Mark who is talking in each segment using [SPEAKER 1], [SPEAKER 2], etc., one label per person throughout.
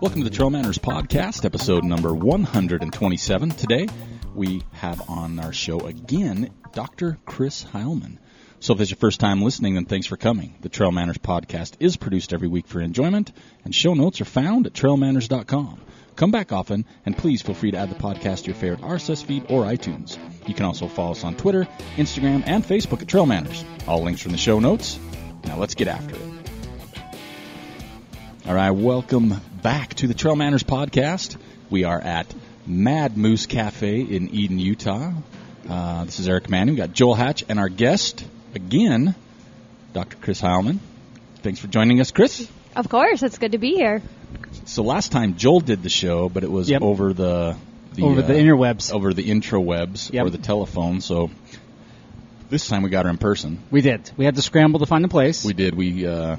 [SPEAKER 1] Welcome to the Trail Manners Podcast, episode number 127. Today, we have on our show again Dr. Chris Heilman. So, if it's your first time listening, then thanks for coming. The Trail Manners Podcast is produced every week for enjoyment, and show notes are found at trailmanners.com. Come back often, and please feel free to add the podcast to your favorite RSS feed or iTunes. You can also follow us on Twitter, Instagram, and Facebook at Trail Manners. All links are in the show notes. Now, let's get after it. All right, welcome back to the Trail Manners podcast. We are at Mad Moose Cafe in Eden, Utah. Uh, this is Eric Manning. We got Joel Hatch and our guest again, Dr. Chris Heilman. Thanks for joining us, Chris.
[SPEAKER 2] Of course, it's good to be here.
[SPEAKER 1] So last time Joel did the show, but it was
[SPEAKER 3] Yep.
[SPEAKER 1] over the, the uh,
[SPEAKER 3] Over the interwebs.
[SPEAKER 1] over the intrawebs
[SPEAKER 3] Yep.
[SPEAKER 1] or the telephone. So this time we got her in person.
[SPEAKER 3] We did. We had to scramble to find a place.
[SPEAKER 1] We did. We uh,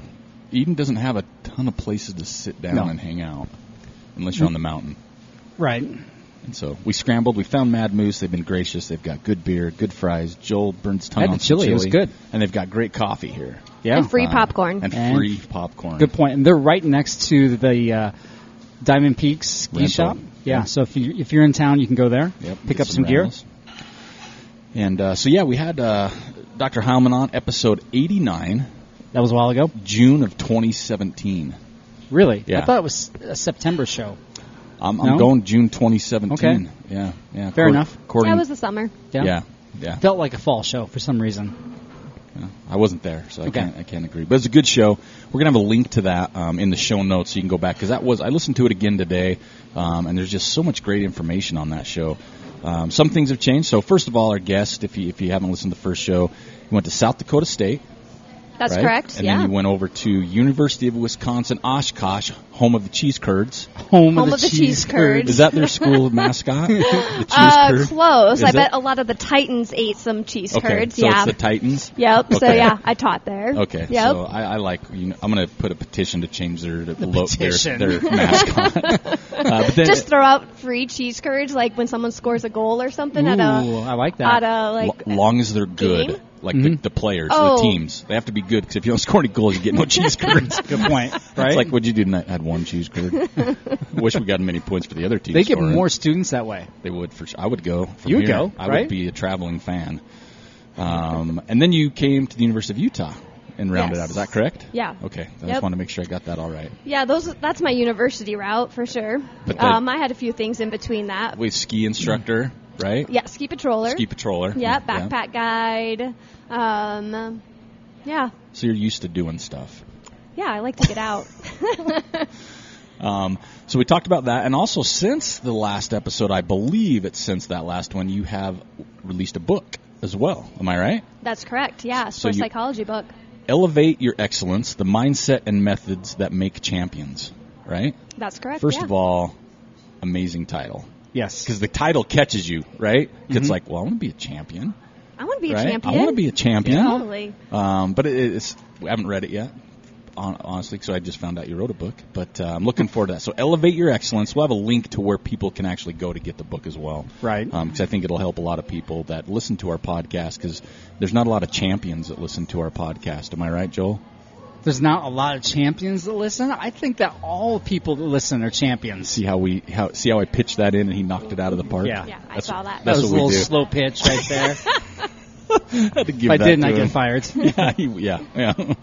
[SPEAKER 1] Eden doesn't have a ton of places to sit down
[SPEAKER 3] No.
[SPEAKER 1] and hang out unless you're on the mountain.
[SPEAKER 3] right.
[SPEAKER 1] And so we scrambled. We found Mad Moose. They've been gracious. They've got good beer, good fries. Joel burns tongue
[SPEAKER 3] I had
[SPEAKER 1] on
[SPEAKER 3] the
[SPEAKER 1] some
[SPEAKER 3] chili. It was good.
[SPEAKER 1] And they've got great coffee here.
[SPEAKER 3] Yeah.
[SPEAKER 2] And free
[SPEAKER 1] Uh,
[SPEAKER 2] popcorn.
[SPEAKER 1] and,
[SPEAKER 3] And-
[SPEAKER 1] free popcorn.
[SPEAKER 3] Good point. And they're right next to the uh, Diamond Peaks ski
[SPEAKER 1] Rental.
[SPEAKER 3] shop. Yeah.
[SPEAKER 1] Yeah.
[SPEAKER 3] So if you if you're in town, you can go there.
[SPEAKER 1] Yep.
[SPEAKER 3] Pick
[SPEAKER 1] get
[SPEAKER 3] up some, gear.
[SPEAKER 1] Ramos. And uh, so yeah, we had uh, Dr. Heilman on episode 89,
[SPEAKER 3] That was a while ago.
[SPEAKER 1] June of 2017.
[SPEAKER 3] Really?
[SPEAKER 1] Yeah.
[SPEAKER 3] I thought it was a September show.
[SPEAKER 1] I'm, I'm
[SPEAKER 3] No?
[SPEAKER 1] going June 2017.
[SPEAKER 3] Okay.
[SPEAKER 1] Yeah. Yeah.
[SPEAKER 3] Fair enough.
[SPEAKER 1] According,
[SPEAKER 2] That was the summer.
[SPEAKER 3] Yeah.
[SPEAKER 1] yeah. Yeah.
[SPEAKER 3] Felt like a fall show for some reason.
[SPEAKER 1] I wasn't there, so I
[SPEAKER 3] Okay.
[SPEAKER 1] can't I can't agree. But it's a good show. We're gonna have a link to that um, in the show notes, so you can go back because that was I listened to it again today, um, and there's just so much great information on that show. Um, some things have changed. So first of all, our guest, if you if you haven't listened to the first show, he went to South Dakota State.
[SPEAKER 2] That's
[SPEAKER 1] right?
[SPEAKER 2] correct.
[SPEAKER 1] And
[SPEAKER 2] yeah.
[SPEAKER 1] then he went over to University of Wisconsin Oshkosh, home of the cheese curds.
[SPEAKER 3] Home,
[SPEAKER 2] Home of the cheese curds.
[SPEAKER 1] Is that their school mascot? The cheese
[SPEAKER 2] uh,
[SPEAKER 1] curd?
[SPEAKER 2] close.
[SPEAKER 1] Is
[SPEAKER 2] I
[SPEAKER 1] it?
[SPEAKER 2] bet a lot of the Titans ate some cheese
[SPEAKER 1] Okay,
[SPEAKER 2] curds.
[SPEAKER 1] so
[SPEAKER 2] yeah.
[SPEAKER 1] it's the Titans.
[SPEAKER 2] yep. So
[SPEAKER 1] Okay.
[SPEAKER 2] yeah, I taught there.
[SPEAKER 1] Okay,
[SPEAKER 2] Yep.
[SPEAKER 1] so I, I like. You know, I'm going to put a petition to change their lo- their,
[SPEAKER 3] petition.
[SPEAKER 1] their mascot. uh, but then
[SPEAKER 2] Just throw out free cheese curds, like when someone scores a goal or something at
[SPEAKER 3] Ooh,
[SPEAKER 2] a
[SPEAKER 3] I like
[SPEAKER 2] at
[SPEAKER 3] that.
[SPEAKER 1] lo-
[SPEAKER 2] a like.
[SPEAKER 1] long as they're good,
[SPEAKER 2] game?
[SPEAKER 1] like
[SPEAKER 3] Mm-hmm.
[SPEAKER 1] the, the players,
[SPEAKER 2] Oh.
[SPEAKER 1] the teams, they have to be good. Because if you don't score any goals, you get no cheese curds.
[SPEAKER 3] Good point. Right.
[SPEAKER 1] It's like what'd you do tonight? Had one cheese curd. Wish we got many points for the other team.
[SPEAKER 3] they get
[SPEAKER 1] scoring.
[SPEAKER 3] more students that way.
[SPEAKER 1] They would for sure. I would go. From
[SPEAKER 3] You would
[SPEAKER 1] here.
[SPEAKER 3] go,
[SPEAKER 1] I would
[SPEAKER 3] right?
[SPEAKER 1] be a traveling fan. Um, and then you came to the University of Utah and rounded
[SPEAKER 2] Yes.
[SPEAKER 1] out. Is that correct?
[SPEAKER 2] Yeah.
[SPEAKER 1] Okay. I just
[SPEAKER 2] Yep.
[SPEAKER 1] want to make sure I got that all right.
[SPEAKER 2] Yeah, those. That's my university route for sure.
[SPEAKER 1] But the-
[SPEAKER 2] um, I had a few things in between that.
[SPEAKER 1] With ski instructor, right?
[SPEAKER 2] yeah, ski patroller.
[SPEAKER 1] Ski patroller.
[SPEAKER 2] yeah, backpack guide. Um, yeah,
[SPEAKER 1] So you're used to doing stuff.
[SPEAKER 2] yeah. I like to get out.
[SPEAKER 1] Um, so we talked about that, and also since the last episode, I believe it's since that last one, you have released a book as well. Am I right?
[SPEAKER 2] That's correct. Yeah,
[SPEAKER 1] So
[SPEAKER 2] sports
[SPEAKER 1] you-
[SPEAKER 2] psychology book.
[SPEAKER 1] Elevate your excellence: the mindset and methods that make champions. Right.
[SPEAKER 2] That's correct.
[SPEAKER 1] First
[SPEAKER 2] yeah.
[SPEAKER 1] of all, amazing title
[SPEAKER 3] Yes.
[SPEAKER 1] because the title catches you, right?
[SPEAKER 2] Mm-hmm.
[SPEAKER 1] It's like, well, I want to be a champion.
[SPEAKER 2] I want to be
[SPEAKER 1] right?
[SPEAKER 2] a champion.
[SPEAKER 1] I want to be a champion.
[SPEAKER 2] Totally.
[SPEAKER 1] Um, but it, it's I haven't read it yet, hon- honestly. So I just found out you wrote a book. But uh, I'm looking forward to that. So elevate your excellence. We'll have a link to where people can actually go to get the book as well.
[SPEAKER 3] Right.
[SPEAKER 1] Because I think it'll help a lot of people that listen to our podcast. Because there's not a lot of champions that listen to our podcast. Am I right, Joel?
[SPEAKER 3] There's not a lot of champions that listen. I think that all people that listen are champions.
[SPEAKER 1] See how we how see how I pitched that in and he knocked it out of the park.
[SPEAKER 3] Yeah.
[SPEAKER 2] Yeah, I
[SPEAKER 1] That's-
[SPEAKER 2] saw that.
[SPEAKER 3] That
[SPEAKER 1] That's
[SPEAKER 3] was
[SPEAKER 1] what
[SPEAKER 3] a
[SPEAKER 1] we
[SPEAKER 3] little
[SPEAKER 1] do.
[SPEAKER 3] slow pitch right there.
[SPEAKER 1] Had to give
[SPEAKER 3] If I
[SPEAKER 1] that
[SPEAKER 3] didn't,
[SPEAKER 1] to
[SPEAKER 3] I get
[SPEAKER 1] him.
[SPEAKER 3] fired.
[SPEAKER 1] yeah, you- yeah, yeah.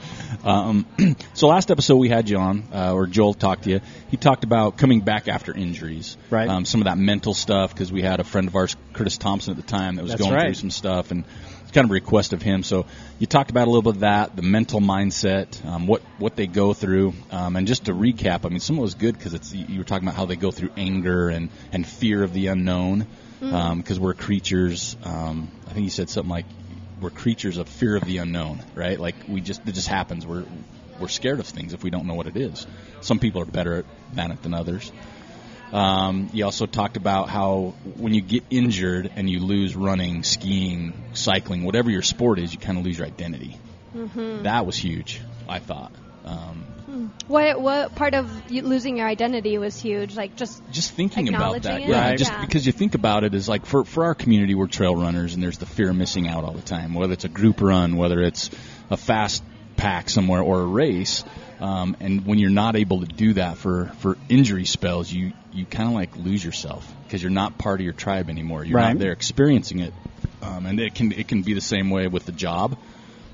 [SPEAKER 1] Um, so last episode we had you on, uh, or Joel talked to you. He talked about coming back after injuries,
[SPEAKER 3] Right.
[SPEAKER 1] Um, some of that mental stuff because we had a friend of ours, Curtis Thompson, at the time that was
[SPEAKER 3] That's
[SPEAKER 1] going through
[SPEAKER 3] right.
[SPEAKER 1] some stuff, and it's kind of a request of him. So you talked about a little bit of that, the mental mindset, um, what what they go through, um, and just to recap, I mean, some of it was good because it's you you were talking about how they go through anger and and fear of the unknown.
[SPEAKER 3] Mm-hmm.
[SPEAKER 1] Because we're creatures, um, I think you said something like we're creatures of fear of the unknown, right? Like we just it just happens. We're we're scared of things if we don't know what it is. Some people are better at that than others. Um, you also talked about how when you get injured and you lose running, skiing, cycling, whatever your sport is, you kind of lose your identity. That was huge, I thought. Um,
[SPEAKER 2] What what part of y- losing your identity was huge? Like just
[SPEAKER 1] just thinking about that,
[SPEAKER 2] Acknowledging it,
[SPEAKER 1] yeah,
[SPEAKER 2] Right.
[SPEAKER 1] just
[SPEAKER 2] yeah.
[SPEAKER 1] because you think about it is like for for our community, we're trail runners, and there's the fear of missing out all the time. Whether it's a group run, whether it's a fast pack somewhere or a race, um, and when you're not able to do that for for injury spells, you you kind of like lose yourself because you're not part of your tribe anymore. You're
[SPEAKER 3] Right.
[SPEAKER 1] not there experiencing it, um, and it can it can be the same way with the job.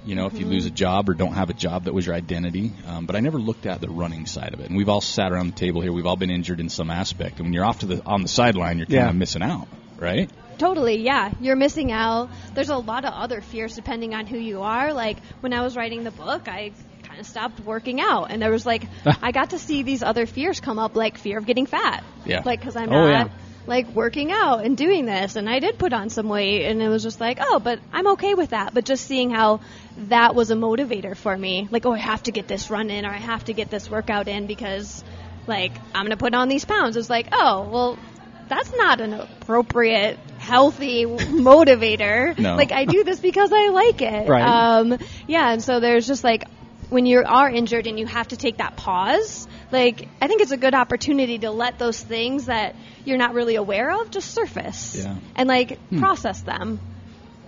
[SPEAKER 1] You know, if you lose a job or don't have a job that was your identity. Um, but I never looked at the running side of it. And we've all sat around the table here. We've all been injured in some aspect. And when you're off to the on the sideline, you're kind
[SPEAKER 3] Yeah.
[SPEAKER 1] of missing out, right?
[SPEAKER 2] Totally, yeah. You're missing out. There's a lot of other fears depending on who you are. Like when I was writing the book, I kind of stopped working out, and there was like I got to see these other fears come up, like fear of getting fat.
[SPEAKER 1] Yeah.
[SPEAKER 2] Like because I'm
[SPEAKER 3] Oh,
[SPEAKER 2] not
[SPEAKER 3] yeah.
[SPEAKER 2] like working out and doing this, and I did put on some weight, and it was just like, oh, but I'm okay with that. But just seeing how that was a motivator for me, like oh, I have to get this run in, or I have to get this workout in because like I'm gonna put on these pounds. It's like oh, well that's not an appropriate healthy motivator
[SPEAKER 1] No.
[SPEAKER 2] like i do this because i like it
[SPEAKER 3] Right.
[SPEAKER 2] um, yeah and so there's just like when you are injured and you have to take that pause like i think it's a good opportunity to let those things that you're not really aware of just surface
[SPEAKER 1] Yeah.
[SPEAKER 2] and like
[SPEAKER 3] Hmm.
[SPEAKER 2] process them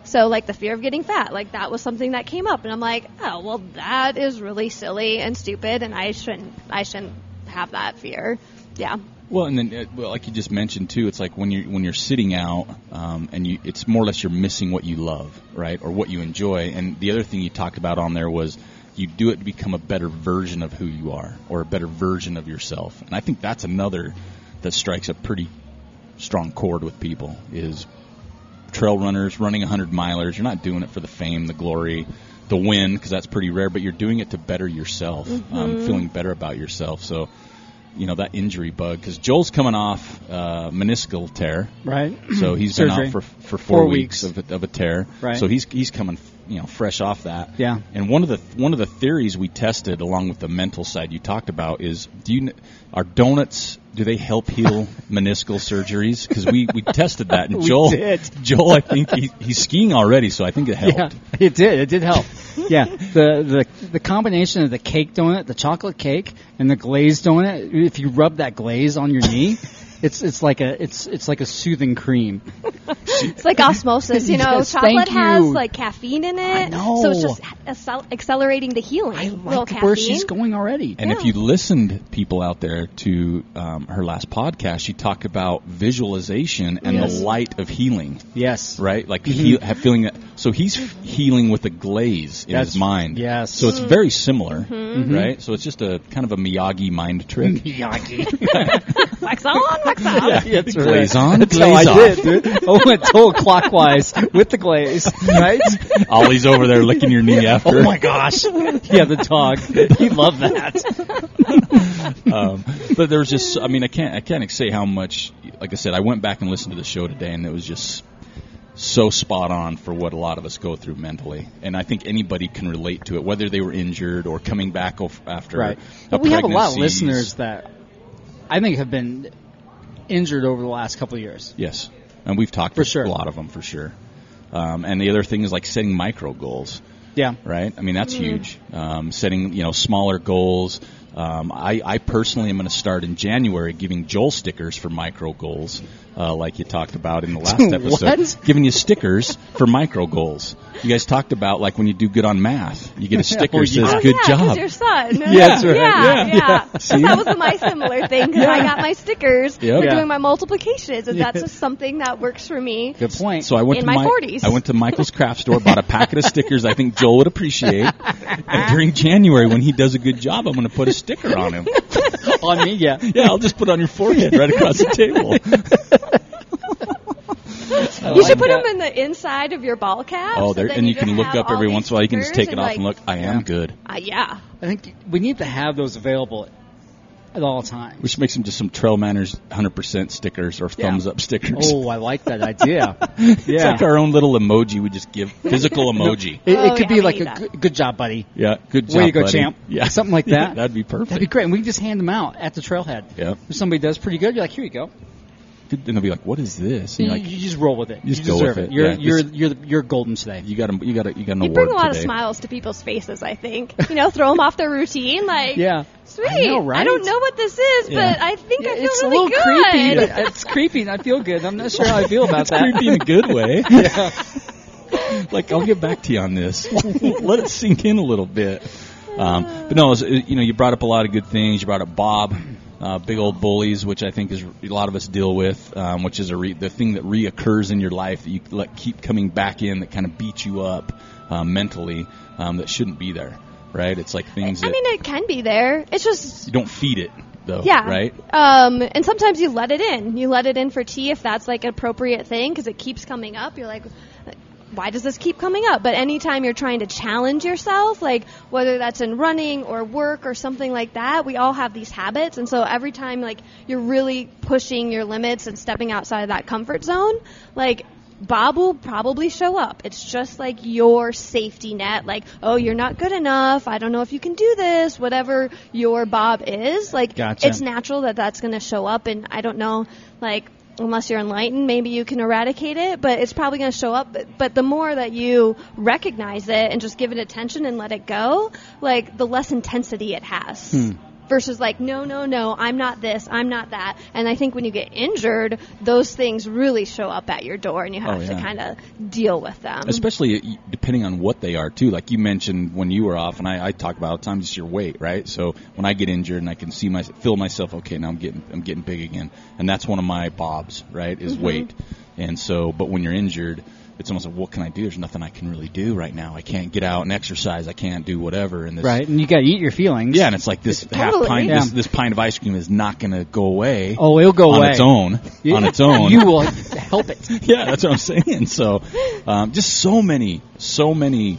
[SPEAKER 2] so like the fear of getting fat like that was something that came up and i'm like oh well that is really silly and stupid and i shouldn't i shouldn't have that fear yeah
[SPEAKER 1] Well, and then, uh, well, like you just mentioned too, it's like when you when you're sitting out, um, and you, it's more or less you're missing what you love, right, or what you enjoy. And the other thing you talked about on there was you do it to become a better version of who you are, or a better version of yourself. And I think that's another that strikes a pretty strong chord with people is trail runners running 100 milers. You're not doing it for the fame, the glory, the win, because that's pretty rare. But you're doing it to better yourself, um, feeling better about yourself. So, you know that injury bug. Because Joel's coming off uh, meniscal tear,
[SPEAKER 3] right?
[SPEAKER 1] so he's been out
[SPEAKER 3] Mm-hmm. Surgery.
[SPEAKER 1] for for four,
[SPEAKER 3] Four
[SPEAKER 1] weeks,
[SPEAKER 3] weeks.
[SPEAKER 1] of, a, of a tear.
[SPEAKER 3] Right.
[SPEAKER 1] So he's he's coming, you know, fresh off that.
[SPEAKER 3] Yeah.
[SPEAKER 1] And one of the one of the theories we tested, along with the mental side you talked about, is do you kn- are donuts do they help heal meniscal surgeries? Because we, we tested that, and
[SPEAKER 3] We
[SPEAKER 1] Joel
[SPEAKER 3] did.
[SPEAKER 1] Joel I think he, he's skiing already, so I think it helped.
[SPEAKER 3] Yeah, it did. It did help. yeah, the, the the combination of the cake donut, the chocolate cake, and the glazed donut. If you rub that glaze on your knee, it's it's like a it's it's like a soothing cream.
[SPEAKER 2] It's like osmosis, you know.
[SPEAKER 3] Yes,
[SPEAKER 2] Chocolate
[SPEAKER 3] thank
[SPEAKER 2] has
[SPEAKER 3] you.
[SPEAKER 2] like caffeine in it,
[SPEAKER 3] know.
[SPEAKER 2] so it's just accel- accelerating the healing.
[SPEAKER 3] I
[SPEAKER 2] Little
[SPEAKER 3] like
[SPEAKER 2] caffeine.
[SPEAKER 3] where she's going already.
[SPEAKER 1] And if
[SPEAKER 2] Yeah.
[SPEAKER 1] you listened, people out there, to um, her last podcast, she talked about visualization and the light of healing.
[SPEAKER 3] yes,
[SPEAKER 1] right? Like he,
[SPEAKER 3] Mm-hmm.
[SPEAKER 1] have feeling that. So he's f- healing with a glaze in his
[SPEAKER 3] That's-
[SPEAKER 1] mind.
[SPEAKER 3] yes. Mm-hmm.
[SPEAKER 1] So it's very similar, right? So it's just a kind of a Miyagi mind trick.
[SPEAKER 3] Miyagi.
[SPEAKER 2] Wax on, wax off.
[SPEAKER 3] That's right.
[SPEAKER 1] glaze on,
[SPEAKER 3] That's
[SPEAKER 1] glaze
[SPEAKER 3] how I
[SPEAKER 1] off.
[SPEAKER 3] did, dude. I went total clockwise with the glaze, right?
[SPEAKER 1] Ollie's over there licking your knee after.
[SPEAKER 3] Oh my gosh! Yeah, the dog. He loved that.
[SPEAKER 1] um, but there's just I mean I can't I can't say how much like I said I went back and listened to the show today and it was just so spot on for what a lot of us go through mentally and I think anybody can relate to it whether they were injured or coming back of- after
[SPEAKER 3] Right.
[SPEAKER 1] a
[SPEAKER 3] we have a lot of
[SPEAKER 1] pregnancies.
[SPEAKER 3] listeners that I think have been injured over the last couple of years.
[SPEAKER 1] Yes, and we've talked
[SPEAKER 3] For
[SPEAKER 1] to
[SPEAKER 3] sure.
[SPEAKER 1] a lot of them for sure. Um, and the other thing is like setting micro goals,
[SPEAKER 3] Yeah.
[SPEAKER 2] Mm-hmm.
[SPEAKER 1] right? I mean that's huge. Um, setting you know smaller goals, Um, I, I personally am going to start in January giving Joel stickers for micro goals, uh, like you talked about in the last episode.
[SPEAKER 3] What?
[SPEAKER 1] Giving you stickers for micro goals. You guys talked about like when you do good on math, you get a sticker that
[SPEAKER 3] yeah.
[SPEAKER 1] says
[SPEAKER 2] Oh,
[SPEAKER 1] "Good
[SPEAKER 2] yeah, 'cause
[SPEAKER 1] job."
[SPEAKER 2] Your son.
[SPEAKER 1] Yeah, that's right.
[SPEAKER 2] Yeah,
[SPEAKER 1] Yeah.
[SPEAKER 2] yeah. That was my similar thing because I got my stickers
[SPEAKER 1] Yep.
[SPEAKER 2] for
[SPEAKER 1] Yeah.
[SPEAKER 2] doing my multiplications, and
[SPEAKER 3] Yeah.
[SPEAKER 2] that's just something that works for me.
[SPEAKER 3] Good point.
[SPEAKER 1] So I went
[SPEAKER 2] In
[SPEAKER 1] to
[SPEAKER 2] my
[SPEAKER 1] Mi-
[SPEAKER 2] 40s.
[SPEAKER 1] I went to Michael's craft store, bought a packet of stickers I think Joel would appreciate. And during January, when he does a good job, I'm going to put a sticker on him.
[SPEAKER 3] on me, yeah.
[SPEAKER 1] Yeah, I'll just put it on your forehead right across the table.
[SPEAKER 2] you should put
[SPEAKER 3] that.
[SPEAKER 2] them in the inside of your ball cap.
[SPEAKER 1] Oh,
[SPEAKER 2] so
[SPEAKER 1] there,
[SPEAKER 2] that
[SPEAKER 1] and you
[SPEAKER 2] just
[SPEAKER 1] can look
[SPEAKER 2] have
[SPEAKER 1] up
[SPEAKER 2] all
[SPEAKER 1] every
[SPEAKER 2] these
[SPEAKER 1] once in a while. You can just
[SPEAKER 2] stickers
[SPEAKER 1] take it off
[SPEAKER 2] like,
[SPEAKER 1] and look. I am good.
[SPEAKER 2] Uh, yeah.
[SPEAKER 3] I think we need to have those available at all times.
[SPEAKER 1] We should make some just some trail manners, hundred percent stickers or thumbs up stickers.
[SPEAKER 3] Oh, I like that idea.
[SPEAKER 1] It's
[SPEAKER 3] yeah.
[SPEAKER 1] like our own little emoji. We just give physical emoji.
[SPEAKER 3] It, it
[SPEAKER 2] Oh,
[SPEAKER 3] could
[SPEAKER 2] yeah,
[SPEAKER 3] be
[SPEAKER 2] we
[SPEAKER 3] like
[SPEAKER 2] need
[SPEAKER 3] a
[SPEAKER 2] that.
[SPEAKER 3] good, good job, buddy.
[SPEAKER 1] Yeah, good job,
[SPEAKER 3] Way to go,
[SPEAKER 1] buddy.
[SPEAKER 3] champ.
[SPEAKER 1] Yeah,
[SPEAKER 3] Something like
[SPEAKER 1] Yeah,
[SPEAKER 3] that.
[SPEAKER 1] that'd be perfect.
[SPEAKER 3] That'd be great. And we can just hand them out at the trailhead.
[SPEAKER 1] Yeah.
[SPEAKER 3] If somebody does pretty good, you're like, here you go.
[SPEAKER 1] And they'll be like, "What is this?" And
[SPEAKER 3] You,
[SPEAKER 1] you're like,
[SPEAKER 3] you just roll with it. You,
[SPEAKER 1] just go
[SPEAKER 3] deserve
[SPEAKER 1] with it.
[SPEAKER 3] You're
[SPEAKER 1] Yeah,
[SPEAKER 3] you're
[SPEAKER 1] just-
[SPEAKER 3] you're the, you're golden today.
[SPEAKER 1] "You got a, you got a, you got an
[SPEAKER 2] You
[SPEAKER 1] award
[SPEAKER 2] bring a lot
[SPEAKER 1] today.
[SPEAKER 2] of smiles to people's faces, I think. You know, throw them off their routine. Like,
[SPEAKER 3] Yeah.
[SPEAKER 2] sweet.
[SPEAKER 3] I know, right?
[SPEAKER 2] don't know what this is,
[SPEAKER 1] Yeah.
[SPEAKER 2] but I think I feel
[SPEAKER 3] it's
[SPEAKER 2] really
[SPEAKER 3] a little
[SPEAKER 2] good.
[SPEAKER 3] creepy. but It's creepy. And I feel good. I'm not sure how I feel about that.
[SPEAKER 1] creepy in a good way. like I'll get back to you on this. Let it sink in a little bit. Um, but no, it's- it- you know, you brought up a lot of good things. You brought up Bob, uh, big old bullies, which I think is a lot of us deal with, um, which is a re- the thing that reoccurs in your life that you let keep coming back in that kind of beat you up uh, mentally um, that shouldn't be there, right? It's like things that
[SPEAKER 2] I mean, it can be there. It's just
[SPEAKER 1] you don't feed it though,
[SPEAKER 2] Yeah.
[SPEAKER 1] right?
[SPEAKER 2] Um, and sometimes you let it in. You let it in for tea if that's like an appropriate thing because it keeps coming up. You're like, why does this keep coming up? But anytime you're trying to challenge yourself, like whether that's in running or work or something like that, we all have these habits. And so every time like you're really pushing your limits and stepping outside of that comfort zone, like Bob will probably show up. It's just like your safety net. Like, oh, you're not good enough. I don't know if you can do this. Whatever your Bob is, like,
[SPEAKER 3] Gotcha.
[SPEAKER 2] it's natural that that's going to show up. And I don't know, like, unless you're enlightened, maybe you can eradicate it, but it's probably going to show up. But, but the more that you recognize it and just give it attention and let it go, like, the less intensity it has
[SPEAKER 1] Hmm.
[SPEAKER 2] versus like no no no i'm not this i'm not that and i think when you get injured those things really show up at your door and you have
[SPEAKER 1] Oh,
[SPEAKER 2] to
[SPEAKER 1] yeah.
[SPEAKER 2] kind of deal with them
[SPEAKER 1] especially uh, depending on what they are too. Like you mentioned when you were off, and I, I talk about all the time just your weight, right? So when I get injured and I can see my feel myself, okay, now I'm getting I'm getting big again, and that's one of my bobs, right? Is
[SPEAKER 3] Mm-hmm.
[SPEAKER 1] weight, and so but when you're injured. It's almost like, what can I do? There's nothing I can really do right now. I can't get out and exercise. I can't do whatever. And this,
[SPEAKER 3] Right. And you got to eat your feelings.
[SPEAKER 1] Yeah, and it's like this half
[SPEAKER 2] Totally.
[SPEAKER 1] pint.
[SPEAKER 3] Yeah.
[SPEAKER 1] This, this pint of ice cream is not going to go away.
[SPEAKER 3] Oh, it'll go
[SPEAKER 1] on
[SPEAKER 3] away.
[SPEAKER 1] its own.
[SPEAKER 3] You-
[SPEAKER 1] On its own
[SPEAKER 3] You will help it.
[SPEAKER 1] yeah, that's what I'm saying. So, um, just so many, so many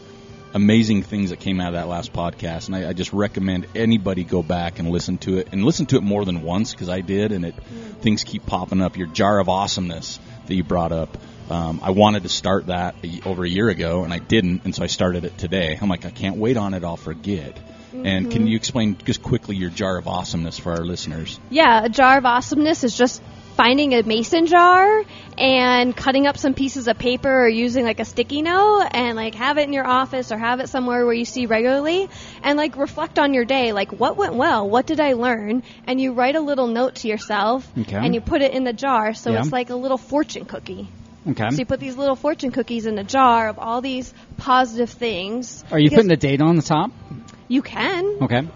[SPEAKER 1] amazing things that came out of that last podcast, and I, I just recommend anybody go back and listen to it, and listen to it more than once because I did, and it things keep popping up. Your jar of awesomeness that you brought up. Um, I wanted to start that a y- over a year ago, and I didn't, and so I started it today. I'm like, I can't wait on it. I'll forget. And
[SPEAKER 2] Mm-hmm.
[SPEAKER 1] can you explain just quickly your jar of awesomeness for our listeners?
[SPEAKER 2] yeah, a jar of awesomeness is just finding a mason jar and cutting up some pieces of paper or using like a sticky note and like have it in your office or have it somewhere where you see regularly and like reflect on your day like what went well what did i learn and you write a little note to yourself
[SPEAKER 3] Okay.
[SPEAKER 2] and you put it in the jar so
[SPEAKER 3] Yeah. Hmm.
[SPEAKER 2] it's like a little fortune cookie
[SPEAKER 3] Okay.
[SPEAKER 2] so you put these little fortune cookies in a jar of all these positive things
[SPEAKER 3] Are you
[SPEAKER 2] because
[SPEAKER 3] putting the date on the top?
[SPEAKER 2] you can
[SPEAKER 3] Okay.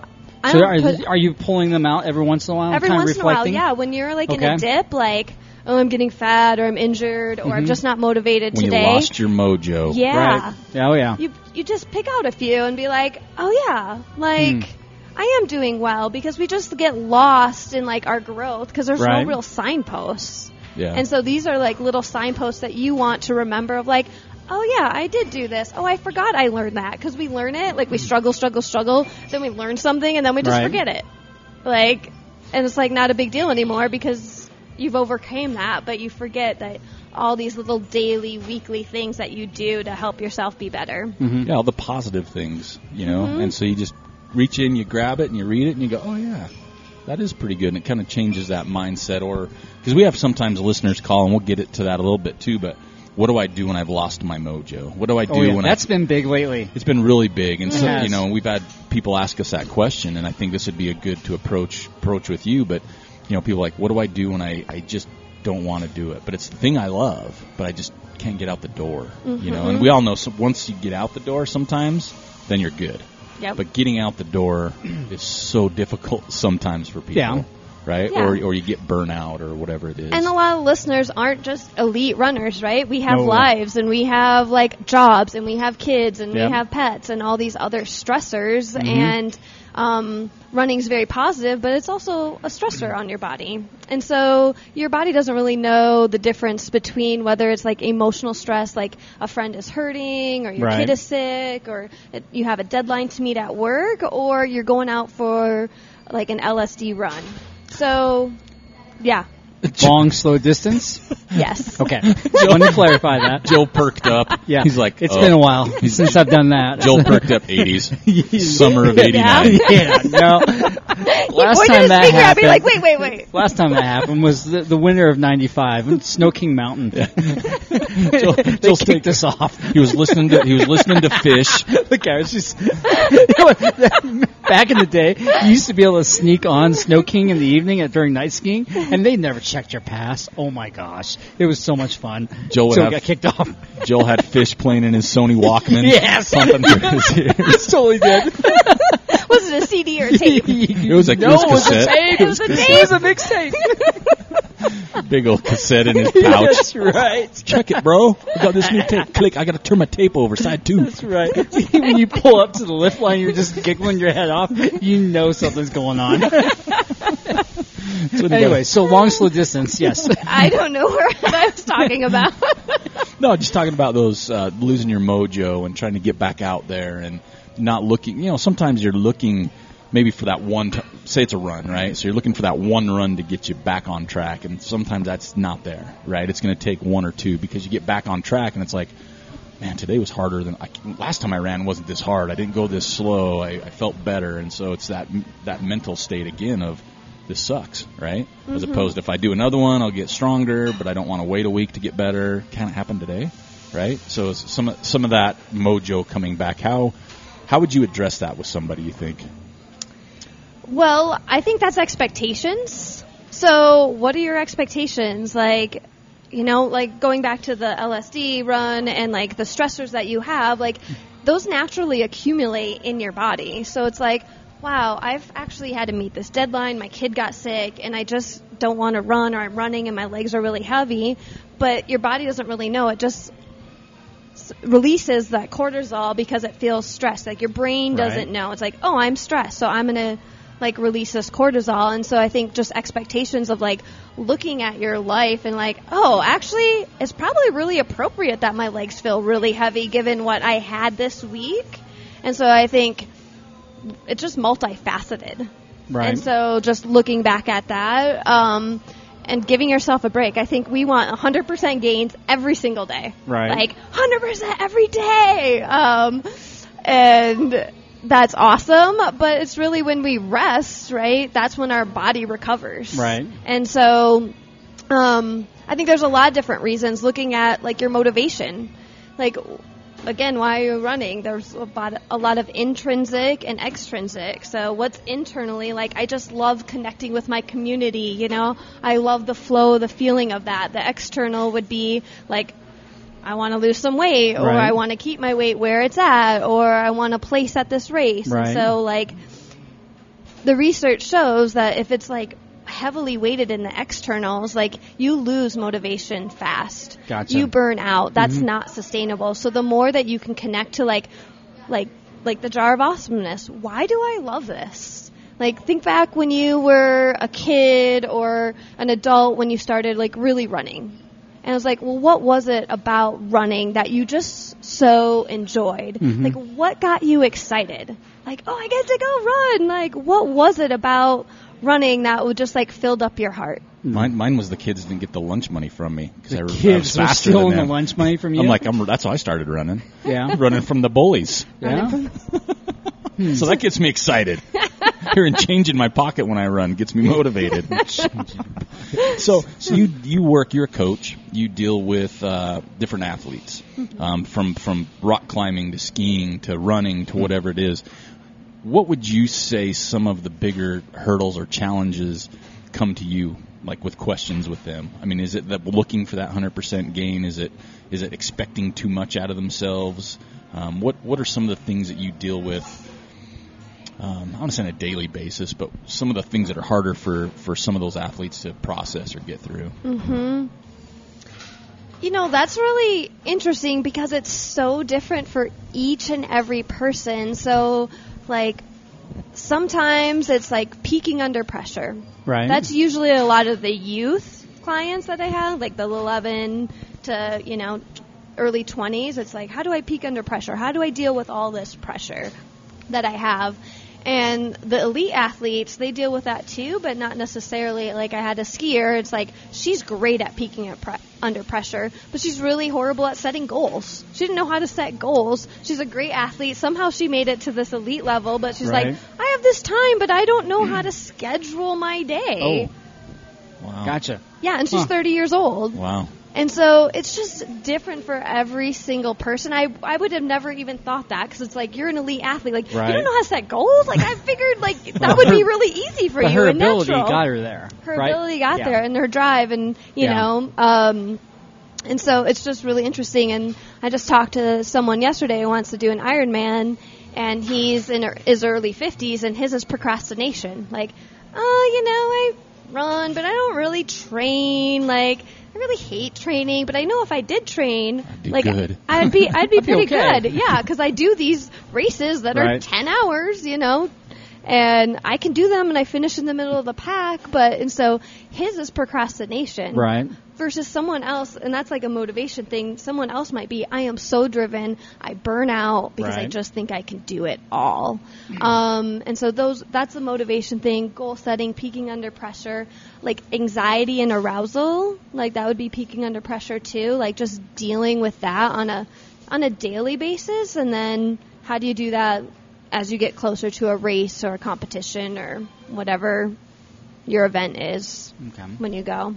[SPEAKER 2] I
[SPEAKER 3] So
[SPEAKER 2] don't
[SPEAKER 3] are,
[SPEAKER 2] put-
[SPEAKER 3] are you pulling them out every once in a while?
[SPEAKER 2] every
[SPEAKER 3] kind of
[SPEAKER 2] once in a while,
[SPEAKER 3] reflecting?
[SPEAKER 2] yeah. When you're like in a
[SPEAKER 3] Okay.
[SPEAKER 2] dip, like oh, I'm getting fat, or I'm injured, or I'm just not motivated
[SPEAKER 1] Mm-hmm. When
[SPEAKER 2] today.
[SPEAKER 1] you lost your mojo,
[SPEAKER 2] yeah,
[SPEAKER 3] Right. Yeah, Oh, yeah.
[SPEAKER 2] you you just pick out a few and be like, oh yeah, like.
[SPEAKER 1] Hmm.
[SPEAKER 2] I am doing well because we just get lost in like our growth because there's
[SPEAKER 3] Right.
[SPEAKER 2] no real signposts.
[SPEAKER 1] Yeah.
[SPEAKER 2] And so these are like little signposts that you want to remember of like, oh yeah, I did do this. Oh, I forgot I learned that because we learn it.
[SPEAKER 1] Hmm.
[SPEAKER 2] Like we struggle, struggle, struggle. Then we learn something and then we just
[SPEAKER 3] Right.
[SPEAKER 2] forget it. Like, and it's like not a big deal anymore because you've overcame that, but you forget that all these little daily, weekly things that you do to help yourself be better.
[SPEAKER 3] Mm-hmm.
[SPEAKER 1] yeah, all the positive things, you know. And so you just reach in, you grab it, and you read it, and you go, "Oh yeah, that is pretty good." And it kind of changes that mindset. Or because we have sometimes listeners call, and we'll get it to that a little bit too, but what do I do when I've lost my mojo? What do I do
[SPEAKER 3] Oh, yeah.
[SPEAKER 1] when
[SPEAKER 3] That's
[SPEAKER 1] I,
[SPEAKER 3] been big lately.
[SPEAKER 1] it's been really big, and so
[SPEAKER 3] It has.
[SPEAKER 1] you know we've had people ask us that question, and I think this would be a good to approach approach with you. But you know, people are like, what do I do when I I just don't want to do it? But it's the thing I love, but I just can't get out the door. You know,
[SPEAKER 2] Mm-hmm.
[SPEAKER 1] and we all know so once you get out the door, sometimes then you're good.
[SPEAKER 2] Yep.
[SPEAKER 1] But getting out the door is so difficult sometimes for people.
[SPEAKER 3] Yeah.
[SPEAKER 1] Right,
[SPEAKER 2] Yeah.
[SPEAKER 1] or or you get burnout or whatever it is.
[SPEAKER 2] And a lot of listeners aren't just elite runners, right? We have
[SPEAKER 3] No.
[SPEAKER 2] lives and we have like jobs and we have kids and
[SPEAKER 3] Yeah. Mm-hmm.
[SPEAKER 2] we have pets and all these other stressors. And um, running's very positive, but it's also a stressor on your body. And so your body doesn't really know the difference between whether it's like emotional stress, like a friend is hurting or your
[SPEAKER 3] Right.
[SPEAKER 2] kid is sick or it, you have a deadline to meet at work or you're going out for like an LSD run. So, yeah.
[SPEAKER 3] Long, slow distance.
[SPEAKER 2] Yes.
[SPEAKER 3] Okay, wanted to clarify that.
[SPEAKER 1] Joe perked up.
[SPEAKER 3] Yeah,
[SPEAKER 1] he's like,
[SPEAKER 3] it's
[SPEAKER 1] "Oh."
[SPEAKER 3] been a while since I've done that.
[SPEAKER 1] Joel perked up 80s, summer of 89.
[SPEAKER 3] yeah, no. Last
[SPEAKER 2] Pointed
[SPEAKER 3] time
[SPEAKER 2] his
[SPEAKER 3] that
[SPEAKER 2] finger at
[SPEAKER 3] happened,
[SPEAKER 2] me like, wait, wait, wait.
[SPEAKER 3] last time that happened was the, the winter of '95 in Snow King Mountain.
[SPEAKER 1] Joel,
[SPEAKER 3] They
[SPEAKER 1] Joel's taking-
[SPEAKER 3] kicked us off.
[SPEAKER 1] He was listening to he was listening to Fish.
[SPEAKER 3] the guy was just back in the day. You used to be able to sneak on Snow King in the evening at, during night skiing, and they never checked your pass. Oh my gosh, it was so much fun.
[SPEAKER 1] Joel would
[SPEAKER 3] so we
[SPEAKER 1] have-
[SPEAKER 3] got kicked off.
[SPEAKER 1] Joel had Fish playing in his Sony Walkman.
[SPEAKER 3] Yes.
[SPEAKER 1] pumping through his ears.
[SPEAKER 3] totally did.
[SPEAKER 2] Was it a CD or a tape?
[SPEAKER 1] It was a,
[SPEAKER 3] no,
[SPEAKER 1] it was
[SPEAKER 3] it was a
[SPEAKER 1] cassette,
[SPEAKER 2] It was a
[SPEAKER 3] It
[SPEAKER 2] tape.
[SPEAKER 3] was a mixtape.
[SPEAKER 1] big old cassette in his pouch.
[SPEAKER 3] That's right.
[SPEAKER 1] Check it, bro. I got this new tape. Click. I got to turn my tape over. Side two.
[SPEAKER 3] That's right. when you pull up to the lift line, you're just giggling your head off. You know something's going on.
[SPEAKER 1] That's what he
[SPEAKER 3] anyway, so long, slow distance. Yes.
[SPEAKER 2] I don't know where I was talking about.
[SPEAKER 1] got. no, just talking about those uh, losing your mojo and trying to get back out there and not looking. You know, sometimes you're looking maybe for that one. T- say it's a run, right? So you're looking for that one run to get you back on track, and sometimes that's not there, right? It's going to take one or two because you get back on track, and it's like. man, today was harder than I, last time I ran. wasn't this hard. I didn't go this slow. I, I felt better, and so it's that that mental state again of this sucks, right? As opposed to if I do another one, I'll get stronger, but I don't want to wait a week to get better. Kind of happened today, right? So it's some of- some of that mojo coming back. How how would you address that with somebody? You think?
[SPEAKER 3] Mm.
[SPEAKER 2] Well, I think that's expectations. So, what are your expectations? Like, you know, like going back to the LSD run and like the stressors that you have, like those naturally accumulate in your body. So it's like, wow, I've actually had to meet this deadline. My kid got sick and I just don't want to run or I'm running and my legs are really heavy, but your body doesn't really know. It just s- releases that cortisol because it feels stressed. Like your brain
[SPEAKER 1] Right.
[SPEAKER 2] doesn't know. It's like, oh, I'm stressed, so I'm gonna like release this cortisol. And so I think just expectations of like looking at your life and like, oh, actually, it's probably really appropriate that my legs feel really heavy given what I had this week. And so I think it's just multifaceted.
[SPEAKER 3] Right.
[SPEAKER 2] And so just looking back at that um, and giving yourself a break. I think we want 100% gains every single day.
[SPEAKER 3] Right.
[SPEAKER 2] Like 100% every day. Um, and that's awesome, but it's really when we rest, right? That's when our body recovers.
[SPEAKER 3] Right.
[SPEAKER 2] And so um, I think there's a lot of different reasons looking at like your motivation. Like again, why are you running? There's a lot, a lot of intrinsic and extrinsic. So what's internally like I just love connecting with my community, you know? I love the flow, the feeling of that. The external would be like I want to lose some weight or
[SPEAKER 3] Right.
[SPEAKER 2] I want to keep my weight where it's at or I want to place at this race. And
[SPEAKER 3] Right.
[SPEAKER 2] So like the research shows that if it's like heavily weighted in the externals, like you lose motivation fast.
[SPEAKER 3] Gotcha. Mm-hmm.
[SPEAKER 2] You burn out. That's not sustainable. So the more that you can connect to like like like the jar of awesomeness, why do I love this? Like think back when you were a kid or an adult when you started like really running. And I was like, well, what was it about running that you just so enjoyed? Like, what got you excited? Like, oh, I get to go run. Like, what was it about running that would just like filled up your heart?
[SPEAKER 1] Mine, mine was the kids didn't get the lunch money from me because I, re- I was
[SPEAKER 3] Kids were
[SPEAKER 1] faster than
[SPEAKER 3] stealing the
[SPEAKER 1] them.
[SPEAKER 3] lunch money from you.
[SPEAKER 1] I'm like, I'm, that's how I started running.
[SPEAKER 3] yeah,
[SPEAKER 1] running from the bullies.
[SPEAKER 3] yeah.
[SPEAKER 1] So that gets me excited. hearing change in my pocket when I run gets me motivated. so, so you you work. You're a coach. You deal with uh, different athletes, um, from from rock climbing to skiing to running to whatever it is. What would you say some of the bigger hurdles or challenges come to you like with questions with them? I mean, is it that looking for that hundred percent gain? Is it is it expecting too much out of themselves? Um, what what are some of the things that you deal with? Um, I want to say on a daily basis, but some of the things that are harder for for some of those athletes to process or get through.
[SPEAKER 2] Mm. You know, that's really interesting because it's so different for each and every person. So, like, sometimes it's like peaking under pressure.
[SPEAKER 3] Right.
[SPEAKER 2] That's usually a lot of the youth clients that I have, like the 11 to, you know, early 20s. It's like, how do I peak under pressure? How do I deal with all this pressure that I have? And the elite athletes, they deal with that too, but not necessarily like I had a skier. It's like she's great at peaking at pre- under pressure, but she's really horrible at setting goals. She didn't know how to set goals. She's a great athlete. Somehow she made it to this elite level, but she's
[SPEAKER 3] Right.
[SPEAKER 2] like, I have this time, but I don't know how to schedule my day.
[SPEAKER 3] Oh,
[SPEAKER 1] Wow.
[SPEAKER 2] Oh.
[SPEAKER 3] gotcha.
[SPEAKER 2] Yeah, and she's
[SPEAKER 3] Huh.
[SPEAKER 2] 30 years old.
[SPEAKER 1] Wow.
[SPEAKER 2] And so it's just different for every single person. I, I would have never even thought that because it's like you're an elite athlete. Like, you
[SPEAKER 3] Right.
[SPEAKER 2] don't know how to set goals? Like, I figured, like, that would be really easy for
[SPEAKER 3] But
[SPEAKER 2] you.
[SPEAKER 3] her
[SPEAKER 2] and
[SPEAKER 3] ability
[SPEAKER 2] natural
[SPEAKER 3] got her there.
[SPEAKER 2] her
[SPEAKER 3] right?
[SPEAKER 2] ability got
[SPEAKER 3] Yeah.
[SPEAKER 2] there and her drive and you
[SPEAKER 3] Yeah.
[SPEAKER 2] know um and so it's just really interesting and i just talked to someone yesterday who wants to do an ironman and he's in his early 50s and his is procrastination like oh you know i run but i don't really train like I really hate training, but I know if I did train,
[SPEAKER 1] do
[SPEAKER 2] like
[SPEAKER 1] good.
[SPEAKER 2] I'd be, I'd be
[SPEAKER 3] be
[SPEAKER 2] pretty
[SPEAKER 3] okay.
[SPEAKER 2] good, yeah, because I do these races that are
[SPEAKER 3] Right.
[SPEAKER 2] ten hours, you know, and I can do them and I finish in the middle of the pack, but and so his is procrastination.
[SPEAKER 3] Right.
[SPEAKER 2] Versus someone else, and that's like a motivation thing. Someone else might be, I am so driven, I burn out because I
[SPEAKER 3] Right.
[SPEAKER 2] just think I can do it all. Um, and so those, that's the motivation thing, goal setting, peaking under pressure, like anxiety and arousal, like that would be peaking under pressure too, like just dealing with that on a on a daily basis, and then how do you do that as you get closer to a race or a competition or whatever your event is
[SPEAKER 3] Okay.
[SPEAKER 2] when you go.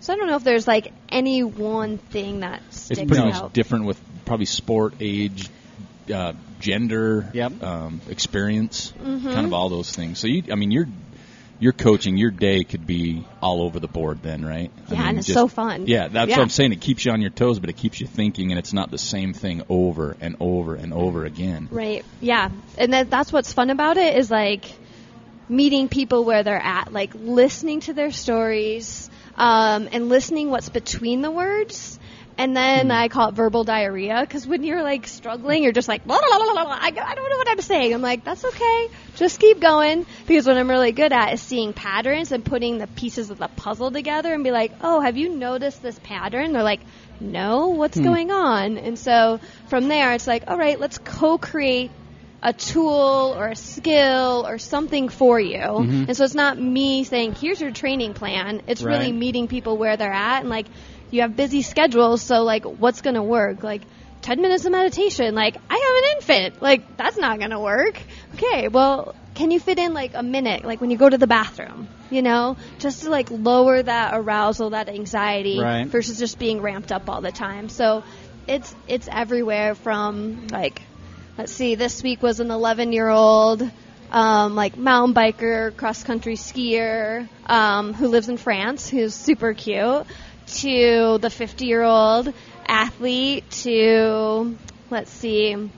[SPEAKER 2] So I don't know if there's like any one thing that
[SPEAKER 1] It's
[SPEAKER 2] sticks
[SPEAKER 1] pretty
[SPEAKER 2] out.
[SPEAKER 1] much different with probably sport, age, uh, gender,
[SPEAKER 3] Yep.
[SPEAKER 1] um, experience,
[SPEAKER 2] Mm-hmm.
[SPEAKER 1] kind of all those things. So you, I mean, your your coaching, your day could be all over the board then, right? I
[SPEAKER 2] Yeah,
[SPEAKER 1] mean,
[SPEAKER 2] and it's so fun.
[SPEAKER 1] Yeah, that's
[SPEAKER 2] Yeah.
[SPEAKER 1] what I'm saying. It keeps you on your toes, but it keeps you thinking, and it's not the same thing over and over and over again.
[SPEAKER 2] Right. Yeah. And that, that's what's fun about it is like meeting people where they're at, like listening to their stories um, and listening what's between the words. And then I call it verbal diarrhea because when you're like struggling, you're just like, blah, blah, blah, blah, blah, blah. I, I don't know what I'm saying. I'm like, that's okay. Just keep going. Because what I'm really good at is seeing patterns and putting the pieces of the puzzle together and be like, oh, have you noticed this pattern? They're like, no, what's going on? And so from there, it's like, all right, let's co create a tool or a skill or something for you. And so it's not me saying, here's your training plan. It's really
[SPEAKER 3] Right.
[SPEAKER 2] meeting people where they're at and like you have busy schedules, so like what's going to work? Like 10 minutes of meditation. Like I have an infant. Like that's not going to work. Okay, well, can you fit in like a minute like when you go to the bathroom, you know, just to like lower that arousal, that anxiety
[SPEAKER 3] Right.
[SPEAKER 2] versus just being ramped up all the time. So it's it's everywhere from like let's see this week was an 11 year old um, like mountain biker cross country skier um, who lives in france who's super cute to the 50 year old athlete to let's see I'm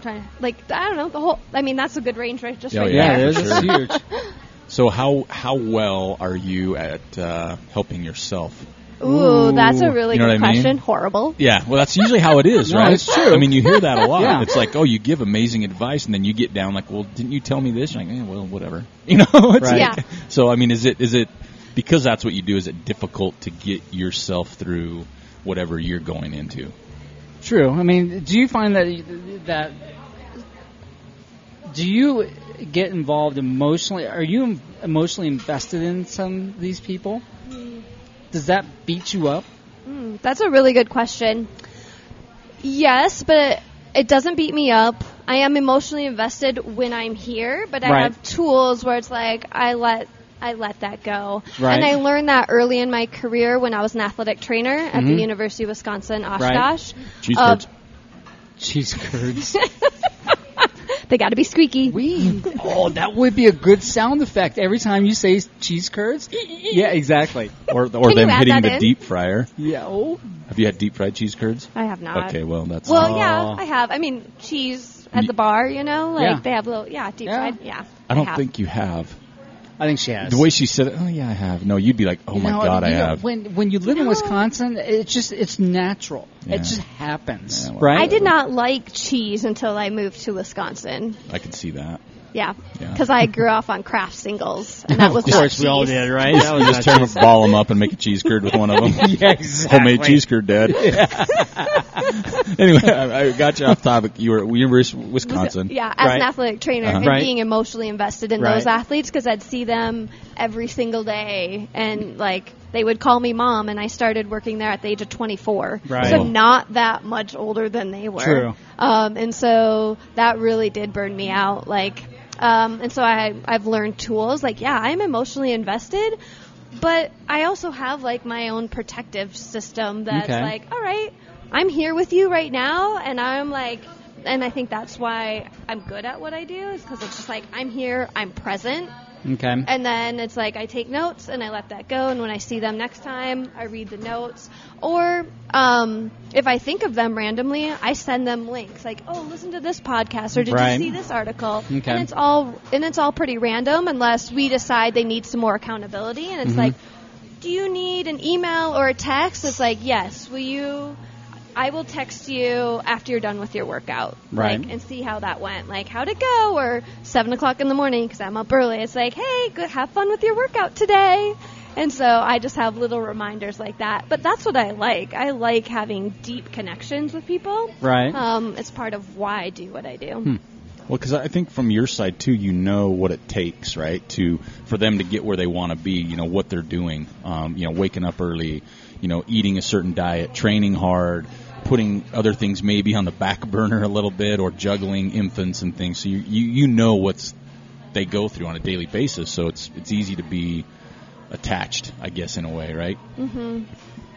[SPEAKER 2] trying to, like i don't know the whole i mean that's a good range right just
[SPEAKER 1] Oh,
[SPEAKER 2] right
[SPEAKER 1] Yeah,
[SPEAKER 3] Yeah,
[SPEAKER 2] there
[SPEAKER 3] it
[SPEAKER 1] for
[SPEAKER 3] is. It's
[SPEAKER 1] sure.
[SPEAKER 3] huge.
[SPEAKER 1] So how how well are you at uh, helping yourself?
[SPEAKER 2] ooh that's a
[SPEAKER 3] Ooh,
[SPEAKER 2] really
[SPEAKER 1] you know
[SPEAKER 2] good
[SPEAKER 1] what I mean?
[SPEAKER 2] question horrible
[SPEAKER 1] Yeah, well, that's usually how it is,
[SPEAKER 3] No,
[SPEAKER 1] right?
[SPEAKER 3] it's true.
[SPEAKER 1] I mean, you hear that a lot.
[SPEAKER 3] Yeah.
[SPEAKER 1] It's like, oh, you give amazing advice, and then you get down like, well, didn't you tell me this? And you're like, eh, well, whatever, you know. It's
[SPEAKER 3] Right.
[SPEAKER 1] like-
[SPEAKER 2] Yeah.
[SPEAKER 1] So, I mean, is it is it because that's what you do? Is it difficult to get yourself through whatever you're going into?
[SPEAKER 3] True. I mean, do you find that that do you get involved emotionally? Are you emotionally invested in some of these people?
[SPEAKER 2] Mm.
[SPEAKER 3] Does that beat you up?
[SPEAKER 2] Hmm, That's a really good question. Yes, but it doesn't beat me up. I am emotionally invested when I'm here, but I
[SPEAKER 3] Right.
[SPEAKER 2] have tools where it's like I let I let that go.
[SPEAKER 3] Right.
[SPEAKER 2] And I learned that early in my career when I was an athletic trainer at the
[SPEAKER 3] Mm-hmm.
[SPEAKER 2] University of Wisconsin Oshkosh.
[SPEAKER 1] Cheese
[SPEAKER 2] Uh,
[SPEAKER 1] curds.
[SPEAKER 3] Cheese curds.
[SPEAKER 2] they got to be squeaky.
[SPEAKER 3] We. Oh, that would be a good sound effect every time you say cheese curds. Yeah, exactly.
[SPEAKER 1] Or, or
[SPEAKER 2] Can you
[SPEAKER 1] them
[SPEAKER 2] add
[SPEAKER 1] hitting
[SPEAKER 2] that
[SPEAKER 1] the
[SPEAKER 2] in?
[SPEAKER 1] deep fryer.
[SPEAKER 3] Yeah. Oh.
[SPEAKER 1] Have you had deep fried cheese curds?
[SPEAKER 2] I have not.
[SPEAKER 1] Okay, well, that's
[SPEAKER 2] Uh, Well,
[SPEAKER 1] not-
[SPEAKER 2] yeah, I have. I mean, cheese at
[SPEAKER 1] Ye-
[SPEAKER 2] the bar, you know, like
[SPEAKER 3] Yeah.
[SPEAKER 2] they have little, yeah, deep
[SPEAKER 3] Yeah.
[SPEAKER 2] fried, yeah.
[SPEAKER 1] I don't
[SPEAKER 2] have.
[SPEAKER 1] think you have.
[SPEAKER 3] I think she has.
[SPEAKER 1] The way she said it, oh yeah, I have. No, you'd be like, oh my
[SPEAKER 3] No,
[SPEAKER 1] god, I
[SPEAKER 3] you know,
[SPEAKER 1] have.
[SPEAKER 3] When when you live in
[SPEAKER 2] No.
[SPEAKER 3] Wisconsin, it's just it's natural.
[SPEAKER 1] Yeah.
[SPEAKER 3] It just happens,
[SPEAKER 1] Yeah, well,
[SPEAKER 3] right?
[SPEAKER 2] I did not like cheese until I moved to Wisconsin.
[SPEAKER 1] I can see that.
[SPEAKER 2] Yeah,
[SPEAKER 1] Yeah.
[SPEAKER 2] because I grew off on craft singles, and that was not cheese.
[SPEAKER 3] right? That was
[SPEAKER 1] Just turn them, ball them up, and make a cheese curd with one of them.
[SPEAKER 3] yeah, exactly.
[SPEAKER 1] Homemade cheese curd, Dad. anyway, I, I got you off topic. You were University of Wisconsin.
[SPEAKER 2] Yeah, as
[SPEAKER 3] Right.
[SPEAKER 2] an athletic trainer
[SPEAKER 1] Uh-huh.
[SPEAKER 2] and
[SPEAKER 3] Right.
[SPEAKER 2] being emotionally invested in
[SPEAKER 3] Right.
[SPEAKER 2] those athletes because I'd see them every single day and like they would call me mom and I started working there at the age of 24.
[SPEAKER 3] Right.
[SPEAKER 2] So
[SPEAKER 1] Wow.
[SPEAKER 2] not that much older than they were.
[SPEAKER 3] True.
[SPEAKER 2] Um, and so that really did burn me out like um, and so I I've learned tools like yeah, I'm emotionally invested but I also have like my own protective system that's
[SPEAKER 3] Okay.
[SPEAKER 2] like all right, I'm here with you right now, and I'm like, and I think that's why I'm good at what I do is because it's just like I'm here, I'm present,
[SPEAKER 3] Okay.
[SPEAKER 2] and then it's like I take notes and I let that go, and when I see them next time, I read the notes, or um, if I think of them randomly, I send them links like, oh, listen to this podcast, or did
[SPEAKER 3] Right.
[SPEAKER 2] you see this article?
[SPEAKER 3] Okay.
[SPEAKER 2] And it's all and it's all pretty random unless we decide they need some more accountability, and it's
[SPEAKER 3] Mm-hmm.
[SPEAKER 2] like. Do you need an email or a text? It's like, yes, will you I will text you after you're done with your workout,
[SPEAKER 3] Right.
[SPEAKER 2] Like, and see how that went, like how'd it go, or seven o'clock in the morning because I'm up early. It's like, hey, go have fun with your workout today. And so I just have little reminders like that. But that's what I like. I like having deep connections with people.
[SPEAKER 3] Right.
[SPEAKER 2] Um, it's part of why I do what I do.
[SPEAKER 1] Well, because I think from your side too, you know what it takes, right, to for them to get where they want to be. You know what they're doing. Um, you know, waking up early. You know, eating a certain diet, training hard, putting other things maybe on the back burner a little bit, or juggling infants and things. So you you, you know what's they go through on a daily basis. So it's it's easy to be attached, I guess, in a way, right? Mm-hmm.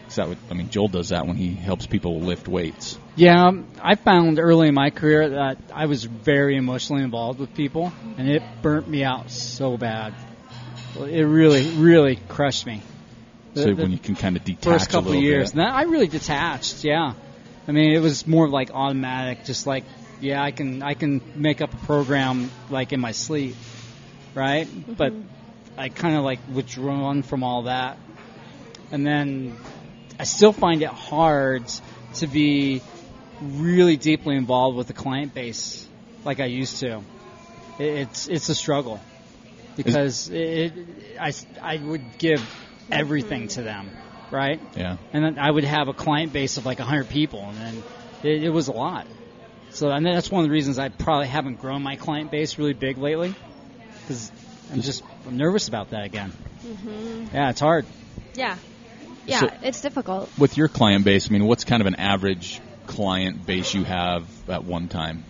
[SPEAKER 1] Is that what, I mean, Joel does that when he helps people lift weights.
[SPEAKER 3] Yeah, um, I found early in my career that I was very emotionally involved with people, and it burnt me out so bad. It really, really crushed me. The-
[SPEAKER 1] So
[SPEAKER 3] the
[SPEAKER 1] when you can kind of detach
[SPEAKER 3] first
[SPEAKER 1] a
[SPEAKER 3] couple
[SPEAKER 1] little
[SPEAKER 3] of years,
[SPEAKER 1] bit.
[SPEAKER 3] and that, I really detached. Yeah, I mean, it was more of like automatic, just like yeah, I can I can make up a program like in my sleep, right? But I kind of like withdrawn from all that, and then I still find it hard to be really deeply involved with the client base like I used to. It- It's it's a struggle because it, I s- I would give everything to them, right?
[SPEAKER 1] Yeah.
[SPEAKER 3] And then I would have a client base of like 100 people, and then it, it was a lot. So and that's one of the reasons I probably haven't grown my client base really big lately, because I'm just I'm nervous about that again.
[SPEAKER 2] Mm-hmm.
[SPEAKER 3] Yeah, it's hard.
[SPEAKER 2] Yeah. Yeah,
[SPEAKER 1] So-
[SPEAKER 2] it's difficult.
[SPEAKER 1] with your client base, I mean, what's kind of an average client base you have at one time?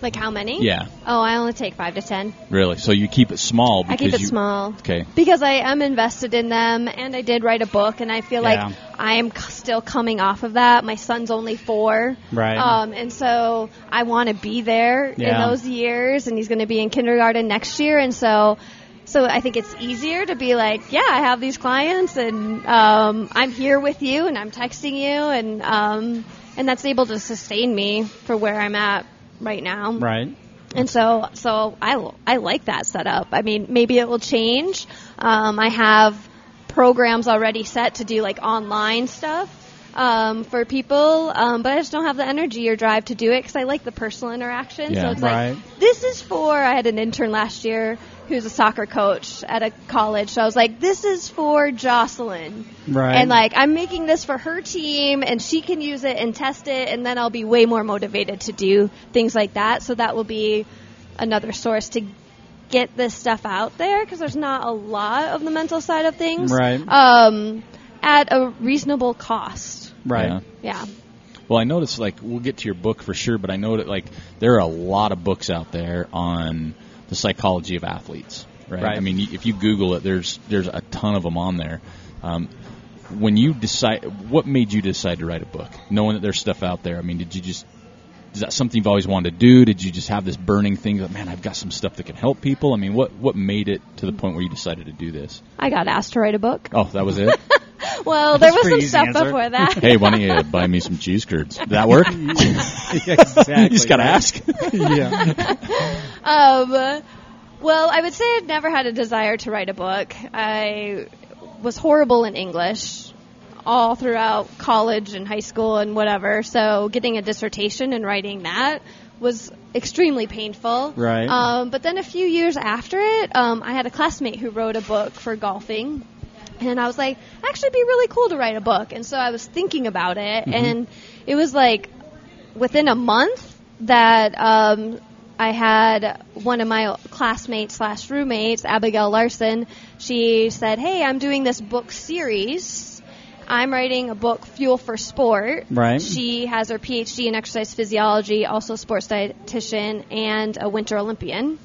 [SPEAKER 2] Like how many?
[SPEAKER 1] Yeah.
[SPEAKER 2] Oh, I only take five to ten.
[SPEAKER 1] Really? So you keep it small
[SPEAKER 2] I
[SPEAKER 1] because
[SPEAKER 2] keep it
[SPEAKER 1] you,
[SPEAKER 2] small.
[SPEAKER 1] Okay.
[SPEAKER 2] Because I am invested in them, and I did write a book, and I feel
[SPEAKER 3] Yeah.
[SPEAKER 2] like I am c- still coming off of that. My son's only four,
[SPEAKER 3] Right.
[SPEAKER 2] Um, and so I want to be there
[SPEAKER 3] Yeah.
[SPEAKER 2] in those years, and he's going to be in kindergarten next year, and so. So I think it's easier to be like, yeah, I have these clients, and um, I'm here with you, and I'm texting you, and um, and that's able to sustain me for where I'm at right now.
[SPEAKER 3] Right.
[SPEAKER 2] And so, so I, I like that setup. I mean, maybe it will change. Um, I have programs already set to do like online stuff um, for people, um, but I just don't have the energy or drive to do it because I like the personal interaction.
[SPEAKER 1] Yeah.
[SPEAKER 2] so it's
[SPEAKER 3] Right.
[SPEAKER 2] like, this is for, I had an intern last year who's a soccer coach at a college. So I was like, this is for Jocelyn.
[SPEAKER 3] Right.
[SPEAKER 2] And like, I'm making this for her team and she can use it and test it and then I'll be way more motivated to do things like that. So that will be another source to get this stuff out there because there's not a lot of the mental side of things.
[SPEAKER 3] Right.
[SPEAKER 2] Um, at a reasonable cost.
[SPEAKER 3] Right.
[SPEAKER 1] Yeah.
[SPEAKER 2] Yeah.
[SPEAKER 1] Well, I noticed like we'll get to your book for sure, but I know that like there are a lot of books out there on the psychology of athletes, right?
[SPEAKER 4] Right.
[SPEAKER 1] I mean, y- if you Google it, there's there's a ton of them on there. Um, when you decide, what made you decide to write a book, knowing that there's stuff out there? I mean, did you just is that something you've always wanted to do? Did you just have this burning thing that man, I've got some stuff that can help people? I mean, what what made it to the point where you decided to do this?
[SPEAKER 2] I got asked to write a book.
[SPEAKER 1] Oh, that was it.
[SPEAKER 2] Well, there was
[SPEAKER 3] pretty
[SPEAKER 2] some
[SPEAKER 3] easy
[SPEAKER 2] stuff
[SPEAKER 3] answer.
[SPEAKER 2] before that.
[SPEAKER 1] hey, why don't you buy me some cheese curds? Did that work? you
[SPEAKER 3] exactly.
[SPEAKER 1] just gotta ask.
[SPEAKER 3] Yeah.
[SPEAKER 2] Um, well, I would say I'd never had a desire to write a book. I was horrible in English all throughout college and high school and whatever. So getting a dissertation and writing that was extremely painful.
[SPEAKER 3] Right.
[SPEAKER 2] Um, but then a few years after it, um, I had a classmate who wrote a book for golfing. And I was like, actually, it'd be really cool to write a book. And so I was thinking about it, and it was like within a month that um, I had one of my classmates slash roommates, Abigail Larson. She said, "Hey, I'm doing this book series. I'm writing a book, Fuel for Sport.
[SPEAKER 3] Right.
[SPEAKER 2] She has her PhD in exercise physiology, also sports dietitian, and a Winter Olympian."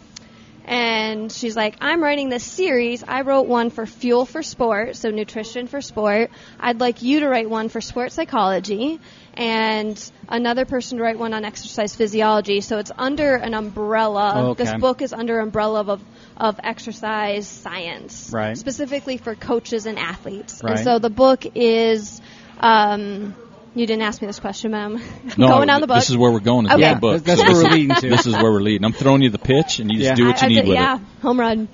[SPEAKER 2] and she's like, I'm writing this series. I wrote one for fuel for sport, so nutrition for sport. I'd like you to write one for sport psychology, and another person to write one on exercise physiology. So it's under an umbrella.
[SPEAKER 3] Oh, Okay.
[SPEAKER 2] This book is under umbrella of of exercise science,
[SPEAKER 3] Right.
[SPEAKER 2] Specifically for coaches and athletes.
[SPEAKER 3] Right.
[SPEAKER 2] And so the book is. Um, you didn't ask me this question, but I'm going down the book.
[SPEAKER 1] This is where we're going. Is
[SPEAKER 2] Okay.
[SPEAKER 1] okay.
[SPEAKER 2] Yeah,
[SPEAKER 1] book.
[SPEAKER 3] that's where we're leading to.
[SPEAKER 1] This is where we're leading. I'm throwing you the pitch, and you just
[SPEAKER 3] Yeah.
[SPEAKER 1] do what you
[SPEAKER 2] I- I
[SPEAKER 1] need
[SPEAKER 2] did-
[SPEAKER 1] with
[SPEAKER 2] yeah,
[SPEAKER 1] it.
[SPEAKER 2] home run.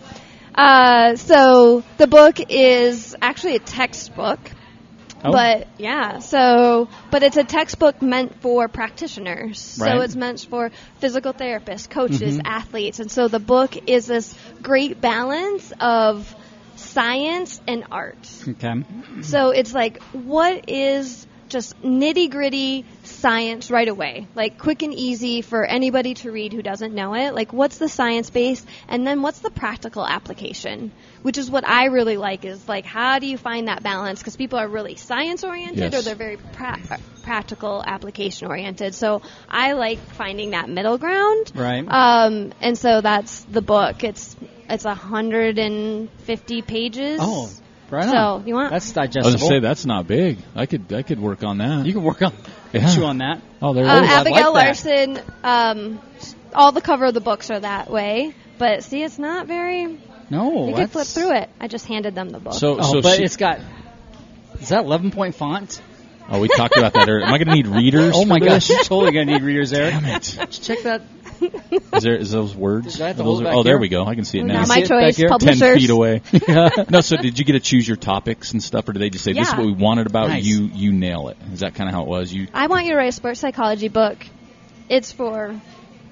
[SPEAKER 2] Uh, so the book is actually a textbook,
[SPEAKER 3] Oh.
[SPEAKER 2] but yeah, so but it's a textbook meant for practitioners. So
[SPEAKER 3] Right.
[SPEAKER 2] it's meant for physical therapists, coaches,
[SPEAKER 1] Mm-hmm.
[SPEAKER 2] athletes, and so the book is this great balance of science and art.
[SPEAKER 3] Okay.
[SPEAKER 2] So it's like, what is just nitty gritty science right away? Like, quick and easy for anybody to read who doesn't know it. Like, what's the science base? And then what's the practical application? Which is what I really like is like, how do you find that balance? Because people are really science
[SPEAKER 1] Yes.
[SPEAKER 2] oriented or they're very pra- uh, practical application oriented. So I like finding that middle ground.
[SPEAKER 3] Right.
[SPEAKER 2] Um, and so that's the book. It's, it's 150 pages.
[SPEAKER 3] Oh, right
[SPEAKER 2] So,
[SPEAKER 3] on.
[SPEAKER 2] you want-
[SPEAKER 3] That's
[SPEAKER 1] I was
[SPEAKER 3] digestible.
[SPEAKER 1] gonna say that's not big. I could I could work on that.
[SPEAKER 3] You can work on
[SPEAKER 1] Yeah.
[SPEAKER 3] chew on that.
[SPEAKER 1] oh, there
[SPEAKER 2] Uh,
[SPEAKER 1] it is.
[SPEAKER 3] Ab- like
[SPEAKER 2] Abigail
[SPEAKER 3] that.
[SPEAKER 2] Larson. Um, all the cover of the books are that way, but see, it's not very.
[SPEAKER 3] No,
[SPEAKER 2] You could flip through it. I just handed them the book.
[SPEAKER 1] so
[SPEAKER 3] Oh,
[SPEAKER 1] so
[SPEAKER 3] but
[SPEAKER 1] she-
[SPEAKER 3] it's got. Is that 11 point font?
[SPEAKER 1] oh we talked about that. earlier. Am I gonna need readers?
[SPEAKER 3] Oh my
[SPEAKER 1] for this?
[SPEAKER 3] gosh, you're totally gonna need readers, Eric.
[SPEAKER 1] Damn it!
[SPEAKER 3] Check that.
[SPEAKER 1] Is there is those words?
[SPEAKER 3] Did I have to
[SPEAKER 1] Those
[SPEAKER 3] hold
[SPEAKER 1] are-
[SPEAKER 3] it back
[SPEAKER 1] oh, there
[SPEAKER 3] here?
[SPEAKER 1] we go. I can see it
[SPEAKER 2] Not
[SPEAKER 1] now.
[SPEAKER 3] you
[SPEAKER 2] my
[SPEAKER 3] see it back
[SPEAKER 2] choice.
[SPEAKER 3] here? 10
[SPEAKER 2] Publishers.
[SPEAKER 1] Ten feet away. no, so did you get to choose your topics and stuff, or did they just say this is
[SPEAKER 2] Yeah.
[SPEAKER 1] what we wanted about
[SPEAKER 3] Nice.
[SPEAKER 1] you? You nail it. Is that kind of how it was? You
[SPEAKER 2] I want you to write a sports psychology book. It's for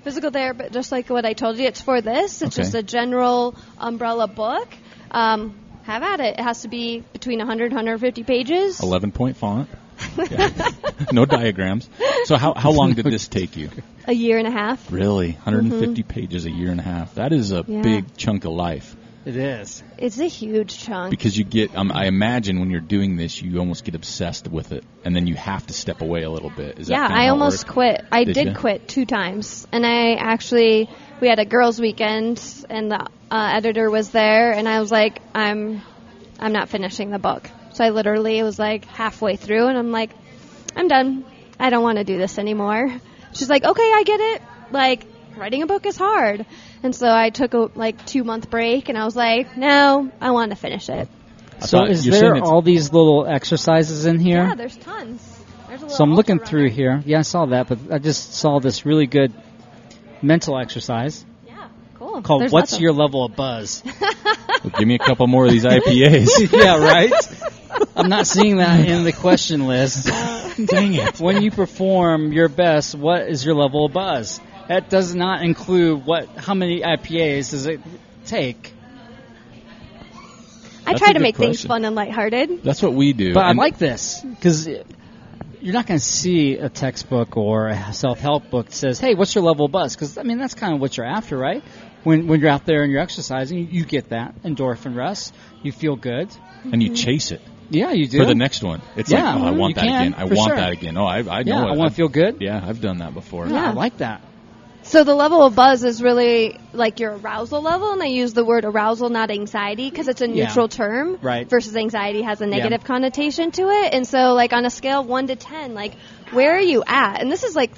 [SPEAKER 2] physical therapy, just like what I told you. It's for this. It's
[SPEAKER 1] Okay.
[SPEAKER 2] just a general umbrella book. Um, have at it. It has to be between 100 and 150 pages.
[SPEAKER 1] 11 point font. no diagrams. So how how long did this take you?
[SPEAKER 2] A year and a half.
[SPEAKER 1] Really, 150 pages a year and a half. That is a
[SPEAKER 2] Mm-hmm. Yeah.
[SPEAKER 1] big chunk of life
[SPEAKER 3] It is.
[SPEAKER 2] It's a huge chunk.
[SPEAKER 1] because you get. Um, I imagine when you're doing this, you almost get obsessed with it, and then you have to step away a little bit. Is that
[SPEAKER 2] yeah,
[SPEAKER 1] kinda how
[SPEAKER 2] I
[SPEAKER 1] it
[SPEAKER 2] almost
[SPEAKER 1] worked?
[SPEAKER 2] quit. I
[SPEAKER 1] Did
[SPEAKER 2] did,
[SPEAKER 1] ya?
[SPEAKER 2] quit two times, and I actually we had a girls' weekend, and the uh, editor was there, and I was like, I'm, I'm not finishing the book. So I literally was like halfway through, and I'm like, I'm done. I don't want to do this anymore. She's like, okay, I get it. Like writing a book is hard, and so I took a like two month break, and I was like, no, I want to finish it.
[SPEAKER 1] I
[SPEAKER 3] So
[SPEAKER 1] thought-
[SPEAKER 3] is
[SPEAKER 1] you're saying
[SPEAKER 3] there
[SPEAKER 1] it's-
[SPEAKER 3] all these little exercises in here?
[SPEAKER 2] Yeah, there's tons. There's a
[SPEAKER 3] So I'm
[SPEAKER 2] little
[SPEAKER 3] looking
[SPEAKER 2] ultra
[SPEAKER 3] through
[SPEAKER 2] runner.
[SPEAKER 3] here. Yeah, I saw that, but I just saw this really good mental exercise
[SPEAKER 2] Yeah, cool.
[SPEAKER 3] called
[SPEAKER 2] There's
[SPEAKER 3] "What's
[SPEAKER 2] lots of-
[SPEAKER 3] Your Level of Buzz?"
[SPEAKER 1] Well, give me a couple more of these IPAs.
[SPEAKER 3] yeah, right. I'm not seeing that in the question list. Dang it! When you perform your best, what is your level of buzz? That does not include what how many IPAs does it take.
[SPEAKER 2] I
[SPEAKER 1] That's a
[SPEAKER 2] try to
[SPEAKER 1] good
[SPEAKER 2] make things
[SPEAKER 1] question.
[SPEAKER 2] fun and lighthearted.
[SPEAKER 1] That's what we do.
[SPEAKER 3] But I
[SPEAKER 1] And-
[SPEAKER 3] like this because you're not going to see a textbook or a self-help book that says, "Hey, what's your level of buzz?" Because I mean, that's kind of what you're after, right? when when you're out there and you're exercising, you, you get that endorphin rush. You feel good.
[SPEAKER 1] and you chase it
[SPEAKER 3] Yeah, you do.
[SPEAKER 1] for the next one. It's
[SPEAKER 3] Yeah,
[SPEAKER 1] like, oh, I
[SPEAKER 3] mhm,
[SPEAKER 1] want
[SPEAKER 3] you
[SPEAKER 1] that
[SPEAKER 3] can,
[SPEAKER 1] again. I
[SPEAKER 3] for
[SPEAKER 1] want
[SPEAKER 3] sure.
[SPEAKER 1] that again. Oh, I, I know.
[SPEAKER 3] yeah, I
[SPEAKER 1] it.
[SPEAKER 3] want to feel good.
[SPEAKER 1] Yeah, I've done that before.
[SPEAKER 3] yeah,
[SPEAKER 2] Yeah.
[SPEAKER 3] I like that.
[SPEAKER 2] So the level of buzz is really like your arousal level, and I use the word arousal, not anxiety, because it's a
[SPEAKER 3] Yeah.
[SPEAKER 2] neutral term.
[SPEAKER 3] Right.
[SPEAKER 2] Versus anxiety has a negative connotation to it, and so like on a scale of one to ten, like where are you at? And this is like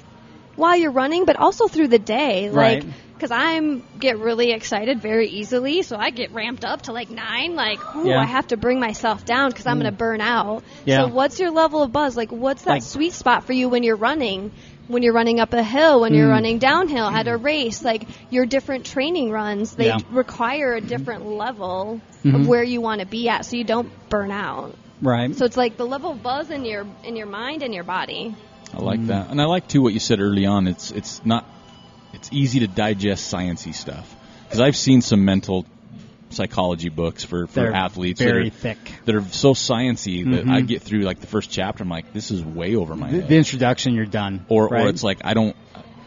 [SPEAKER 2] while you're running, but also through the day,
[SPEAKER 3] Right.
[SPEAKER 2] like. Because I'm get really excited very easily, so I get ramped up to like nine. Like, ooh,
[SPEAKER 3] Yeah. Mm.
[SPEAKER 2] I have to bring myself down because I'm gonna burn out.
[SPEAKER 3] Yeah.
[SPEAKER 2] So what's your level of buzz? Like, what's that
[SPEAKER 3] Like-
[SPEAKER 2] sweet spot for you when you're running? When you're running up a hill, when
[SPEAKER 3] Hmm.
[SPEAKER 2] you're running downhill at a race, like your different training runs, they
[SPEAKER 3] Yeah. Hmm.
[SPEAKER 2] require a different level of where you want to be at, so you don't burn out.
[SPEAKER 3] Right.
[SPEAKER 2] So it's like the level of buzz in your in your mind and your body.
[SPEAKER 1] I like
[SPEAKER 3] Mm.
[SPEAKER 1] that, and I like too what you said early on. It's it's not it's easy to digest sciency stuff because I've seen some mental psychology books for for
[SPEAKER 3] They're
[SPEAKER 1] athletes
[SPEAKER 3] very
[SPEAKER 1] that are,
[SPEAKER 3] thick. Mm-hmm.
[SPEAKER 1] that are so sciency that I get through like the first chapter. I'm like, this is way over my
[SPEAKER 3] The,
[SPEAKER 1] head.
[SPEAKER 3] the introduction, you're done.
[SPEAKER 1] or
[SPEAKER 3] right?
[SPEAKER 1] or it's like I don't.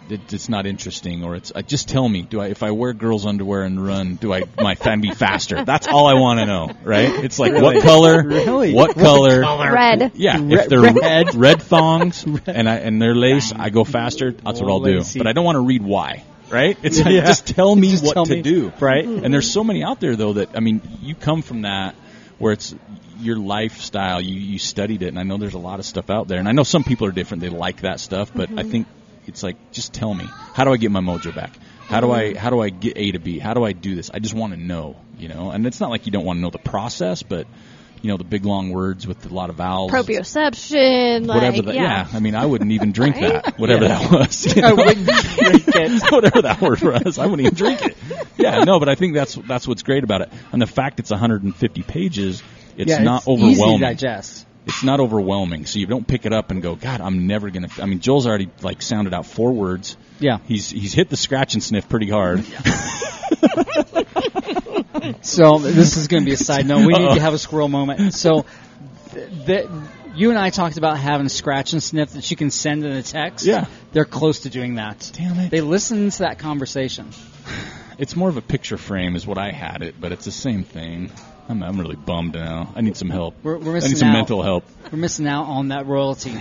[SPEAKER 1] It, it's not interesting, or it's uh, just tell me. Do I if I wear girls' underwear and run, do I my fan be faster? That's all I want to know, right? It's like
[SPEAKER 3] Really?
[SPEAKER 1] what color,
[SPEAKER 3] Really?
[SPEAKER 1] what color,
[SPEAKER 2] Red.
[SPEAKER 1] yeah, if
[SPEAKER 3] Red-
[SPEAKER 1] they're red, red thongs and I, and they're lace, I go faster. That's what I'll do.
[SPEAKER 3] Lacy.
[SPEAKER 1] But I don't want to read why. Right? It's like,
[SPEAKER 3] Yeah.
[SPEAKER 1] just tell me
[SPEAKER 3] Just
[SPEAKER 1] what
[SPEAKER 3] tell
[SPEAKER 1] to
[SPEAKER 3] me.
[SPEAKER 1] do. Mm.
[SPEAKER 3] Right.
[SPEAKER 1] And there's so many out there though that I mean, you come from that where it's your lifestyle. You you studied it, and I know there's a lot of stuff out there. And I know some people are different. They like that stuff, but I think it's like just tell me how do I get my mojo back? How do I how do I get A to B? How do I do this? I just want to know, you know. And it's not like you don't want to know the process, but you know the big long words with a lot of vowels
[SPEAKER 2] Proprioception,
[SPEAKER 1] whatever
[SPEAKER 2] like
[SPEAKER 1] that.
[SPEAKER 2] yeah.
[SPEAKER 1] Yeah. I mean, I wouldn't even drink
[SPEAKER 2] Right?
[SPEAKER 1] that. Whatever that was. you
[SPEAKER 3] I
[SPEAKER 1] know?
[SPEAKER 3] wouldn't drink it.
[SPEAKER 1] whatever that word was, I wouldn't even drink it. Yeah, no, but I think that's that's what's great about it, and the fact it's 150 pages, it's
[SPEAKER 3] yeah,
[SPEAKER 1] not
[SPEAKER 3] it's Easy to
[SPEAKER 1] overwhelming.
[SPEAKER 3] digest.
[SPEAKER 1] It's not overwhelming, so you don't pick it up and go, God, I'm never gonna. F-. I mean, Joel's already like sounded out four words.
[SPEAKER 3] Yeah.
[SPEAKER 1] He's he's hit the scratch and sniff pretty hard.
[SPEAKER 3] So this is going to be a side note. We need to have a squirrel moment. So th- th- you and I talked about having a scratch and sniff that you can send in a text.
[SPEAKER 1] Yeah.
[SPEAKER 3] They're close to doing that.
[SPEAKER 1] Damn it.
[SPEAKER 3] They listen to that conversation.
[SPEAKER 1] It's more of a picture frame, is what I had it, but it's the same thing. I'm, I'm really bummed now. I need some help.
[SPEAKER 3] We're- we're
[SPEAKER 1] I
[SPEAKER 3] missing
[SPEAKER 1] need some
[SPEAKER 3] out.
[SPEAKER 1] mental help.
[SPEAKER 3] We're missing out on that royalty.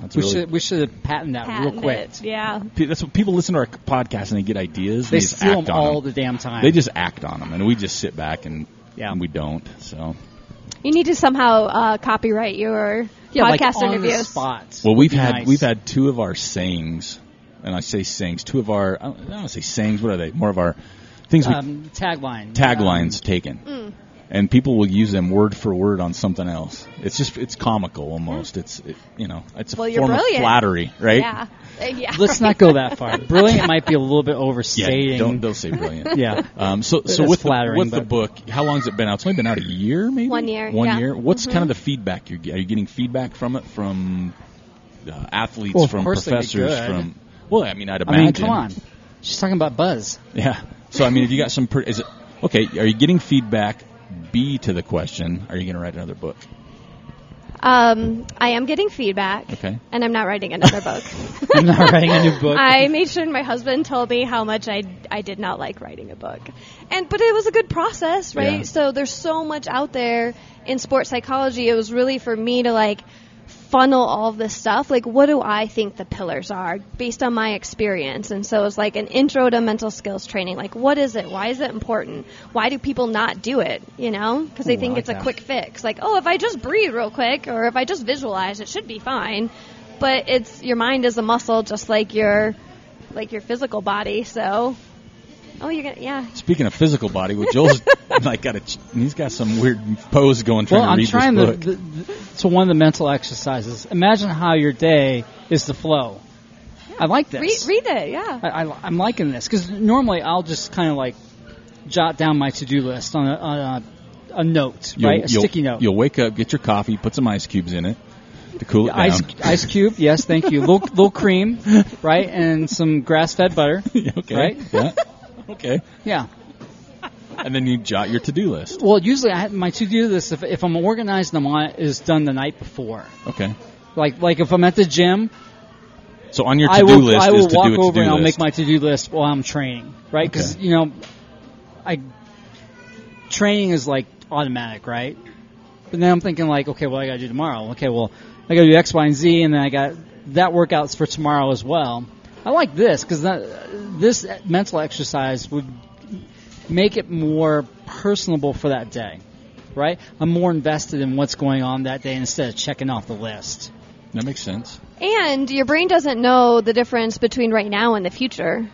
[SPEAKER 1] That's
[SPEAKER 3] We
[SPEAKER 1] really
[SPEAKER 3] should we should have patented that
[SPEAKER 2] Patent
[SPEAKER 3] real quick.
[SPEAKER 2] it, Yeah.
[SPEAKER 1] Pe- that's what people listen to our c- podcast and they get ideas.
[SPEAKER 3] They
[SPEAKER 1] just
[SPEAKER 3] steal
[SPEAKER 1] act
[SPEAKER 3] them
[SPEAKER 1] on
[SPEAKER 3] all
[SPEAKER 1] them.
[SPEAKER 3] the damn time.
[SPEAKER 1] They just act on them, and we just sit back and
[SPEAKER 3] Yeah.
[SPEAKER 1] and we don't. So
[SPEAKER 2] You need to somehow uh, copyright your
[SPEAKER 3] yeah, like
[SPEAKER 2] podcast
[SPEAKER 3] on
[SPEAKER 2] interviews.
[SPEAKER 3] the spot.
[SPEAKER 1] well, we've
[SPEAKER 3] Be
[SPEAKER 1] had
[SPEAKER 3] nice.
[SPEAKER 1] we've had two of our sayings, and I say sayings. Two of our I don't, I don't want to say sayings. What are they? More of our things we
[SPEAKER 3] um, tagline.
[SPEAKER 1] taglines taken,
[SPEAKER 2] mm.
[SPEAKER 1] and people will use them word for word on something else. It's just it's comical almost. It's it, you know it's a
[SPEAKER 2] Mm. Well, you're
[SPEAKER 1] form of
[SPEAKER 2] brilliant.
[SPEAKER 1] flattery, right?
[SPEAKER 2] Yeah. Uh, Yeah.
[SPEAKER 3] Let's not go that far. Brilliant might be a little bit
[SPEAKER 1] Yeah,
[SPEAKER 3] overstating.
[SPEAKER 1] don't don't say brilliant.
[SPEAKER 3] yeah.
[SPEAKER 1] Um, so, so
[SPEAKER 3] That's
[SPEAKER 1] with the,
[SPEAKER 3] flattering,
[SPEAKER 1] with the
[SPEAKER 3] but-
[SPEAKER 1] book, how long's it been out? It's only been out a year, maybe.
[SPEAKER 2] One year,
[SPEAKER 1] One
[SPEAKER 2] yeah. Mm-hmm.
[SPEAKER 1] year. What's kind of the feedback you're getting? Are you getting feedback from it from uh, athletes,
[SPEAKER 3] Well, of
[SPEAKER 1] from
[SPEAKER 3] course they'd be
[SPEAKER 1] professors,
[SPEAKER 3] good.
[SPEAKER 1] from? Well, I mean, I'd
[SPEAKER 3] I
[SPEAKER 1] imagine.
[SPEAKER 3] mean, come on. She's talking about buzz.
[SPEAKER 1] Yeah. So I mean, have you got some? Pre- is it okay? Are you getting feedback? B to the question: Are you going to write another book?
[SPEAKER 2] Um, I am getting feedback.
[SPEAKER 1] Okay.
[SPEAKER 2] And I'm not writing another book.
[SPEAKER 3] I'm not writing a new book.
[SPEAKER 2] I made sure my husband told me how much I I did not like writing a book, and but it was a good process, right?
[SPEAKER 1] Yeah.
[SPEAKER 2] So there's so much out there in sports psychology. It was really for me to like funnel all of this stuff. Like, what do I think the pillars are based on my experience? And so it was like an intro to mental skills training. Like, what is it? Why is it important? Why do people not do it? You know, because they
[SPEAKER 3] Ooh, I
[SPEAKER 2] think
[SPEAKER 3] like
[SPEAKER 2] it's a
[SPEAKER 3] that.
[SPEAKER 2] quick fix. Like, oh, if I just breathe real quick, or if I just visualize, it should be fine. But it's your mind is a muscle, just like your like your physical body. So, oh, you're gonna yeah.
[SPEAKER 1] Speaking of physical body, well, Joel's like got a ch- he's got some weird pose going trying
[SPEAKER 3] well,
[SPEAKER 1] to
[SPEAKER 3] I'm
[SPEAKER 1] read
[SPEAKER 3] trying
[SPEAKER 1] this
[SPEAKER 3] the,
[SPEAKER 1] book.
[SPEAKER 3] the, the, so one of the mental exercises. Imagine how your day is the flow. I like this.
[SPEAKER 2] Read, read it, yeah.
[SPEAKER 3] I, I, I'm liking this because normally I'll just kind of like jot down my to-do list on a, on a, a note,
[SPEAKER 1] You'll-
[SPEAKER 3] right? A
[SPEAKER 1] you'll-
[SPEAKER 3] sticky note.
[SPEAKER 1] You'll wake up, get your coffee, put some ice cubes in it to cool it down.
[SPEAKER 3] Ice, ice cube, yes, thank you. Little, little cream, right, and some grass-fed butter,
[SPEAKER 1] okay.
[SPEAKER 3] right?
[SPEAKER 1] Yeah. Okay.
[SPEAKER 3] Yeah.
[SPEAKER 1] And then you jot your to-do list.
[SPEAKER 3] Well, usually I have my to-do list, if, if I'm organized and I'm on it, is done the night before.
[SPEAKER 1] Okay.
[SPEAKER 3] Like like if I'm at the gym,
[SPEAKER 1] So on your
[SPEAKER 3] I
[SPEAKER 1] to-do
[SPEAKER 3] will,
[SPEAKER 1] list
[SPEAKER 3] I will
[SPEAKER 1] is to
[SPEAKER 3] walk
[SPEAKER 1] do a to-do
[SPEAKER 3] over and
[SPEAKER 1] list.
[SPEAKER 3] I'll make my to-do list while I'm training, right? Because
[SPEAKER 1] Okay.
[SPEAKER 3] you know, I training is like automatic, right? But then I'm thinking like, okay, well I got to do tomorrow. Okay, well I got to do X, Y, and Z, and then I got that workouts for tomorrow as well. I like this because this mental exercise would make it more personable for that day, right? I'm more invested in what's going on that day instead of checking off the list.
[SPEAKER 1] that makes sense.
[SPEAKER 2] And your brain doesn't know the difference between right now and the future.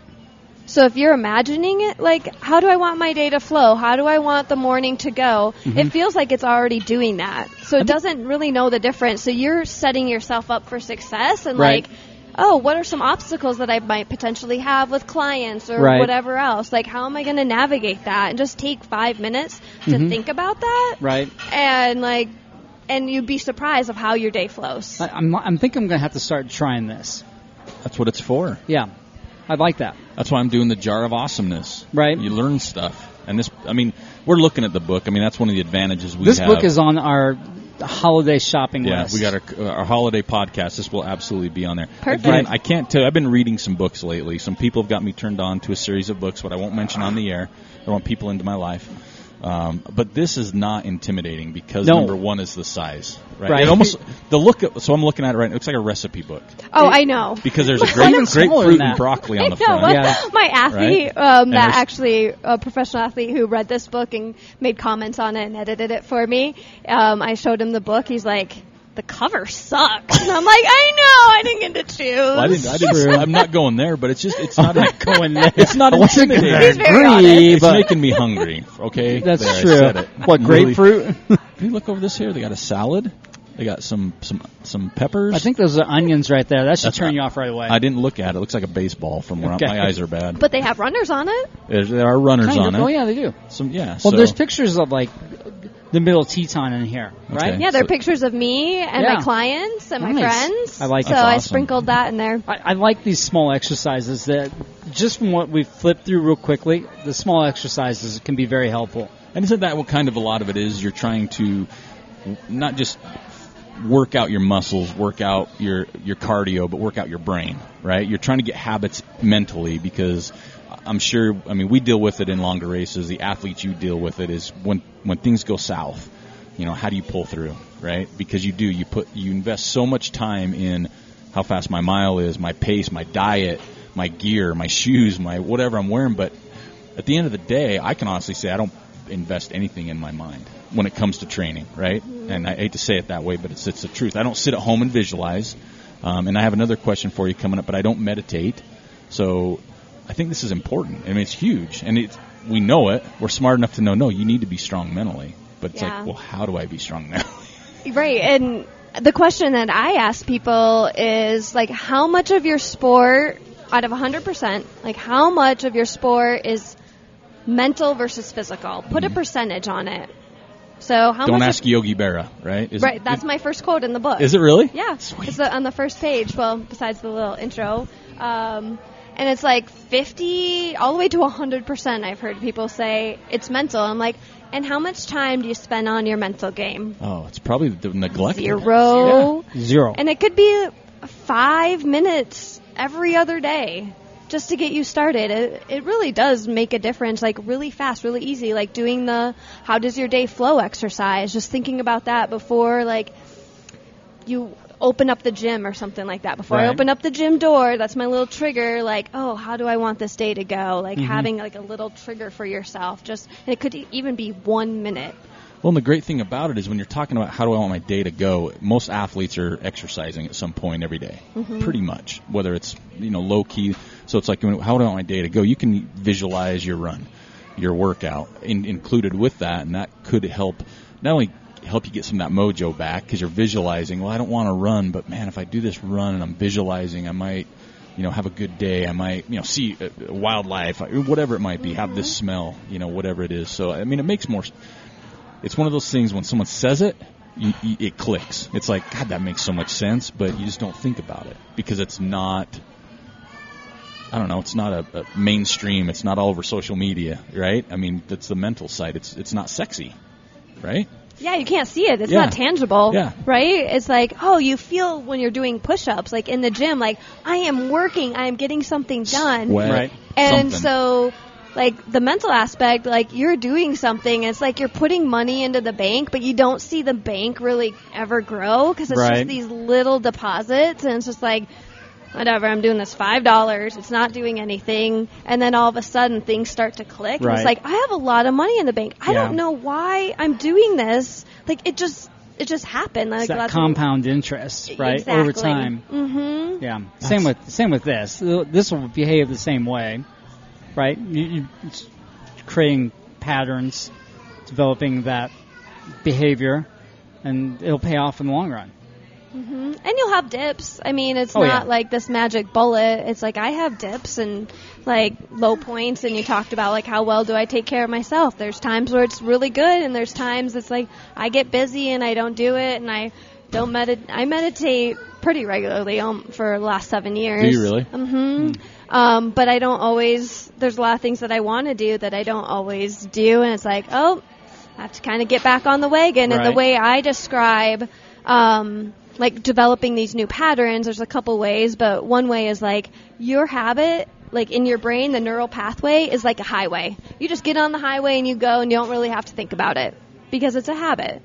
[SPEAKER 2] So if you're imagining it, like, how do I want my day to flow? How do I want the morning to go?
[SPEAKER 3] Mm-hmm.
[SPEAKER 2] It feels like it's already doing that. So it doesn't really know the difference. So you're setting yourself up for success and
[SPEAKER 3] Right.
[SPEAKER 2] like, oh, what are some obstacles that I might potentially have with clients or
[SPEAKER 3] Right.
[SPEAKER 2] whatever else? Like, how am I going to navigate that? And just take five minutes to think about that.
[SPEAKER 3] Mm-hmm. Right.
[SPEAKER 2] And like, and you'd be surprised of how your day flows.
[SPEAKER 3] I, I'm, I'm thinking I'm going to have to start trying this.
[SPEAKER 1] That's what it's for.
[SPEAKER 3] Yeah, I like that.
[SPEAKER 1] That's why I'm doing the jar of awesomeness.
[SPEAKER 3] Right.
[SPEAKER 1] You learn stuff. And this, I mean, we're looking at the book. I mean, that's one of the advantages we
[SPEAKER 3] This
[SPEAKER 1] have.
[SPEAKER 3] book is on our holiday shopping
[SPEAKER 1] Yeah,
[SPEAKER 3] list.
[SPEAKER 1] we got our, our holiday podcast. This will absolutely be on there.
[SPEAKER 2] Perfect.
[SPEAKER 1] Again,
[SPEAKER 3] Right.
[SPEAKER 1] I can't tell. I've been reading some books lately. Some people have got me turned on to a series of books, but I won't mention on the air. I want people into my life. Um, but this is not intimidating because
[SPEAKER 3] No.
[SPEAKER 1] number one is the size, right?
[SPEAKER 3] Right.
[SPEAKER 1] It almost the look. Of, so I'm looking at it right. now. It looks like a recipe book
[SPEAKER 2] Oh, I know.
[SPEAKER 1] because there's a
[SPEAKER 3] Even
[SPEAKER 1] great
[SPEAKER 3] smaller
[SPEAKER 1] grapefruit
[SPEAKER 3] than
[SPEAKER 1] and
[SPEAKER 3] that.
[SPEAKER 1] broccoli on the
[SPEAKER 2] I know.
[SPEAKER 1] front.
[SPEAKER 2] My,
[SPEAKER 3] Yeah.
[SPEAKER 2] my athlete,
[SPEAKER 1] Right?
[SPEAKER 2] um,
[SPEAKER 1] And
[SPEAKER 2] that
[SPEAKER 1] there's-
[SPEAKER 2] actually a professional athlete who read this book and made comments on it and edited it for me. Um, I showed him the book. He's like, "The cover sucks," and I'm like, "I know. I didn't get to choose."
[SPEAKER 1] Well, I didn't. I didn't I'm not going there, but it's just it's
[SPEAKER 3] Oh
[SPEAKER 1] not going there. It's not
[SPEAKER 3] wasn't gonna
[SPEAKER 1] intimidating.
[SPEAKER 2] very
[SPEAKER 3] agree,
[SPEAKER 1] It's
[SPEAKER 3] but
[SPEAKER 1] making me hungry. Okay,
[SPEAKER 3] that's
[SPEAKER 1] There, I
[SPEAKER 3] true.
[SPEAKER 1] said it.
[SPEAKER 3] What
[SPEAKER 1] Really-
[SPEAKER 3] grapefruit?
[SPEAKER 1] If you look over this here, they got a salad. They got some some some peppers.
[SPEAKER 3] I think those are onions right there. That should
[SPEAKER 1] That's
[SPEAKER 3] turn
[SPEAKER 1] right.
[SPEAKER 3] you off right away.
[SPEAKER 1] I didn't look at it. It looks like a baseball from where I'm-
[SPEAKER 3] Okay.
[SPEAKER 1] my eyes are bad.
[SPEAKER 2] But they have runners on it.
[SPEAKER 1] There's, there are runners
[SPEAKER 3] Kind
[SPEAKER 1] on
[SPEAKER 3] of.
[SPEAKER 1] it.
[SPEAKER 3] Oh yeah, they do.
[SPEAKER 1] Some yeah.
[SPEAKER 3] Well,
[SPEAKER 1] so-
[SPEAKER 3] there's pictures of like the middle Teton in here, right?
[SPEAKER 1] Okay.
[SPEAKER 2] Yeah, they're
[SPEAKER 1] So-
[SPEAKER 2] pictures of me and
[SPEAKER 3] Yeah.
[SPEAKER 2] my clients and my
[SPEAKER 3] Nice.
[SPEAKER 2] friends.
[SPEAKER 3] I like
[SPEAKER 2] So
[SPEAKER 3] that.
[SPEAKER 2] I
[SPEAKER 1] Awesome.
[SPEAKER 2] sprinkled that in there.
[SPEAKER 3] I, I like these small exercises that just from what we flipped through real quickly, the small exercises can be very helpful.
[SPEAKER 1] And isn't that what kind of a lot of it is? You're trying to not just work out your muscles, work out your your cardio, but work out your brain, right? You're trying to get habits mentally because I'm sure. I mean, we deal with it in longer races. The athletes you deal with it is when when things go south. You know, how do you pull through, right? Because you do. You put you invest so much time in how fast my mile is, my pace, my diet, my gear, my shoes, my whatever I'm wearing, but at the end of the day, I can honestly say I don't invest anything in my mind when it comes to training, right? And I hate to say it that way, but it's it's the truth. I don't sit at home and visualize. Um, and I have another question for you coming up, but I don't meditate. So I think this is important. I mean, it's huge, and it's we know it. We're smart enough to know. No, you need to be strong mentally. But it's
[SPEAKER 2] Yeah.
[SPEAKER 1] like, well, how do I be strong now?
[SPEAKER 2] Right, and the question that I ask people is like, how much of your sport, out of 100%, like how much of your sport is mental versus physical? Put a percentage on it. So how
[SPEAKER 1] Mm-hmm. don't
[SPEAKER 2] much?
[SPEAKER 1] ask Yogi Berra, right? Is,
[SPEAKER 2] right, that's my first quote in the book.
[SPEAKER 1] Is it really?
[SPEAKER 2] Yeah,
[SPEAKER 1] Sweet.
[SPEAKER 2] it's uh, on the first page. Well, besides the little intro, um, and it's like 50 all the way to 100 percent. I've heard people say it's mental. I'm like, and how much time do you spend on your mental game?
[SPEAKER 1] Oh, it's probably the neglect.
[SPEAKER 2] Zero.
[SPEAKER 3] Zero.
[SPEAKER 2] And it could be five minutes every other day just to get you started. It, it really does make a difference, like really fast, really easy. Like doing the how does your day flow exercise, just thinking about that before, like you open up the gym or something like that. Before I
[SPEAKER 3] Right.
[SPEAKER 2] open up the gym door, that's my little trigger. Like, oh, how do I want this day to go? Like having like a little trigger for yourself. Just and it could e- even be one minute.
[SPEAKER 1] Well, and the great thing about it is when you're talking about how do I want my day to go, most athletes are exercising at some point every day, pretty much. Whether it's you know low key, so it's like how do I want my day to go? You can visualize your run, your workout in, included with that, and that could help not only help you get some of that mojo back because you're visualizing. Well, I don't want to run, but man, if I do this run and I'm visualizing, I might you know, have a good day. I might, you know, see uh, wildlife, whatever it might be. Have this smell, you know, whatever it is. So, I mean, it makes more it's one of those things when someone says it, you, you, it clicks. It's like, God, that makes so much sense, but you just don't think about it because it's not. I don't know. It's not a, a mainstream. It's not all over social media, right? I mean, that's the mental side. It's it's not sexy, right?
[SPEAKER 2] Yeah, you can't see it. It's
[SPEAKER 1] Yeah.
[SPEAKER 2] not tangible.
[SPEAKER 1] Yeah.
[SPEAKER 2] Right? It's like, oh, you feel when you're doing push ups, like in the gym, like, I am working, I am getting something done.
[SPEAKER 1] Sweat,
[SPEAKER 3] Right.
[SPEAKER 2] And
[SPEAKER 1] something.
[SPEAKER 2] so, like, the mental aspect, like, you're doing something. It's like you're putting money into the bank, but you don't see the bank really ever grow because it's
[SPEAKER 3] Right.
[SPEAKER 2] just these little deposits. And it's just like, whatever, I'm doing this $5. It's not doing anything. And then all of a sudden, things start to click. And
[SPEAKER 3] Right.
[SPEAKER 2] it's like, I have a lot of money in the bank. I
[SPEAKER 3] Yeah.
[SPEAKER 2] don't know why I'm doing this. Like, it just. It just happened. Like
[SPEAKER 3] It's that
[SPEAKER 2] that's-
[SPEAKER 3] compound interest, right?
[SPEAKER 2] Exactly.
[SPEAKER 3] Over time.
[SPEAKER 2] Mm-hmm.
[SPEAKER 3] Yeah. Same with same with this. This will behave the same way, right? You, you it's creating patterns, developing that behavior, and it'll pay off in the long run.
[SPEAKER 2] And you'll have dips. I mean, it's
[SPEAKER 3] Oh,
[SPEAKER 2] not
[SPEAKER 3] yeah.
[SPEAKER 2] like this magic bullet. It's like I have dips and like low points. And you talked about like how well do I take care of myself? There's times where it's really good, and there's times it's like I get busy and I don't do it, and I don't medit. I meditate pretty regularly um, for the last seven years.
[SPEAKER 1] Do you really?
[SPEAKER 2] hmm Um, but I don't always. There's a lot of things that I want to do that I don't always do, and it's like, oh, I have to kind of get back on the wagon. And
[SPEAKER 3] Right.
[SPEAKER 2] the way I describe, um, like developing these new patterns, there's a couple ways, but one way is like your habit. Like in your brain, the neural pathway is like a highway. You just get on the highway and you go, and you don't really have to think about it because it's a habit.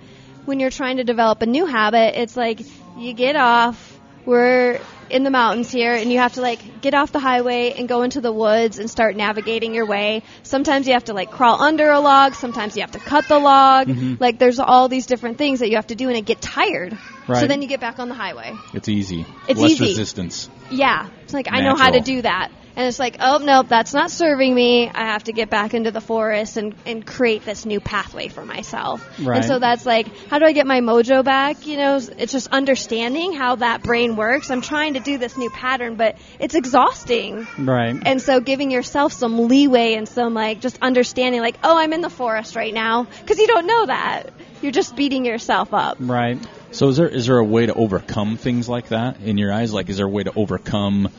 [SPEAKER 2] When you're trying to develop a new habit, it's like you get off, we're in the mountains here and you have to like get off the highway and go into the woods and start navigating your way sometimes you have to like crawl under a log sometimes you have to cut the log like there's all these different things that you have to do and it get tired so
[SPEAKER 3] Right.
[SPEAKER 2] then you get back on the highway
[SPEAKER 1] It's easy.
[SPEAKER 2] It's
[SPEAKER 1] Less
[SPEAKER 2] easy.
[SPEAKER 1] resistance.
[SPEAKER 2] yeah it's like i know how to
[SPEAKER 1] Natural.
[SPEAKER 2] do that and it's like oh nope that's not serving me i have to get back into the forest and, and create this new pathway for myself
[SPEAKER 3] Right.
[SPEAKER 2] and so that's like how do i get my mojo back you know it's just understanding how that brain works i'm trying to do this new pattern but it's exhausting
[SPEAKER 3] Right.
[SPEAKER 2] and so giving yourself some leeway and some like just understanding like oh i'm in the forest right now because you don't know that you're just beating yourself up
[SPEAKER 3] right.
[SPEAKER 1] So is there is there a way to overcome things like that in your eyes? Like, is there a way to overcome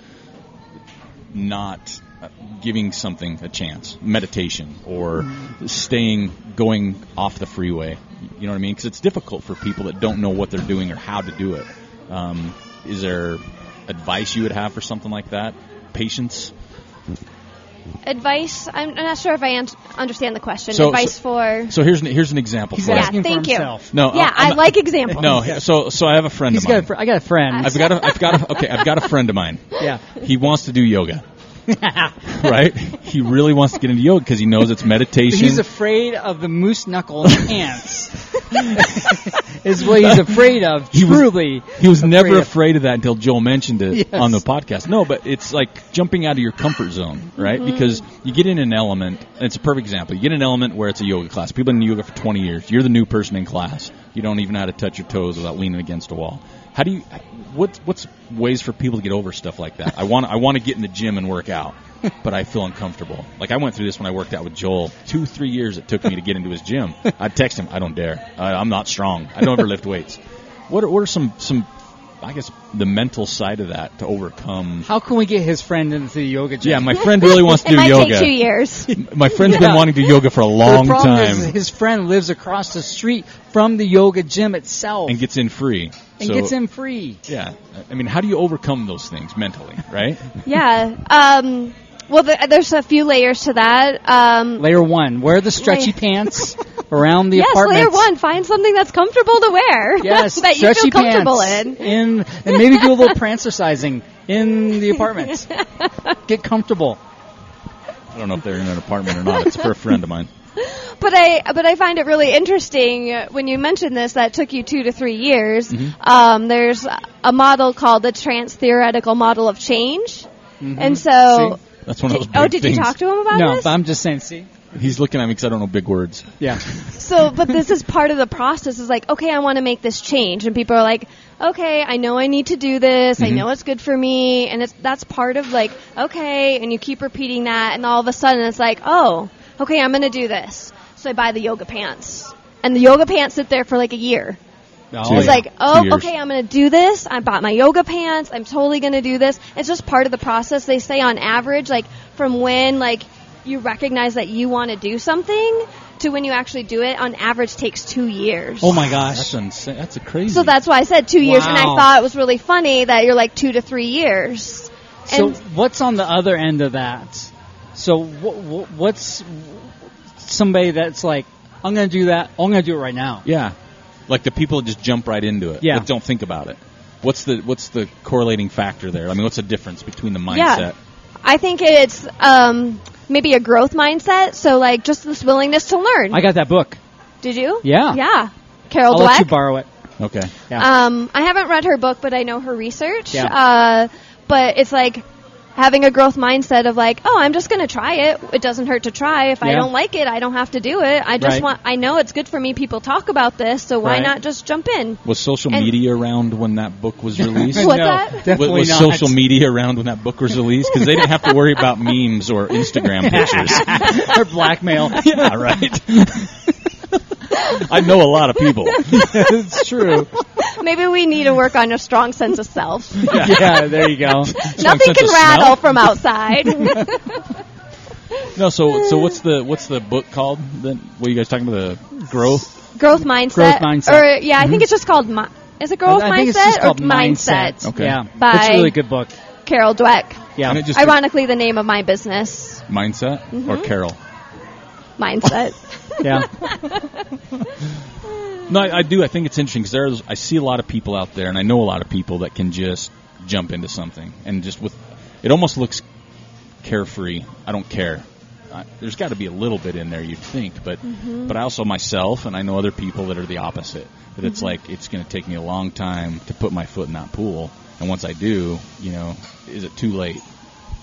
[SPEAKER 1] not uh, giving something a chance, meditation, or staying going off the freeway? You know what I mean? Because it's difficult for people that don't know what they're doing or how to do it. Um, is there advice you would have for something like that? Patience.
[SPEAKER 2] advice i'm I'm not sure if i an- understand the question
[SPEAKER 1] So-
[SPEAKER 2] advice
[SPEAKER 1] so-
[SPEAKER 2] for
[SPEAKER 1] So here's an, here's an example for
[SPEAKER 2] yeah
[SPEAKER 1] you.
[SPEAKER 3] asking for
[SPEAKER 2] thank you
[SPEAKER 3] himself.
[SPEAKER 1] No,
[SPEAKER 2] yeah
[SPEAKER 1] I'm
[SPEAKER 2] i
[SPEAKER 1] not-
[SPEAKER 2] like examples
[SPEAKER 1] No, he- so so I have a friend
[SPEAKER 3] He's
[SPEAKER 1] of mine.
[SPEAKER 3] got a fr- I got a friend.
[SPEAKER 1] I've got a, I've got a, okay, I've got a friend of mine.
[SPEAKER 3] Yeah.
[SPEAKER 1] He wants to do yoga. right? He really wants to get into yoga because he knows it's meditation.
[SPEAKER 3] He's afraid of the moose knuckle ants. is what he's afraid of.
[SPEAKER 1] He was-
[SPEAKER 3] truly,
[SPEAKER 1] he was never
[SPEAKER 3] afraid of-
[SPEAKER 1] afraid of that until Joel mentioned it
[SPEAKER 3] Yes.
[SPEAKER 1] on the podcast. No, but it's like jumping out of your comfort zone, right? Because you get in an element, and it's a perfect example. You get in an element where it's a yoga class. People have been in yoga for 20 years. You're the new person in class. You don't even know how to touch your toes without leaning against a wall. How do you what what's ways for people to get over stuff like that? I want I want to get in the gym and work out, but I feel uncomfortable. Like I went through this when I worked out with Joel. 2 3 years it took me to get into his gym. I text him, I don't dare. I, I'm not strong. I don't ever lift weights. What are, what are some some I guess the mental side of that to overcome?
[SPEAKER 3] How can we get his friend into the yoga gym?
[SPEAKER 1] Yeah, my friend really wants to
[SPEAKER 2] it
[SPEAKER 1] do
[SPEAKER 2] might
[SPEAKER 1] yoga.
[SPEAKER 2] take two years
[SPEAKER 1] My friend's been
[SPEAKER 3] Yeah.
[SPEAKER 1] wanting to do yoga for a
[SPEAKER 3] But
[SPEAKER 1] long
[SPEAKER 3] the problem Is
[SPEAKER 1] time
[SPEAKER 3] his friend lives across the street from the yoga gym itself
[SPEAKER 1] and
[SPEAKER 3] and,
[SPEAKER 1] gets in free. So,
[SPEAKER 3] gets in free.
[SPEAKER 1] Yeah, I mean, how do you overcome those things mentally, right?
[SPEAKER 2] yeah um well there, there's a few layers to that um
[SPEAKER 3] Layer one, wear the stretchy pants around the
[SPEAKER 2] yes
[SPEAKER 3] apartment.
[SPEAKER 2] layer one find something that's comfortable to wear
[SPEAKER 3] Yes,
[SPEAKER 2] that you
[SPEAKER 3] stretchy
[SPEAKER 2] feel comfortable
[SPEAKER 3] pants
[SPEAKER 2] in
[SPEAKER 3] in, and maybe do a little prancercising in the apartment. Get comfortable.
[SPEAKER 1] I don't know if they're in an apartment or not. It's for a friend of mine.
[SPEAKER 2] But I but I find it really interesting uh, when you mentioned this that took you two to three years.
[SPEAKER 1] Mm-hmm.
[SPEAKER 2] Um, there's a model called the trans theoretical model of change, and so.
[SPEAKER 3] See?
[SPEAKER 1] That's Mm-hmm. one of those. Big
[SPEAKER 2] Oh, did
[SPEAKER 1] things.
[SPEAKER 2] you talk to him about
[SPEAKER 3] No,
[SPEAKER 2] this?
[SPEAKER 3] but I'm just saying. See,
[SPEAKER 1] He's looking at me because I don't know big words.
[SPEAKER 3] yeah,
[SPEAKER 2] so but this is part of the process is like okay i want to make this change and people are like okay i know i need to do this i know it's good for me and it's that's part of like okay and you keep repeating that and all of a sudden it's like oh okay i'm gonna do this so i buy the yoga pants and the yoga pants sit there for like a year
[SPEAKER 1] Oh,
[SPEAKER 2] it's
[SPEAKER 1] yeah.
[SPEAKER 2] like,
[SPEAKER 1] Two
[SPEAKER 2] oh,
[SPEAKER 1] years.
[SPEAKER 2] okay, I'm going to do this. I bought my yoga pants. I'm totally going to do this. It's just part of the process. They say on average, like from when like you recognize that you want to do something to when you actually do it, on average, takes two years.
[SPEAKER 3] Oh my
[SPEAKER 1] That's
[SPEAKER 3] gosh.
[SPEAKER 1] insane. That's a crazy.
[SPEAKER 2] So that's why I said two years, and I
[SPEAKER 3] Wow.
[SPEAKER 2] thought it was really funny that you're like two to three years.
[SPEAKER 3] So
[SPEAKER 2] and
[SPEAKER 3] what's on the other end of that? So wh- wh- what's somebody that's like, I'm going to do that. I'm going to do it right now.
[SPEAKER 1] yeah, like the people that just jump right into it.
[SPEAKER 3] Yeah.
[SPEAKER 1] Like, don't think about it. What's the what's the correlating factor there? I mean, what's the difference between the mindset?
[SPEAKER 2] I think it's um, maybe a growth mindset. So like just this willingness to learn.
[SPEAKER 3] I got that book.
[SPEAKER 2] Did you?
[SPEAKER 3] Yeah.
[SPEAKER 2] Yeah. Carol
[SPEAKER 3] I'll
[SPEAKER 2] Dweck.
[SPEAKER 3] let you borrow it.
[SPEAKER 1] Okay.
[SPEAKER 3] Yeah.
[SPEAKER 2] Um, I haven't read her book, but I know her research.
[SPEAKER 3] Yeah.
[SPEAKER 2] Uh, but it's like having a growth mindset of like, oh, I'm just going to try it. It doesn't hurt to try. If I
[SPEAKER 3] Yeah.
[SPEAKER 2] don't like it, I don't have to do it. I just
[SPEAKER 3] Right.
[SPEAKER 2] want. I know it's good for me. People talk about this, so why
[SPEAKER 3] Right.
[SPEAKER 2] not just jump in?
[SPEAKER 1] Was social
[SPEAKER 2] And-
[SPEAKER 1] media around when that book was released?
[SPEAKER 2] What's
[SPEAKER 3] no,
[SPEAKER 2] that?
[SPEAKER 1] Was,
[SPEAKER 3] Definitely
[SPEAKER 1] was
[SPEAKER 3] not.
[SPEAKER 1] social media around when that book was released? Because they didn't have to worry about memes or Instagram pictures.
[SPEAKER 3] or blackmail.
[SPEAKER 1] yeah, right. I know a lot of people.
[SPEAKER 3] it's true.
[SPEAKER 2] Maybe we need to work on a strong sense of self.
[SPEAKER 3] Yeah. there you go.
[SPEAKER 2] Nothing
[SPEAKER 1] sense
[SPEAKER 2] can
[SPEAKER 1] of smell?
[SPEAKER 2] rattle from outside.
[SPEAKER 1] No, so so what's the what's the book called? Then what are you guys talking about? The growth.
[SPEAKER 2] growth mindset.
[SPEAKER 3] Growth mindset.
[SPEAKER 2] Or
[SPEAKER 3] Mm-hmm.
[SPEAKER 2] yeah, I think it's just called. Mi- is it growth
[SPEAKER 3] I
[SPEAKER 2] mindset
[SPEAKER 3] think it's just
[SPEAKER 2] or
[SPEAKER 3] called mindset.
[SPEAKER 1] Okay.
[SPEAKER 3] Yeah,
[SPEAKER 2] By-
[SPEAKER 3] it's a really good book.
[SPEAKER 2] Carol Dweck.
[SPEAKER 3] Yeah,
[SPEAKER 1] And it just-
[SPEAKER 2] Ironically, the name of my business,
[SPEAKER 1] Mindset or Carol?
[SPEAKER 2] mindset.
[SPEAKER 3] yeah,
[SPEAKER 1] No, I, I do. I think it's interesting because there's I see a lot of people out there, and I know a lot of people that can just jump into something and just with it almost looks carefree. I don't care. I, there's got to be a little bit in there, you'd think, but
[SPEAKER 3] Mm-hmm.
[SPEAKER 1] but I also myself, and I know other people that are the opposite. That
[SPEAKER 3] Mm-hmm.
[SPEAKER 1] it's like it's going to take me a long time to put my foot in that pool, and once I do, you know, is it too late?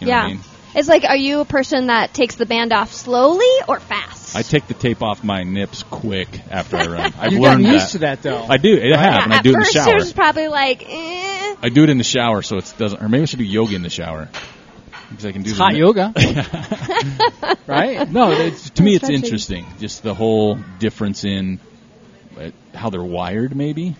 [SPEAKER 1] You know
[SPEAKER 2] yeah.
[SPEAKER 1] What I mean?
[SPEAKER 2] It's like, are you a person that takes the band off slowly or fast?
[SPEAKER 1] I take the tape off my nips quick after I run. I've
[SPEAKER 3] you got
[SPEAKER 1] learned
[SPEAKER 3] used
[SPEAKER 1] that.
[SPEAKER 3] to that though.
[SPEAKER 1] I do. It
[SPEAKER 2] yeah,
[SPEAKER 1] have, and I
[SPEAKER 2] at
[SPEAKER 1] do it in the
[SPEAKER 2] first
[SPEAKER 1] shower.
[SPEAKER 2] you're just probably like, eh.
[SPEAKER 1] I do it in the shower, so it doesn't. Or maybe I should do yoga in the shower because I can do
[SPEAKER 3] It's
[SPEAKER 1] the
[SPEAKER 3] hot
[SPEAKER 1] mi-
[SPEAKER 3] yoga, right?
[SPEAKER 1] No, it's, to me, it's
[SPEAKER 2] Stretching.
[SPEAKER 1] interesting. Just the whole difference in uh, how they're wired. Maybe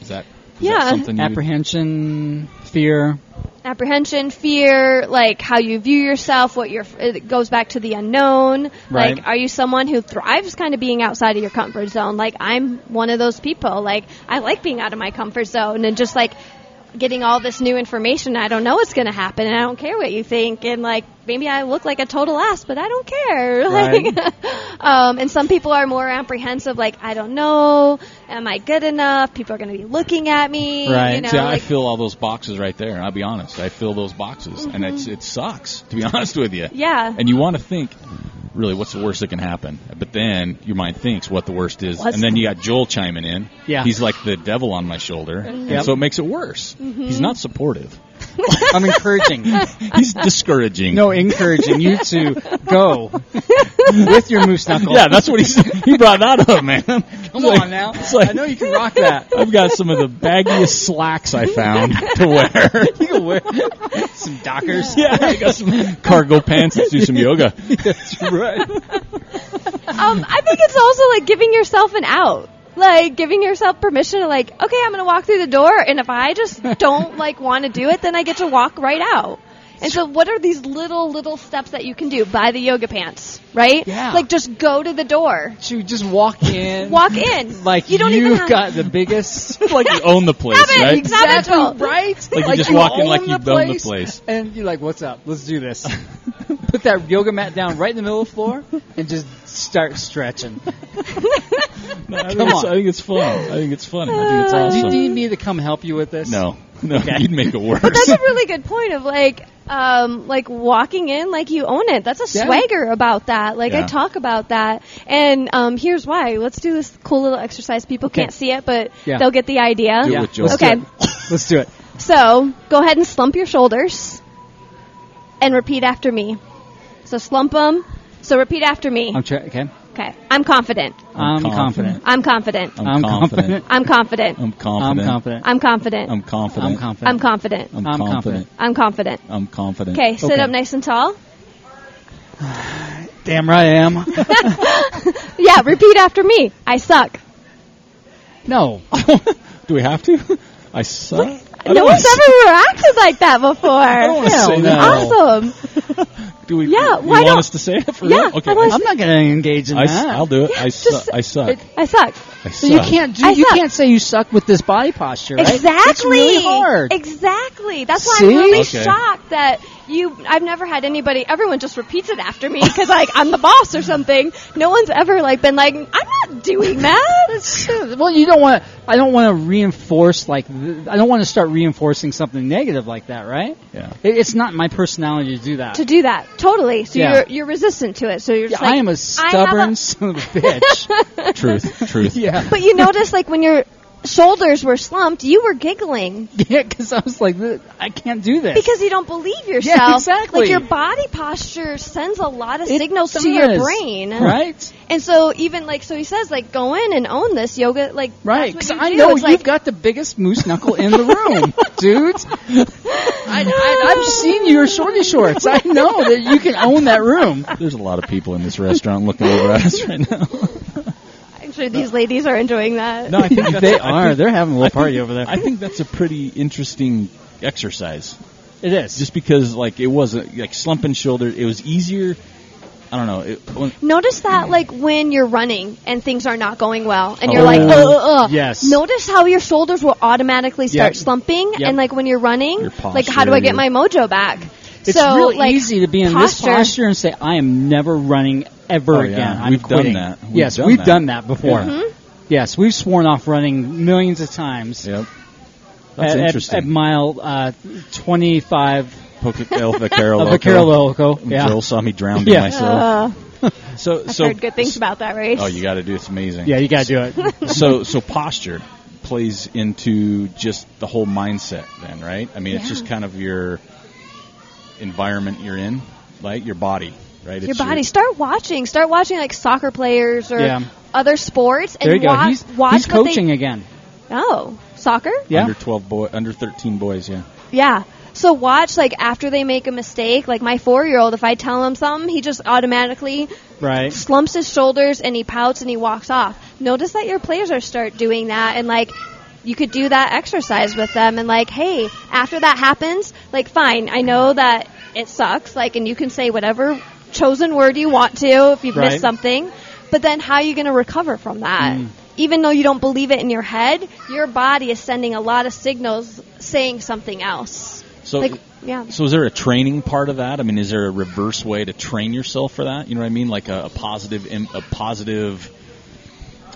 [SPEAKER 1] is that is that
[SPEAKER 2] Yeah.
[SPEAKER 1] something you-
[SPEAKER 3] Apprehension, fear.
[SPEAKER 2] apprehension, fear, like how you view yourself, what your it goes back to the unknown.
[SPEAKER 3] Right.
[SPEAKER 2] Like, are you someone who thrives kind of being outside of your comfort zone? Like, I'm one of those people. Like, I like being out of my comfort zone and just like getting all this new information. I don't know what's going to happen, and I don't care what you think. And like, maybe I look like a total ass, but I don't care.
[SPEAKER 3] Right.
[SPEAKER 2] Like, um, and some people are more apprehensive. Like, I don't know, am I good enough? People are going to be looking at me. You
[SPEAKER 3] Right.
[SPEAKER 2] know,
[SPEAKER 1] See, I
[SPEAKER 2] like-
[SPEAKER 1] fill all those boxes right there. I'll be honest. I fill those boxes, and it's, it sucks to be honest with you.
[SPEAKER 2] Mm-hmm. Yeah.
[SPEAKER 1] And you want to think, really, what's the worst that can happen? But then your mind thinks what the worst is,
[SPEAKER 2] What's-
[SPEAKER 1] and then you got Joel chiming in.
[SPEAKER 3] Yeah.
[SPEAKER 1] He's like the devil on my shoulder,
[SPEAKER 2] Mm-hmm.
[SPEAKER 1] and
[SPEAKER 3] Yep.
[SPEAKER 1] so it makes it worse. He's not supportive.
[SPEAKER 3] I'm encouraging.
[SPEAKER 1] He's discouraging.
[SPEAKER 3] no, encouraging you to go with your moose knuckle.
[SPEAKER 1] Yeah, that's what he he brought that up, man. Come
[SPEAKER 3] Come on now. I know you can rock that.
[SPEAKER 1] I've got some of the baggiest slacks I found to wear.
[SPEAKER 3] You can wear some dockers.
[SPEAKER 1] yeah, I got some cargo pants. Let's do some yoga.
[SPEAKER 3] That's right.
[SPEAKER 2] um, I think it's also like giving yourself an out. Like giving yourself permission to like, okay, I'm gonna walk through the door, and if I just don't like want to do it, then I get to walk right out. And so, what are these little little steps that you can do? Buy the yoga pants, right?
[SPEAKER 3] Yeah.
[SPEAKER 2] Like just go to the door,
[SPEAKER 3] You just walk in.
[SPEAKER 2] walk in.
[SPEAKER 3] Like
[SPEAKER 2] you don't
[SPEAKER 3] you've
[SPEAKER 2] even have
[SPEAKER 3] got the biggest
[SPEAKER 1] Like you own the place,
[SPEAKER 2] Stop it,
[SPEAKER 1] right?
[SPEAKER 2] exactly. Not at all.
[SPEAKER 3] right?
[SPEAKER 1] Like you just walk in
[SPEAKER 3] own
[SPEAKER 1] like you've owned the place.
[SPEAKER 3] and you're like, "What's up? Let's do this." Put that yoga mat down right in the middle of the floor and just start stretching.
[SPEAKER 1] No, I, think
[SPEAKER 3] Come
[SPEAKER 1] it's-
[SPEAKER 3] on.
[SPEAKER 1] I think it's fun. I think it's fun. I think it's
[SPEAKER 2] Uh,
[SPEAKER 3] Do you
[SPEAKER 1] awesome.
[SPEAKER 3] need me to come help you with this?
[SPEAKER 1] No, no,
[SPEAKER 3] Okay.
[SPEAKER 1] you'd make it worse.
[SPEAKER 2] But that's a really good point of like, um, like walking in like you own it. That's a
[SPEAKER 3] Yeah.
[SPEAKER 2] swagger about that. Like I
[SPEAKER 1] Yeah.
[SPEAKER 2] talk about that, and um, here's why. Let's do this cool little exercise. People
[SPEAKER 3] Okay.
[SPEAKER 2] can't see it, but
[SPEAKER 3] Yeah.
[SPEAKER 2] they'll get the idea.
[SPEAKER 1] Do it
[SPEAKER 3] Yeah.
[SPEAKER 1] with Joel.
[SPEAKER 3] Let's
[SPEAKER 2] Okay.
[SPEAKER 3] Do it. Let's do it.
[SPEAKER 2] So go ahead and slump your shoulders, and repeat after me. So slump them. So repeat after me.
[SPEAKER 3] I'm try- okay.
[SPEAKER 2] okay. I'm confident.
[SPEAKER 3] I'm confident.
[SPEAKER 2] I'm confident.
[SPEAKER 1] I'm,
[SPEAKER 3] I'm
[SPEAKER 1] confident.
[SPEAKER 3] confident.
[SPEAKER 2] I'm confident.
[SPEAKER 1] I'm
[SPEAKER 3] I'm
[SPEAKER 1] confident.
[SPEAKER 3] confident.
[SPEAKER 2] I'm confident.
[SPEAKER 1] I'm confident.
[SPEAKER 3] I'm confident.
[SPEAKER 2] I'm confident.
[SPEAKER 1] I'm
[SPEAKER 3] I'm
[SPEAKER 1] confident.
[SPEAKER 3] confident.
[SPEAKER 2] I'm confident.
[SPEAKER 1] I'm confident.
[SPEAKER 2] Okay. Sit
[SPEAKER 3] Okay.
[SPEAKER 2] up nice and tall.
[SPEAKER 3] Damn right I am.
[SPEAKER 2] Yeah. Repeat after me. I suck.
[SPEAKER 3] no.
[SPEAKER 1] Oh, Do we have to? I suck. I
[SPEAKER 2] No
[SPEAKER 1] don't
[SPEAKER 2] one's
[SPEAKER 1] wanna
[SPEAKER 2] ever reacted like that
[SPEAKER 1] I don't
[SPEAKER 2] before.
[SPEAKER 1] wanna
[SPEAKER 3] Hell
[SPEAKER 1] say
[SPEAKER 3] no.
[SPEAKER 1] that.
[SPEAKER 2] Awesome.
[SPEAKER 1] Do we?
[SPEAKER 2] Yeah,
[SPEAKER 1] You
[SPEAKER 2] why
[SPEAKER 1] want
[SPEAKER 2] not?
[SPEAKER 1] us to say it for
[SPEAKER 2] Yeah,
[SPEAKER 1] real? Okay.
[SPEAKER 2] I want-
[SPEAKER 3] I'm not gonna engage in
[SPEAKER 1] I,
[SPEAKER 3] that.
[SPEAKER 1] will do it. I,
[SPEAKER 2] just-
[SPEAKER 1] su- I suck.
[SPEAKER 3] it-
[SPEAKER 2] I suck.
[SPEAKER 1] I
[SPEAKER 3] So
[SPEAKER 1] suck.
[SPEAKER 3] you can't do
[SPEAKER 2] I
[SPEAKER 3] you
[SPEAKER 2] suck.
[SPEAKER 3] can't say you suck with this body posture, right?
[SPEAKER 2] Exactly.
[SPEAKER 3] It's really hard.
[SPEAKER 2] Exactly. That's why
[SPEAKER 3] See?
[SPEAKER 2] I'm really
[SPEAKER 1] Okay.
[SPEAKER 2] shocked that you. I've never had anybody. Everyone just repeats it after me because like I'm the boss or something. No one's ever like been like I'm not doing that.
[SPEAKER 3] That's- well, you don't want. I don't want to reinforce like. th- I don't want to start reinforcing something negative like that, right?
[SPEAKER 1] Yeah.
[SPEAKER 3] It, it's not my personality to do that.
[SPEAKER 2] to do that totally. So
[SPEAKER 3] Yeah.
[SPEAKER 2] you're you're resistant to it. So you're.
[SPEAKER 3] yeah,
[SPEAKER 2] Just like,
[SPEAKER 3] I am
[SPEAKER 2] "I
[SPEAKER 3] a
[SPEAKER 2] have
[SPEAKER 3] stubborn son of a bitch.
[SPEAKER 1] Truth. Truth.
[SPEAKER 3] yeah.
[SPEAKER 2] but you notice like when your shoulders were slumped, you were giggling
[SPEAKER 3] Yeah, because I was like, "Th- I can't do this.
[SPEAKER 2] because you don't believe yourself.
[SPEAKER 3] exactly.
[SPEAKER 2] Like your body posture sends a lot of
[SPEAKER 3] It
[SPEAKER 2] signals to your
[SPEAKER 3] does,
[SPEAKER 2] brain,
[SPEAKER 3] right?
[SPEAKER 2] And so even like so he says like go in and own this yoga like
[SPEAKER 3] Right,
[SPEAKER 2] that's what
[SPEAKER 3] because
[SPEAKER 2] you
[SPEAKER 3] I
[SPEAKER 2] do.
[SPEAKER 3] know
[SPEAKER 2] It's
[SPEAKER 3] you've
[SPEAKER 2] like,
[SPEAKER 3] got the biggest moose knuckle in the room, dude. I, I, I've seen your shorty shorts. I know that you can own that room.
[SPEAKER 1] There's a lot of people in this restaurant looking over at us right now.
[SPEAKER 2] I'm sure these ladies are enjoying that.
[SPEAKER 1] No, I think that's-
[SPEAKER 3] They
[SPEAKER 1] I
[SPEAKER 3] are.
[SPEAKER 1] think-
[SPEAKER 3] They're having a
[SPEAKER 1] I
[SPEAKER 3] little
[SPEAKER 1] think-
[SPEAKER 3] party over there.
[SPEAKER 1] I think that's a pretty interesting exercise.
[SPEAKER 3] It is.
[SPEAKER 1] Just because, like, it wasn't like slumping shoulder. It was easier. I don't know. It, when-
[SPEAKER 2] Notice that like when you're running and things are not going well and
[SPEAKER 1] Oh,
[SPEAKER 2] you're like
[SPEAKER 1] yeah.
[SPEAKER 2] uh, uh, uh.
[SPEAKER 3] Yes.
[SPEAKER 2] Notice how your shoulders will automatically start
[SPEAKER 3] Yep.
[SPEAKER 2] slumping
[SPEAKER 3] Yep.
[SPEAKER 2] and like when you're running
[SPEAKER 1] Your
[SPEAKER 2] like how do
[SPEAKER 1] posture,
[SPEAKER 2] I get my mojo back?
[SPEAKER 3] It's
[SPEAKER 2] so
[SPEAKER 3] real
[SPEAKER 2] like
[SPEAKER 3] easy to be in
[SPEAKER 2] posture,
[SPEAKER 3] this posture and say, "I am never running ever
[SPEAKER 1] Oh, yeah.
[SPEAKER 3] again." I'm
[SPEAKER 1] We've done
[SPEAKER 3] quitting."
[SPEAKER 1] that. We've
[SPEAKER 3] yes,
[SPEAKER 1] done
[SPEAKER 3] we've
[SPEAKER 1] that.
[SPEAKER 3] done that before.
[SPEAKER 1] Yeah.
[SPEAKER 2] Mm-hmm.
[SPEAKER 3] Yes, we've sworn off running millions of times.
[SPEAKER 1] yep. That's
[SPEAKER 3] at, at-
[SPEAKER 1] interesting.
[SPEAKER 3] At, mile uh, twenty-five
[SPEAKER 1] Poke- oh, El Vaquero
[SPEAKER 3] of
[SPEAKER 1] Loco.
[SPEAKER 3] a Carolco, yeah,
[SPEAKER 1] Joel saw me drowning
[SPEAKER 3] Yeah.
[SPEAKER 1] myself.
[SPEAKER 2] Uh,
[SPEAKER 3] Oh,
[SPEAKER 1] So,
[SPEAKER 2] I've
[SPEAKER 1] so
[SPEAKER 2] heard good things about that race.
[SPEAKER 1] Oh, you got to do it. It's amazing.
[SPEAKER 3] yeah, you gotta do it.
[SPEAKER 1] so so posture plays into just the whole mindset then right i mean it's
[SPEAKER 2] Yeah.
[SPEAKER 1] just kind of your environment you're in like your body right
[SPEAKER 2] your body. Start watching. Start watching like soccer players or
[SPEAKER 3] Yeah.
[SPEAKER 2] other sports and
[SPEAKER 3] there you go.
[SPEAKER 2] wa-
[SPEAKER 3] he's
[SPEAKER 2] watch
[SPEAKER 3] he's
[SPEAKER 2] what
[SPEAKER 3] coaching
[SPEAKER 2] they
[SPEAKER 3] again.
[SPEAKER 2] Oh, soccer?
[SPEAKER 3] Yeah.
[SPEAKER 1] under 12 boy under 13 boys yeah
[SPEAKER 2] Yeah. So watch like after they make a mistake, like my 4-year-old if I tell him something, he just automatically
[SPEAKER 3] Right.
[SPEAKER 2] slumps his shoulders and he pouts and he walks off. Notice that your players are start doing that and like you could do that exercise with them and like, "Hey, after that happens, like fine, I know that it sucks, like and you can say whatever chosen word you want to if you've
[SPEAKER 3] Right. Mm.
[SPEAKER 2] missed something, but then how are you going to recover from that?" Even though you don't believe it in your head, your body is sending a lot of signals saying something else.
[SPEAKER 1] so
[SPEAKER 2] Like, yeah.
[SPEAKER 1] so is there a training part of that i mean is there a reverse way to train yourself for that you know what i mean like a, a positive im- a positive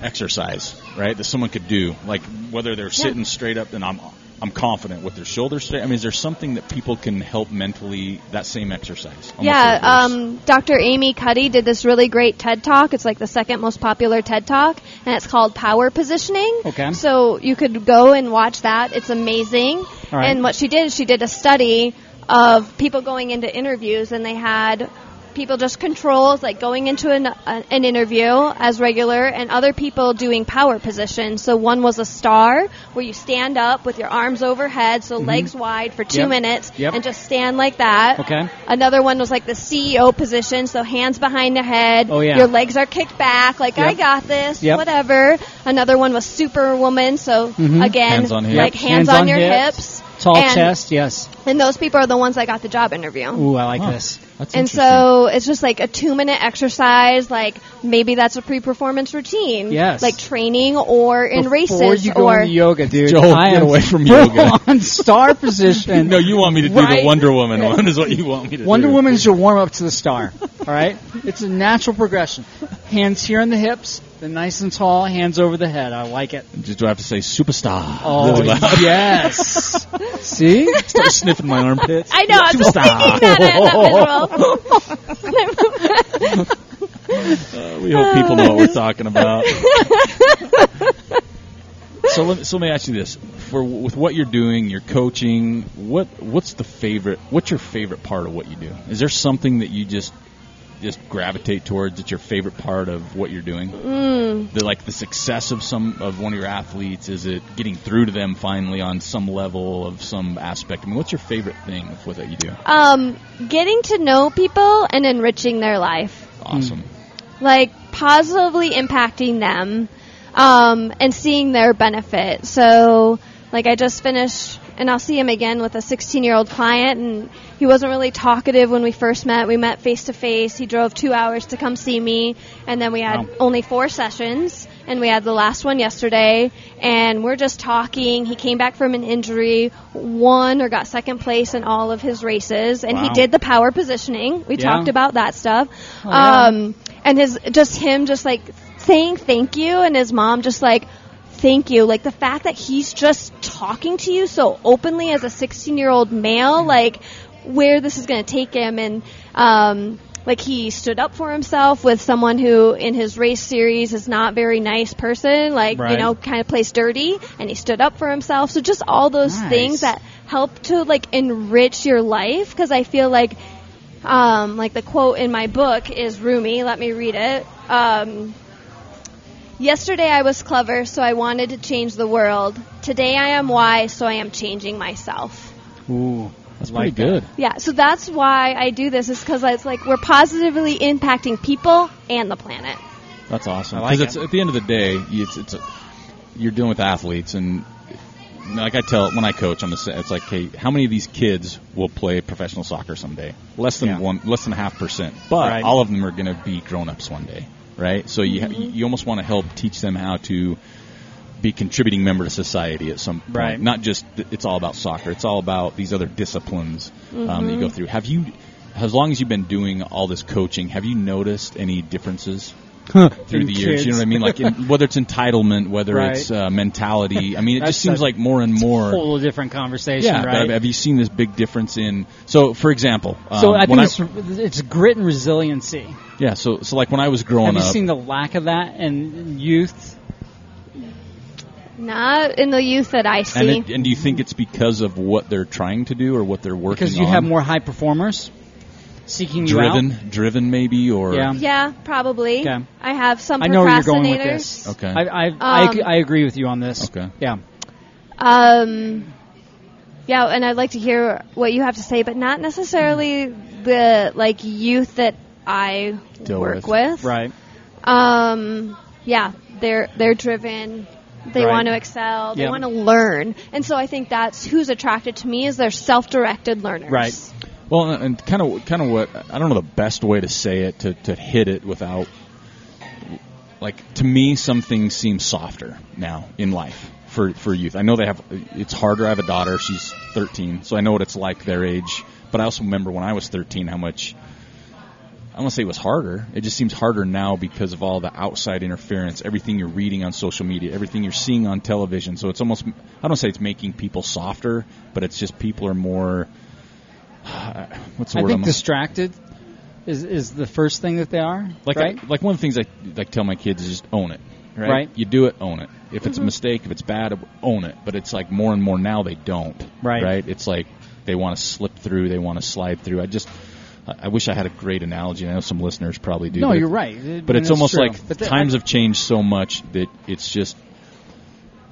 [SPEAKER 1] exercise right that someone could do like whether they're sitting straight up and i'm i'm confident with their shoulders straight i mean is there something that people can help mentally that same exercise almost
[SPEAKER 2] Yeah,
[SPEAKER 1] reverse?
[SPEAKER 2] um, Dr. Amy Cuddy did this really great TED Talk. It's like the second most popular TED Talk, and it's called Power Positioning.
[SPEAKER 3] Okay.
[SPEAKER 2] So you could go and watch that. It's amazing.
[SPEAKER 3] right.
[SPEAKER 2] And what she did is she did a study of people going into interviews, and they had people just controls, like going into an, uh, an interview as regular, and other people doing power positions. So one was a star, where you stand up with your arms overhead, so legs wide for two
[SPEAKER 3] Mm-hmm. Yep.
[SPEAKER 2] minutes,
[SPEAKER 3] Yep.
[SPEAKER 2] and just stand like that.
[SPEAKER 3] Okay.
[SPEAKER 2] Another one was like the CEO position, so hands behind the head.
[SPEAKER 3] Oh, yeah.
[SPEAKER 2] Your legs are kicked back, like
[SPEAKER 3] Yep.
[SPEAKER 2] I got this,
[SPEAKER 3] Yep.
[SPEAKER 2] whatever. Another one was superwoman, so
[SPEAKER 3] Mm-hmm.
[SPEAKER 2] again,
[SPEAKER 1] Hands on hips.
[SPEAKER 2] like
[SPEAKER 1] Yep.
[SPEAKER 2] hands, on, your hips.
[SPEAKER 3] tall
[SPEAKER 2] and,
[SPEAKER 3] chest. Yes.
[SPEAKER 2] And those people are the ones that got the job interview.
[SPEAKER 3] Ooh, I like
[SPEAKER 1] Wow.
[SPEAKER 3] this.
[SPEAKER 1] That's
[SPEAKER 2] And
[SPEAKER 1] interesting.
[SPEAKER 2] so it's just like a two minute exercise. Like maybe that's a pre performance routine.
[SPEAKER 3] Yes.
[SPEAKER 2] Like training or in races.
[SPEAKER 3] Before you go
[SPEAKER 2] or
[SPEAKER 3] into yoga, dude.
[SPEAKER 1] Joel,
[SPEAKER 3] I
[SPEAKER 1] get
[SPEAKER 3] am
[SPEAKER 1] away from
[SPEAKER 3] full
[SPEAKER 1] yoga.
[SPEAKER 3] on star position.
[SPEAKER 1] No, you want me to do
[SPEAKER 3] Right?
[SPEAKER 1] the Wonder Woman one. Is what you want me to
[SPEAKER 3] Wonder
[SPEAKER 1] do.
[SPEAKER 3] Woman is your warm up to the star. All right, it's a natural progression. Hands here on the hips, then nice and tall. Hands over the head. I like it.
[SPEAKER 1] Just do I have to say superstar?
[SPEAKER 3] Oh
[SPEAKER 1] really loud.
[SPEAKER 3] yes. See,
[SPEAKER 1] Start sniffing my armpits.
[SPEAKER 2] I know, I was just thinking that in that visual.
[SPEAKER 1] We hope people know what we're talking about. so let me, so let me ask you this: for with what you're doing, your coaching, what what's the favorite? What's your favorite part of what you do? Is there something that you just just gravitate towards? That's your favorite part of what you're doing. The like the success of some of one of your athletes. Is it getting through to them finally on some level of some aspect? I mean, what's your favorite thing of what that you do?
[SPEAKER 2] um, getting to know people and enriching their life.
[SPEAKER 1] Awesome.
[SPEAKER 2] like positively impacting them um, and seeing their benefit. So, like, I just finished and I'll see him again with a 16 year old client, and he wasn't really talkative when we first met. We met face to face. He drove two hours to come see me, and then we had
[SPEAKER 3] Wow.
[SPEAKER 2] only four sessions, and we had the last one yesterday, and we're just talking. He came back from an injury, won or got second place in all of his races, and he
[SPEAKER 3] Wow.
[SPEAKER 2] did the power positioning. We
[SPEAKER 3] Yeah. Oh,
[SPEAKER 2] talked about that stuff.
[SPEAKER 3] yeah.
[SPEAKER 2] Um, and his just him just like saying thank you, and his mom just like thank you. Like the fact that he's just talking to you so openly as a 16 year old male, like where this is going to take him, and um, like he stood up for himself with someone who in his race series is not very nice person, like you
[SPEAKER 3] Right.
[SPEAKER 2] know kind of plays dirty, and he stood up for himself. So just all those
[SPEAKER 3] Nice.
[SPEAKER 2] things that help to like enrich your life because I feel like um, like the quote in my book is Rumi. Let me read it. Um, Yesterday I was clever, so I wanted to change the world. Today I am wise, so I am changing myself.
[SPEAKER 3] Ooh,
[SPEAKER 1] That's
[SPEAKER 3] I like uh,
[SPEAKER 1] pretty good.
[SPEAKER 3] that.
[SPEAKER 2] Yeah, so that's why I do this, is because it's like we're positively impacting people and the planet.
[SPEAKER 1] That's awesome.
[SPEAKER 3] I like
[SPEAKER 1] Because
[SPEAKER 3] it.
[SPEAKER 1] it's at the end of the day, it's, it's a, you're dealing with athletes, and like I tell when I coach, I'm the sa- it's like, hey, how many of these kids will play professional soccer someday? Less than
[SPEAKER 3] Yeah.
[SPEAKER 1] one, less than half percent. But
[SPEAKER 3] Right.
[SPEAKER 1] all of them are going to be grown ups one day, right? So you ha-
[SPEAKER 3] Mm-hmm.
[SPEAKER 1] you almost want to help teach them how to be contributing member to society at some point.
[SPEAKER 3] Right.
[SPEAKER 1] Not just th- it's all about soccer. It's all about these other disciplines um,
[SPEAKER 3] Mm-hmm.
[SPEAKER 1] that you go through. Have you, as long as you've been doing all this coaching, have you noticed any differences through
[SPEAKER 3] In
[SPEAKER 1] the years? You know
[SPEAKER 3] kids.
[SPEAKER 1] what I mean? Like in, whether it's entitlement, whether
[SPEAKER 3] Right.
[SPEAKER 1] it's uh, mentality. I mean, it
[SPEAKER 3] That's
[SPEAKER 1] just seems
[SPEAKER 3] a-
[SPEAKER 1] like more and more.
[SPEAKER 3] Whole different conversation,
[SPEAKER 1] Yeah, um,
[SPEAKER 3] right?
[SPEAKER 1] but have you seen this big difference in? So, for example, um,
[SPEAKER 3] so I
[SPEAKER 1] when
[SPEAKER 3] think it's, it's grit and resiliency.
[SPEAKER 1] yeah. So, so like when I was growing
[SPEAKER 3] Have you
[SPEAKER 1] up,
[SPEAKER 3] seen the lack of that in youth?
[SPEAKER 2] Not in the youth that I
[SPEAKER 1] and,
[SPEAKER 2] see.
[SPEAKER 1] it, and do you think it's because of what they're trying to do or what they're working?
[SPEAKER 3] Because you
[SPEAKER 1] on?
[SPEAKER 3] have more high performers seeking
[SPEAKER 1] driven,
[SPEAKER 3] you out.
[SPEAKER 1] driven maybe, or
[SPEAKER 3] Yeah.
[SPEAKER 2] yeah, probably.
[SPEAKER 3] Okay.
[SPEAKER 2] I have some
[SPEAKER 3] I know where you're
[SPEAKER 2] procrastinators.
[SPEAKER 3] going with this.
[SPEAKER 1] Okay.
[SPEAKER 3] I I, I,
[SPEAKER 2] Um,
[SPEAKER 3] I agree with you on this.
[SPEAKER 1] Okay.
[SPEAKER 3] Yeah.
[SPEAKER 2] Um, yeah, and I'd like to hear what you have to say, but not necessarily the like youth that I
[SPEAKER 1] Deal
[SPEAKER 2] work
[SPEAKER 1] with.
[SPEAKER 2] with.
[SPEAKER 3] Right.
[SPEAKER 2] Um, yeah, they're they're driven. They
[SPEAKER 3] Right.
[SPEAKER 2] want to excel. They
[SPEAKER 3] Yeah.
[SPEAKER 2] want to learn, and so I think that's who's attracted to me is they're self-directed learners.
[SPEAKER 3] Right.
[SPEAKER 1] Well, and- and kind of, kind of what I don't know the best way to say it to, to hit it without, like to me, some things seem softer now in life for for youth. I know they have it's harder. I have a daughter; she's 13, so I know what it's like their age. But I also remember when I was 13, how much I don't want to say it was harder. It just seems harder now because of all the outside interference, everything you're reading on social media, everything you're seeing on television. So it's almost I don't say it's making people softer, but it's just people are more. What's the
[SPEAKER 3] I
[SPEAKER 1] word?
[SPEAKER 3] think
[SPEAKER 1] I'm-
[SPEAKER 3] distracted is is the first thing that they are.
[SPEAKER 1] like
[SPEAKER 3] right?
[SPEAKER 1] I, like one of the things I like tell my kids is just own it. Right?
[SPEAKER 3] Right. Mm-hmm.
[SPEAKER 1] You do it, own it. If it's a mistake, if it's bad, own it. But it's like more and more now they don't.
[SPEAKER 3] Right.
[SPEAKER 1] Right. It's like they want to slip through, they want to slide through. I just I I wish I had a great analogy. and I know some listeners probably do.
[SPEAKER 3] No,
[SPEAKER 1] but it-
[SPEAKER 3] you're right. It-
[SPEAKER 1] But
[SPEAKER 3] and
[SPEAKER 1] it's
[SPEAKER 3] it's
[SPEAKER 1] almost
[SPEAKER 3] true.
[SPEAKER 1] like
[SPEAKER 3] But the-
[SPEAKER 1] times
[SPEAKER 3] I-
[SPEAKER 1] have changed so much that it's just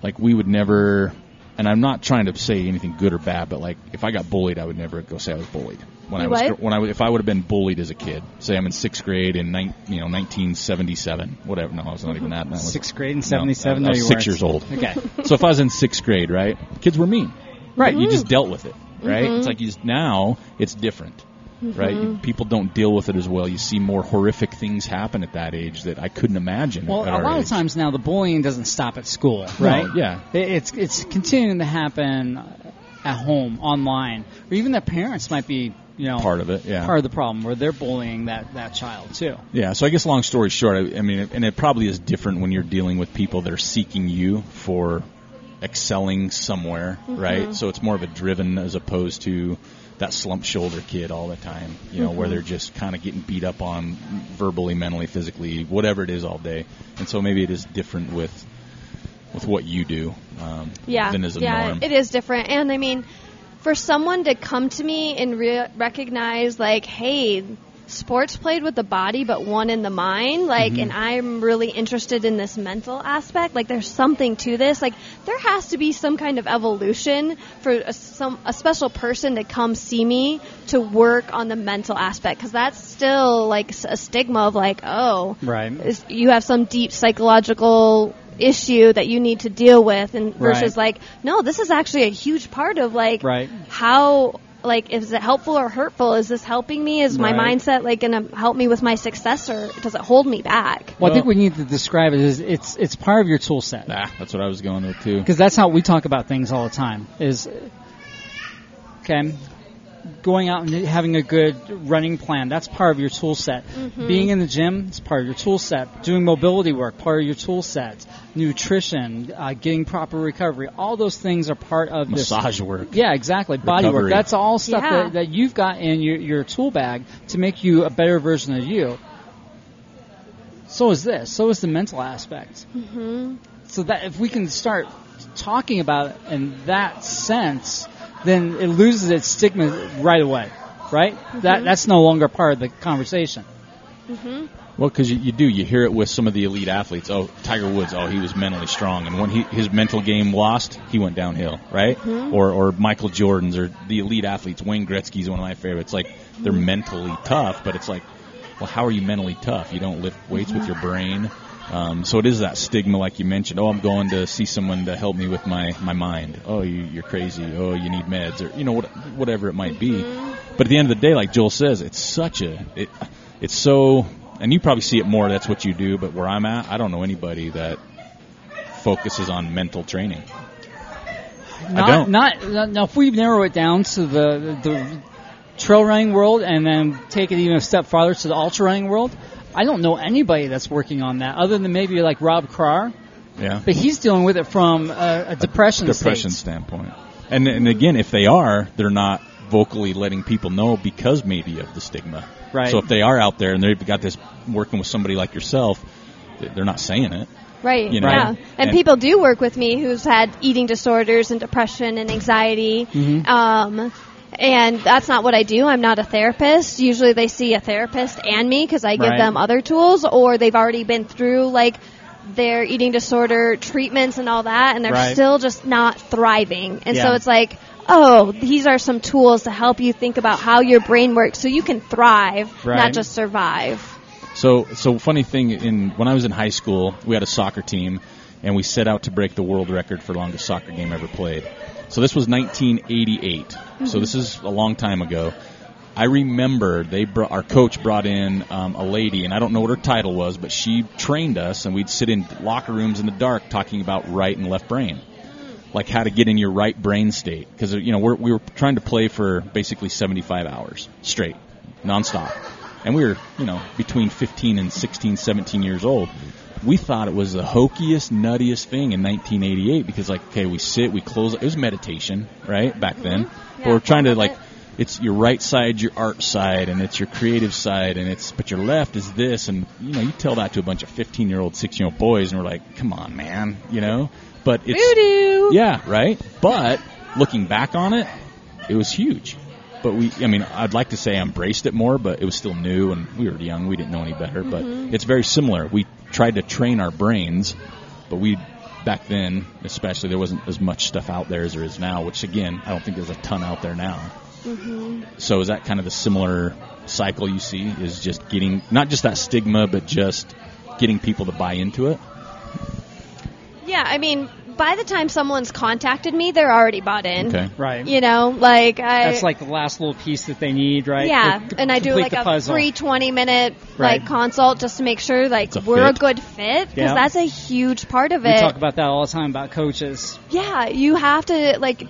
[SPEAKER 1] like we would never. And I'm not trying to say anything good or bad, but like if I got bullied, I would never go say I was bullied. When I
[SPEAKER 2] You
[SPEAKER 1] was
[SPEAKER 2] what?
[SPEAKER 1] gr- when I was- if I would have been bullied as a kid, say I'm in sixth grade in nine, you know 1977, whatever. No, I was not even that. that was-
[SPEAKER 3] sixth grade in
[SPEAKER 1] no,
[SPEAKER 3] '77.
[SPEAKER 1] I
[SPEAKER 3] there
[SPEAKER 1] was
[SPEAKER 3] you
[SPEAKER 1] six
[SPEAKER 3] were.
[SPEAKER 1] years old.
[SPEAKER 3] Okay.
[SPEAKER 1] So if I was in sixth grade, right, kids were mean. Mm-hmm.
[SPEAKER 3] Right.
[SPEAKER 1] You just dealt with it, right? It's like you just, now it's different, right? You- people don't deal with it as well. You see more horrific things happen at that age that I couldn't imagine.
[SPEAKER 3] Well,
[SPEAKER 1] at
[SPEAKER 3] a
[SPEAKER 1] our
[SPEAKER 3] lot of
[SPEAKER 1] age.
[SPEAKER 3] times now the bullying doesn't stop at school,
[SPEAKER 1] No,
[SPEAKER 3] right?
[SPEAKER 1] yeah.
[SPEAKER 3] It- it's it's continuing to happen at home, online, or even the parents might be you know
[SPEAKER 1] Part of it, yeah.
[SPEAKER 3] part of the problem where they're bullying that that child too.
[SPEAKER 1] Yeah, so I guess long story short, I, I mean, and it probably is different when you're dealing with people that are seeking you for excelling somewhere,
[SPEAKER 2] Mm-hmm.
[SPEAKER 1] right? So it's more of a driven as opposed to that slump shoulder kid all the time, you know,
[SPEAKER 2] Mm-hmm.
[SPEAKER 1] where they're just kind of getting beat up on verbally, mentally, physically, whatever it is all day. And so maybe it is different with with what you do um,
[SPEAKER 2] yeah,
[SPEAKER 1] than is a
[SPEAKER 2] yeah,
[SPEAKER 1] norm.
[SPEAKER 2] it is different. And I mean, for someone to come to me and re- recognize, like, hey, sports played with the body, but one in the mind, like,
[SPEAKER 1] Mm-hmm.
[SPEAKER 2] and I'm really interested in this mental aspect. Like, there's something to this. Like, there has to be some kind of evolution for a, some a special person to come see me to work on the mental aspect, because that's still like s- a stigma of like, oh,
[SPEAKER 3] Right.
[SPEAKER 2] is you have some deep psychological issue that you need to deal with, and versus
[SPEAKER 3] Right.
[SPEAKER 2] like, no, this is actually a huge part of like
[SPEAKER 3] Right.
[SPEAKER 2] how like is it helpful or hurtful? Is this helping me? Is my
[SPEAKER 3] Right.
[SPEAKER 2] mindset like going to help me with my success, or does it hold me back?
[SPEAKER 3] Well, I think we need to describe it as it's it's part of your tool set.
[SPEAKER 1] Ah, that's what I was going with too.
[SPEAKER 3] because that's how we talk about things all the time is okay going out and having a good running plan that's part of your tool set being in the gym is part of your tool set doing mobility work part of your tool set nutrition uh, getting proper recovery all those things are part of this
[SPEAKER 1] Massage work.
[SPEAKER 3] yeah, exactly. Body
[SPEAKER 1] Recovery.
[SPEAKER 3] work. That's all stuff
[SPEAKER 2] Yeah.
[SPEAKER 3] that, that you've got in your, your tool bag to make you a better version of you. So is this. So is the mental aspect. Mm-hmm. So that if we can start talking about it in that sense, then it loses its stigma right away. Right? That that's no longer part of the conversation.
[SPEAKER 1] Well, because you, you do, you hear it with some of the elite athletes. Oh, Tiger Woods, oh, he was mentally strong, and when he, his mental game lost, he went downhill, right? Or or Michael Jordan's or the elite athletes. Wayne Gretzky's one of my favorites. Like they're mentally tough, but it's like, well, how are you mentally tough? You don't lift weights with your brain. Um, so it is that stigma, like you mentioned. Oh, I'm going to see someone to help me with my, my mind. Oh, you, you're crazy. Oh, you need meds, or you know what, whatever it might be. But at the end of the day, like Joel says, it's such a it, it's so, and you probably see it more. That's what you do. But where I'm at, I don't know anybody that focuses on mental training.
[SPEAKER 3] Not,
[SPEAKER 1] don't.
[SPEAKER 3] not not now. If we narrow it down to the the trail running world, and then take it even a step farther to the ultra running world, I don't know anybody that's working on that other than maybe like Rob Carr,
[SPEAKER 1] Yeah,
[SPEAKER 3] but he's dealing with it from a, a depression
[SPEAKER 1] depression
[SPEAKER 3] state.
[SPEAKER 1] standpoint. And and again, if they are, they're not vocally letting people know because maybe of the stigma.
[SPEAKER 3] Right.
[SPEAKER 1] So if they are out there and they've got this working with somebody like yourself, th- they're not saying it.
[SPEAKER 2] Right.
[SPEAKER 1] You know?
[SPEAKER 2] Yeah.
[SPEAKER 1] Right.
[SPEAKER 2] And,
[SPEAKER 1] And-
[SPEAKER 2] people do work with me who's had eating disorders and depression and anxiety. Um, and that's not what I do. I'm not a therapist. Usually they see a therapist and me because I give
[SPEAKER 3] Right.
[SPEAKER 2] them other tools or they've already been through like their eating disorder treatments and all that and they're
[SPEAKER 3] Right.
[SPEAKER 2] still just not thriving. And so
[SPEAKER 3] Yeah.
[SPEAKER 2] it's like, oh, these are some tools to help you think about how your brain works so you can thrive,
[SPEAKER 3] Right.
[SPEAKER 2] not just survive.
[SPEAKER 1] So, so funny thing in when I was in high school, we had a soccer team, and we set out to break the world record for longest soccer game ever played. So this was 1988. So this is a long time ago. I remember they brought our coach brought in um, a lady, and I don't know what her title was, but she trained us, and we'd sit in locker rooms in the dark talking about right and left brain like how to get in your right brain state because you know we're, we were trying to play for basically 75 hours straight nonstop and we were you know between 15 and 16 17 years old we thought it was the hokiest nuttiest thing in 1988 because like okay we sit we close it was meditation right back then but
[SPEAKER 2] Mm-hmm. Yeah,
[SPEAKER 1] we're trying to
[SPEAKER 2] love
[SPEAKER 1] like
[SPEAKER 2] it.
[SPEAKER 1] it's your right side, your art side, and it's your creative side, and it's but your left is this, and you know you tell that to a bunch of fifteen-year-old, sixteen-year-old boys, and we're like, come on, man, you know. But it's
[SPEAKER 2] Voodoo.
[SPEAKER 1] yeah, right. But looking back on it, it was huge. But we, I mean, I'd like to say I embraced it more, but it was still new and we were young. We didn't know any better. But it's very similar. We tried to train our brains, but we, back then, especially, there wasn't as much stuff out there as there is now, which again, I don't think there's a ton out there now. So is that kind of the similar cycle you see? Is just getting, not just that stigma, but just getting people to buy into it?
[SPEAKER 2] Yeah, I mean, by the time someone's contacted me, they're already bought in.
[SPEAKER 1] Okay.
[SPEAKER 3] Right.
[SPEAKER 2] You know, like I.
[SPEAKER 3] That's like the last little piece that they need, right?
[SPEAKER 2] Yeah,
[SPEAKER 3] To c-
[SPEAKER 2] and I do
[SPEAKER 3] complete
[SPEAKER 2] like
[SPEAKER 3] the
[SPEAKER 2] a
[SPEAKER 3] puzzle.
[SPEAKER 2] free 20 minute
[SPEAKER 3] Right.
[SPEAKER 2] like consult just to make sure like
[SPEAKER 1] It's a
[SPEAKER 2] we're
[SPEAKER 1] fit.
[SPEAKER 2] a good fit because
[SPEAKER 3] Yeah.
[SPEAKER 2] that's a huge part of
[SPEAKER 3] We
[SPEAKER 2] it.
[SPEAKER 3] talk about that all the time about coaches.
[SPEAKER 2] yeah, you have to like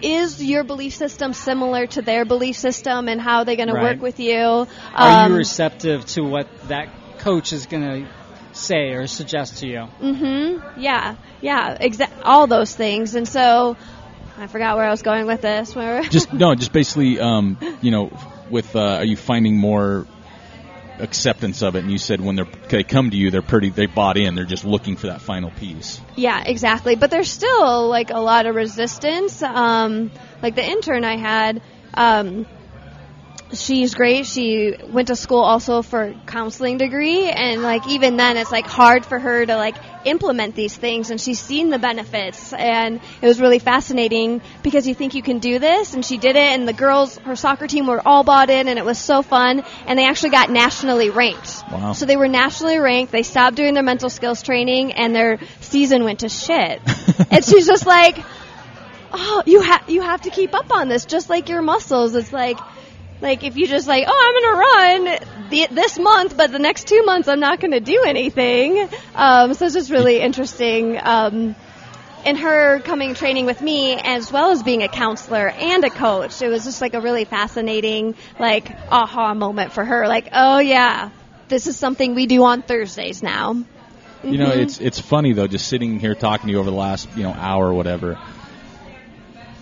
[SPEAKER 2] is your belief system similar to their belief system and how they're going
[SPEAKER 3] Right.
[SPEAKER 2] to work with you? Um,
[SPEAKER 3] Are you receptive to what that coach is going to say or suggest to you?
[SPEAKER 2] Mm-hmm. Yeah. Yeah. Exa- all those things. And so I forgot where I was going with this. Where
[SPEAKER 1] just no, just basically, um, you know, with uh, are you finding more acceptance of it? And you said when they're, they come to you, they're pretty, they bought in, they're just looking for that final piece.
[SPEAKER 2] Yeah, exactly. But there's still like a lot of resistance. Um, like the intern I had, um, she's great. She went to school also for counseling degree, and like even then, it's like hard for her to like implement these things. And she's seen the benefits, and it was really fascinating because you think you can do this, and she did it. And the girls, her soccer team, were all bought in, and it was so fun. And they actually got nationally ranked.
[SPEAKER 1] Wow.
[SPEAKER 2] So they were nationally ranked. They stopped doing their mental skills training, and their season went to shit. and she's just like. Oh, you have you have to keep up on this, just like your muscles. It's like like if you just like, oh, I'm gonna run the, this month, but the next two months I'm not gonna do anything. Um, so it's just really interesting. Um, and her coming training with me, as well as being a counselor and a coach, it was just like a really fascinating like aha moment for her. Like, oh yeah, this is something we do on Thursdays now.
[SPEAKER 1] You
[SPEAKER 2] Mm-hmm.
[SPEAKER 1] know, it's it's funny though, just sitting here talking to you over the last you know hour or whatever.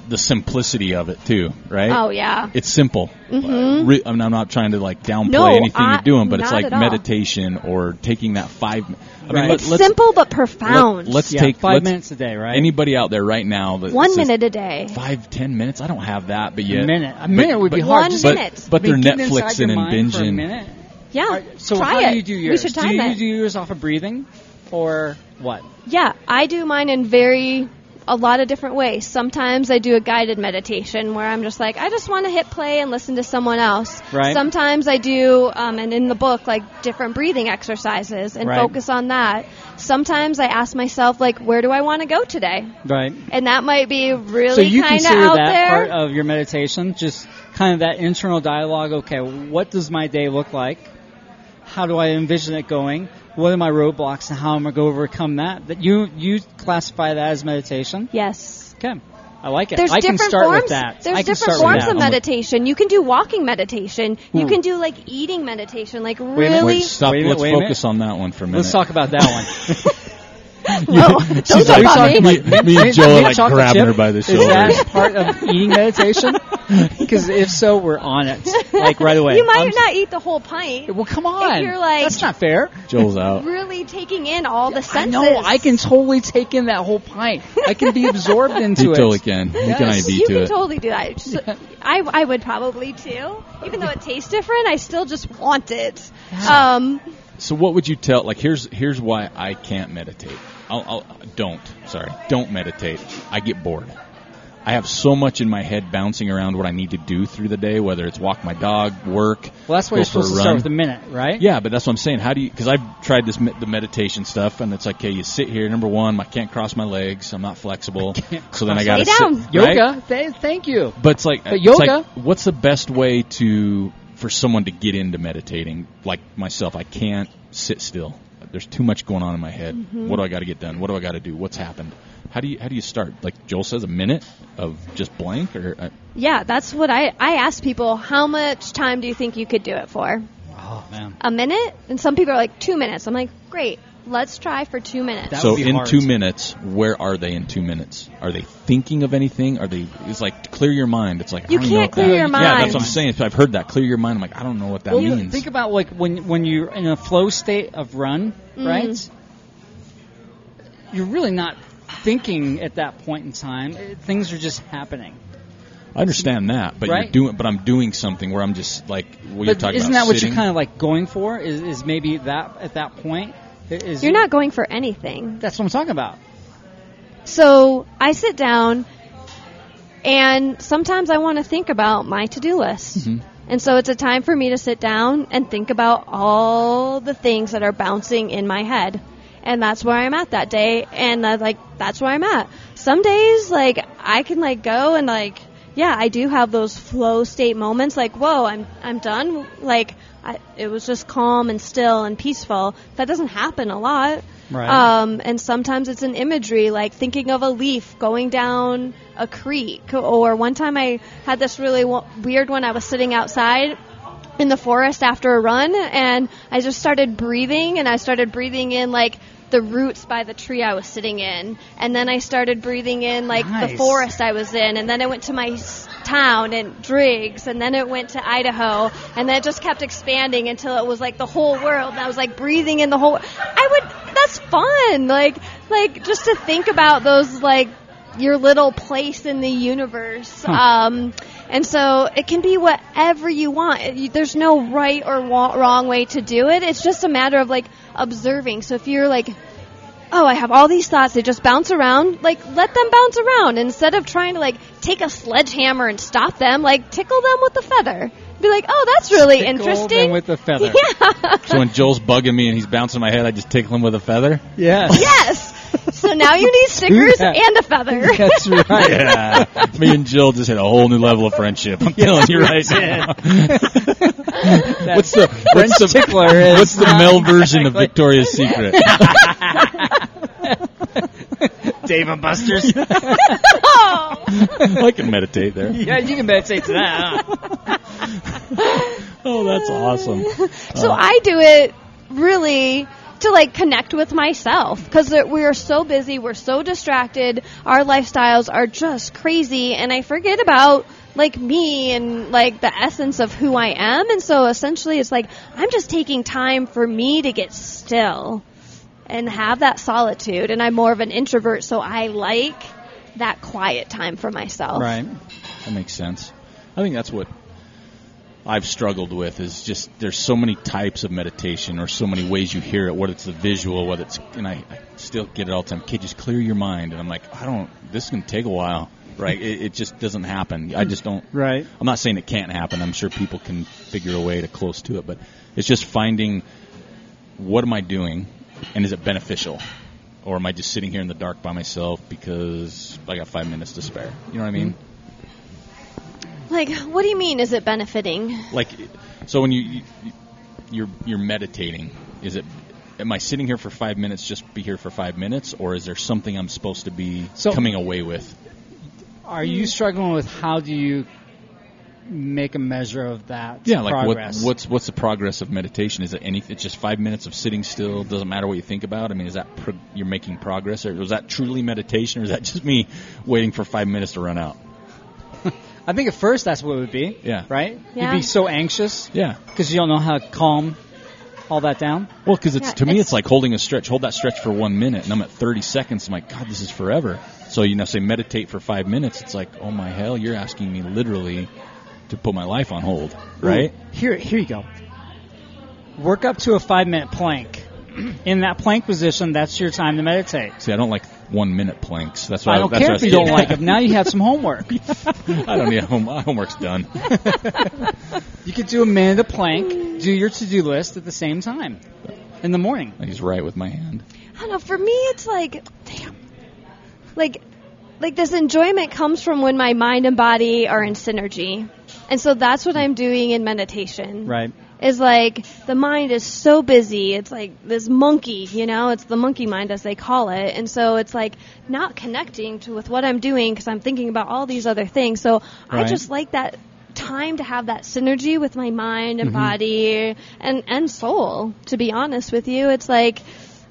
[SPEAKER 1] The simplicity of it too, right?
[SPEAKER 2] Oh yeah. Mm-hmm.
[SPEAKER 1] It's simple. Uh, re- I mean, I'm not trying to like downplay
[SPEAKER 2] No,
[SPEAKER 1] anything
[SPEAKER 2] I-
[SPEAKER 1] you're doing, but it's
[SPEAKER 2] not
[SPEAKER 1] like
[SPEAKER 2] at all.
[SPEAKER 1] meditation or taking that five. mi- I mean,
[SPEAKER 3] Right.
[SPEAKER 1] let,
[SPEAKER 3] It's
[SPEAKER 1] let's
[SPEAKER 2] Simple but profound.
[SPEAKER 1] Let, us
[SPEAKER 3] Yeah,
[SPEAKER 1] take
[SPEAKER 3] 5
[SPEAKER 1] let's-
[SPEAKER 3] minutes a day, right?
[SPEAKER 1] Anybody out there right now? That
[SPEAKER 2] one
[SPEAKER 1] says,
[SPEAKER 2] minute a day.
[SPEAKER 1] Five ten minutes. I don't have that, but yet
[SPEAKER 3] a minute. A
[SPEAKER 1] but-
[SPEAKER 3] minute would be
[SPEAKER 1] but-
[SPEAKER 3] hard.
[SPEAKER 2] One
[SPEAKER 3] Just
[SPEAKER 1] But,
[SPEAKER 2] minute.
[SPEAKER 1] but they're
[SPEAKER 3] Being inside
[SPEAKER 1] Netflixing
[SPEAKER 3] your
[SPEAKER 1] and
[SPEAKER 3] mind for a
[SPEAKER 1] binging.
[SPEAKER 3] minute.
[SPEAKER 2] Yeah.
[SPEAKER 3] Are- So
[SPEAKER 2] try
[SPEAKER 3] how
[SPEAKER 2] it.
[SPEAKER 3] do you do
[SPEAKER 2] We
[SPEAKER 3] yours?
[SPEAKER 2] should
[SPEAKER 3] do
[SPEAKER 2] time
[SPEAKER 3] you
[SPEAKER 2] it.
[SPEAKER 3] do yours off of breathing, or what?
[SPEAKER 2] Yeah, I do mine in very a lot of different ways. Sometimes I do a guided meditation where I'm just like, I just want to hit play and listen to someone else.
[SPEAKER 3] Right.
[SPEAKER 2] Sometimes I do, um, and in the book, like different breathing exercises and
[SPEAKER 3] Right.
[SPEAKER 2] focus on that. Sometimes I ask myself, like, where do I want to go today?
[SPEAKER 3] Right.
[SPEAKER 2] And that might be really
[SPEAKER 3] So you
[SPEAKER 2] kind of
[SPEAKER 3] consider
[SPEAKER 2] out
[SPEAKER 3] that
[SPEAKER 2] there.
[SPEAKER 3] part of your meditation, just kind of that internal dialogue. Okay, what does my day look like? How do I envision it going? What are my roadblocks, and how am I going to overcome that? That you you classify that as meditation.
[SPEAKER 2] yes.
[SPEAKER 3] Okay, I like it.
[SPEAKER 2] There's
[SPEAKER 3] I can
[SPEAKER 2] different
[SPEAKER 3] start
[SPEAKER 2] forms.
[SPEAKER 3] with that.
[SPEAKER 2] There's
[SPEAKER 3] I can
[SPEAKER 2] different
[SPEAKER 3] start
[SPEAKER 2] forms
[SPEAKER 3] with that.
[SPEAKER 2] of meditation. You can do walking meditation. You
[SPEAKER 3] Ooh.
[SPEAKER 2] can do like eating meditation. Like
[SPEAKER 3] a minute.
[SPEAKER 2] really.
[SPEAKER 1] Wait, stop.
[SPEAKER 3] Wait a minute,
[SPEAKER 1] let's
[SPEAKER 3] wait a minute.
[SPEAKER 1] focus on that one for a minute.
[SPEAKER 3] Let's talk about that one.
[SPEAKER 2] Whoa, don't talk about me.
[SPEAKER 1] me, me and Joe are
[SPEAKER 3] Mint
[SPEAKER 1] like
[SPEAKER 3] chocolate
[SPEAKER 1] grabbing
[SPEAKER 3] chip?
[SPEAKER 1] her by the
[SPEAKER 3] Is
[SPEAKER 1] shoulders.
[SPEAKER 3] that part of eating meditation? Because if so, we're on it like right away.
[SPEAKER 2] You might
[SPEAKER 3] I'm-
[SPEAKER 2] not eat the whole pint.
[SPEAKER 3] Well, come on.
[SPEAKER 2] you're like-
[SPEAKER 3] that's not fair.
[SPEAKER 1] Joel's out.
[SPEAKER 2] Really taking in all the
[SPEAKER 3] I
[SPEAKER 2] senses.
[SPEAKER 3] know. I can totally take in that whole pint. I can be absorbed into
[SPEAKER 1] He
[SPEAKER 3] it.
[SPEAKER 1] totally can. He can
[SPEAKER 3] Yes.
[SPEAKER 1] IV
[SPEAKER 2] You
[SPEAKER 1] to
[SPEAKER 2] can
[SPEAKER 1] it.
[SPEAKER 2] totally do that. Just- I I would probably too. Even though it tastes different, I still just want it. Um,
[SPEAKER 1] So what would you tell? Like here's here's why I can't meditate. I'll, I'll don't. Sorry, don't meditate. I get bored. I have so much in my head bouncing around what I need to do through the day, whether it's walk my dog, work.
[SPEAKER 3] Well, that's why
[SPEAKER 1] go
[SPEAKER 3] you're
[SPEAKER 1] for a
[SPEAKER 3] supposed to start
[SPEAKER 1] run.
[SPEAKER 3] with a minute, right?
[SPEAKER 1] Yeah, but that's what I'm saying. How do you? Because I've tried this me- the meditation stuff, and it's like, okay, you sit here. Number one, I can't cross my legs. I'm not flexible. So then I got to
[SPEAKER 2] Lay
[SPEAKER 1] sit.
[SPEAKER 2] down.
[SPEAKER 1] right?
[SPEAKER 3] Yoga. Th- thank you.
[SPEAKER 1] But it's like,
[SPEAKER 3] But
[SPEAKER 1] it's like,
[SPEAKER 3] yoga-
[SPEAKER 1] what's the best way to for someone to get into meditating? Like myself, I can't sit still. There's too much going on in my head.
[SPEAKER 3] Mm-hmm.
[SPEAKER 1] What do I got to get done? What do I got to do? What's happened? How do you how do you start? Like Joel says, a minute of just blank, or uh,
[SPEAKER 2] yeah, that's what I I ask people. How much time do you think you could do it for?
[SPEAKER 3] Oh man.
[SPEAKER 2] A minute? And some people are like two minutes. I'm like, great. Let's try for two minutes.
[SPEAKER 3] That
[SPEAKER 1] so
[SPEAKER 3] would be
[SPEAKER 1] in
[SPEAKER 3] hard.
[SPEAKER 1] two minutes. Where are they in two minutes? Are they thinking of anything? Are they? It's like clear your mind. It's like
[SPEAKER 2] You
[SPEAKER 1] I don't know
[SPEAKER 2] can't
[SPEAKER 1] what
[SPEAKER 2] clear
[SPEAKER 1] that- Yeah,
[SPEAKER 2] your
[SPEAKER 1] that's
[SPEAKER 2] mind.
[SPEAKER 1] what I'm saying. I've heard that. Clear your mind. I'm like, I don't know what that
[SPEAKER 3] Well,
[SPEAKER 1] means.
[SPEAKER 3] think about like when when you're in a flow state of run,
[SPEAKER 2] Mm-hmm.
[SPEAKER 3] right? You're really not thinking at that point in time. Uh, Things are just happening.
[SPEAKER 1] I understand that, but you're
[SPEAKER 3] Right?
[SPEAKER 1] doing, but I'm doing something where I'm just like what you're
[SPEAKER 3] but
[SPEAKER 1] talking
[SPEAKER 3] isn't
[SPEAKER 1] about.
[SPEAKER 3] that what
[SPEAKER 1] sitting.
[SPEAKER 3] you're kind of like going for? Is, is maybe that at that point? i- Is
[SPEAKER 2] You're not going for anything.
[SPEAKER 3] That's what I'm talking about.
[SPEAKER 2] So I sit down, and sometimes I want to think about my to do list. And so it's a time for me to sit down and think about all the things that are bouncing in my head. And that's where I'm at that day, and uh, like that's where I'm at. Some days, like I can like go and like yeah, I do have those flow state moments. Like whoa, I'm I'm done. Like I, it was just calm and still and peaceful. That doesn't happen a lot.
[SPEAKER 3] Right.
[SPEAKER 2] Um, and sometimes it's an imagery, like thinking of a leaf going down a creek. Or one time I had this really w- weird one. I was sitting outside in the forest after a run, and I just started breathing, and I started breathing in like the roots by the tree I was sitting in, and then I started breathing in like the
[SPEAKER 3] Nice.
[SPEAKER 2] forest I was in, and then I went to my s- town and Driggs, and then it went to Idaho, and then it just kept expanding until it was like the whole world, and I was like breathing in the whole. I would. That's fun. Like, like just to think about those like your little place in the universe. Um, And so it can be whatever you want. It- you- There's no right or wa- wrong way to do it. It's just a matter of like observing. So if you're like, oh, I have all these thoughts, they just bounce around, like let them bounce around instead of trying to like take a sledgehammer and stop them, like tickle them with the feather. Be like, oh, that's really
[SPEAKER 3] Tickle them
[SPEAKER 2] interesting.
[SPEAKER 3] with the feather.
[SPEAKER 1] So when Joel's bugging me and he's bouncing my head, I just tickle him with a feather.
[SPEAKER 3] Yeah.
[SPEAKER 2] yes. So now you need stickers
[SPEAKER 3] that.
[SPEAKER 2] and a feather.
[SPEAKER 3] That's right.
[SPEAKER 1] Yeah, me and Jill just hit a whole new level of friendship. I'm telling you right now. what's the what's the
[SPEAKER 3] tickler is
[SPEAKER 1] what's the
[SPEAKER 3] not
[SPEAKER 1] male version of Victoria's Secret?
[SPEAKER 3] Dave and Buster's.
[SPEAKER 2] Oh.
[SPEAKER 1] I can meditate there.
[SPEAKER 3] yeah, you can meditate to that. Huh?
[SPEAKER 1] Oh, that's awesome.
[SPEAKER 2] So I do it really to like connect with myself because we are so busy, we're so distracted, our lifestyles are just crazy, and I forget about like me and like the essence of who I am. And so essentially, it's like I'm just taking time for me to get still and have that solitude. And I'm more of an introvert, so I like that quiet time for myself.
[SPEAKER 3] Right.
[SPEAKER 1] That makes sense. I think that's what I've struggled with is just there's so many types of meditation or so many ways you hear it, whether it's the visual, whether it's and I, I still get it all the time. Kid, just clear your mind, and I'm like, I don't. This is gonna take a while, right? It, it just doesn't happen. I just don't.
[SPEAKER 3] Right.
[SPEAKER 1] I'm not saying it can't happen. I'm sure people can figure a way to close to it, but it's just finding what am I doing and is it beneficial? Or am I just sitting here in the dark by myself because I got five minutes to spare? You know what I mean?
[SPEAKER 2] Like, what do you mean? Is it benefiting?
[SPEAKER 1] Like, so when you, you you're you're meditating, is it? Am I sitting here for five minutes just be here for five minutes, or is there something I'm supposed to be
[SPEAKER 3] So-
[SPEAKER 1] coming away with?
[SPEAKER 3] Are you struggling with how do you make a measure of that
[SPEAKER 1] Yeah, like what,
[SPEAKER 3] progress?
[SPEAKER 1] what's what's the progress of meditation? Is it any? It's just five minutes of sitting still. Doesn't matter what you think about. I mean, is that pro- you're making progress, or was that truly meditation, or is that just me waiting for five minutes to run out?
[SPEAKER 3] I think at first that's what it would be.
[SPEAKER 1] Yeah.
[SPEAKER 3] Right?
[SPEAKER 2] Yeah.
[SPEAKER 3] You'd be so anxious
[SPEAKER 1] Yeah.
[SPEAKER 3] because you don't know how to calm all that down.
[SPEAKER 1] Well, because it's
[SPEAKER 2] Yeah,
[SPEAKER 1] to me, it's,
[SPEAKER 2] it's-
[SPEAKER 1] like holding a stretch. Hold that stretch for one minute, and I'm at 30 seconds. I'm like, God, this is forever. So you know, say meditate for five minutes. It's like, oh my hell, you're asking me literally to put my life on hold, right?
[SPEAKER 3] Ooh, Here, here you go. Work up to a five minute plank. In that plank position, that's your time to meditate.
[SPEAKER 1] See, I don't like one minute planks. That's why
[SPEAKER 3] I don't
[SPEAKER 1] that's
[SPEAKER 3] care
[SPEAKER 1] why
[SPEAKER 3] if you don't
[SPEAKER 1] yeah.
[SPEAKER 3] like them. Now you have some homework.
[SPEAKER 1] I don't need home. My homework's done.
[SPEAKER 3] You could do a minute of plank, do your to do list at the same time in the morning.
[SPEAKER 1] He's right with my hand.
[SPEAKER 2] I don't know. For me, it's like, damn, like, like this enjoyment comes from when my mind and body are in synergy, and so that's what I'm doing in meditation.
[SPEAKER 3] Right.
[SPEAKER 2] Is like the mind is so busy. It's like this monkey, you know. It's the monkey mind as they call it, and so it's like not connecting to with what I'm doing because I'm thinking about all these other things. So I
[SPEAKER 3] Right.
[SPEAKER 2] just like that time to have that synergy with my mind and body and and soul to be honest with you it's like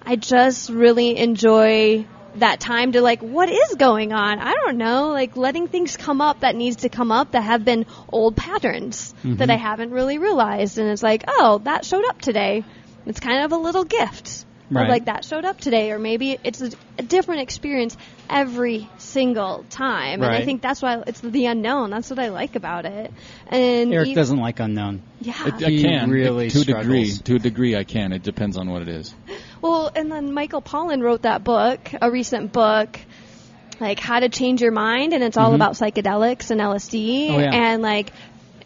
[SPEAKER 2] i just really enjoy that time to like what is going on i don't know like letting things come up that needs to come up that have been old patterns that i
[SPEAKER 3] Mm-hmm.
[SPEAKER 2] haven't really realized and it's like oh that showed up today it's kind of a little gift of,
[SPEAKER 3] Right.
[SPEAKER 2] like that showed up today or maybe it's a, a different experience every single time and i
[SPEAKER 3] Right.
[SPEAKER 2] think that's why it's the unknown. That's what I like about it. And
[SPEAKER 3] Eric
[SPEAKER 2] ev-
[SPEAKER 3] doesn't like unknown.
[SPEAKER 2] Yeah.
[SPEAKER 1] I, I
[SPEAKER 3] He
[SPEAKER 1] can
[SPEAKER 3] really
[SPEAKER 1] to a
[SPEAKER 3] struggles.
[SPEAKER 1] degree. To a degree, I can. It depends on what it is.
[SPEAKER 2] well, and then Michael Pollan wrote that book, a recent book, like How to Change Your Mind, and it's all about psychedelics and LSD
[SPEAKER 3] Mm-hmm. Oh, yeah.
[SPEAKER 2] and like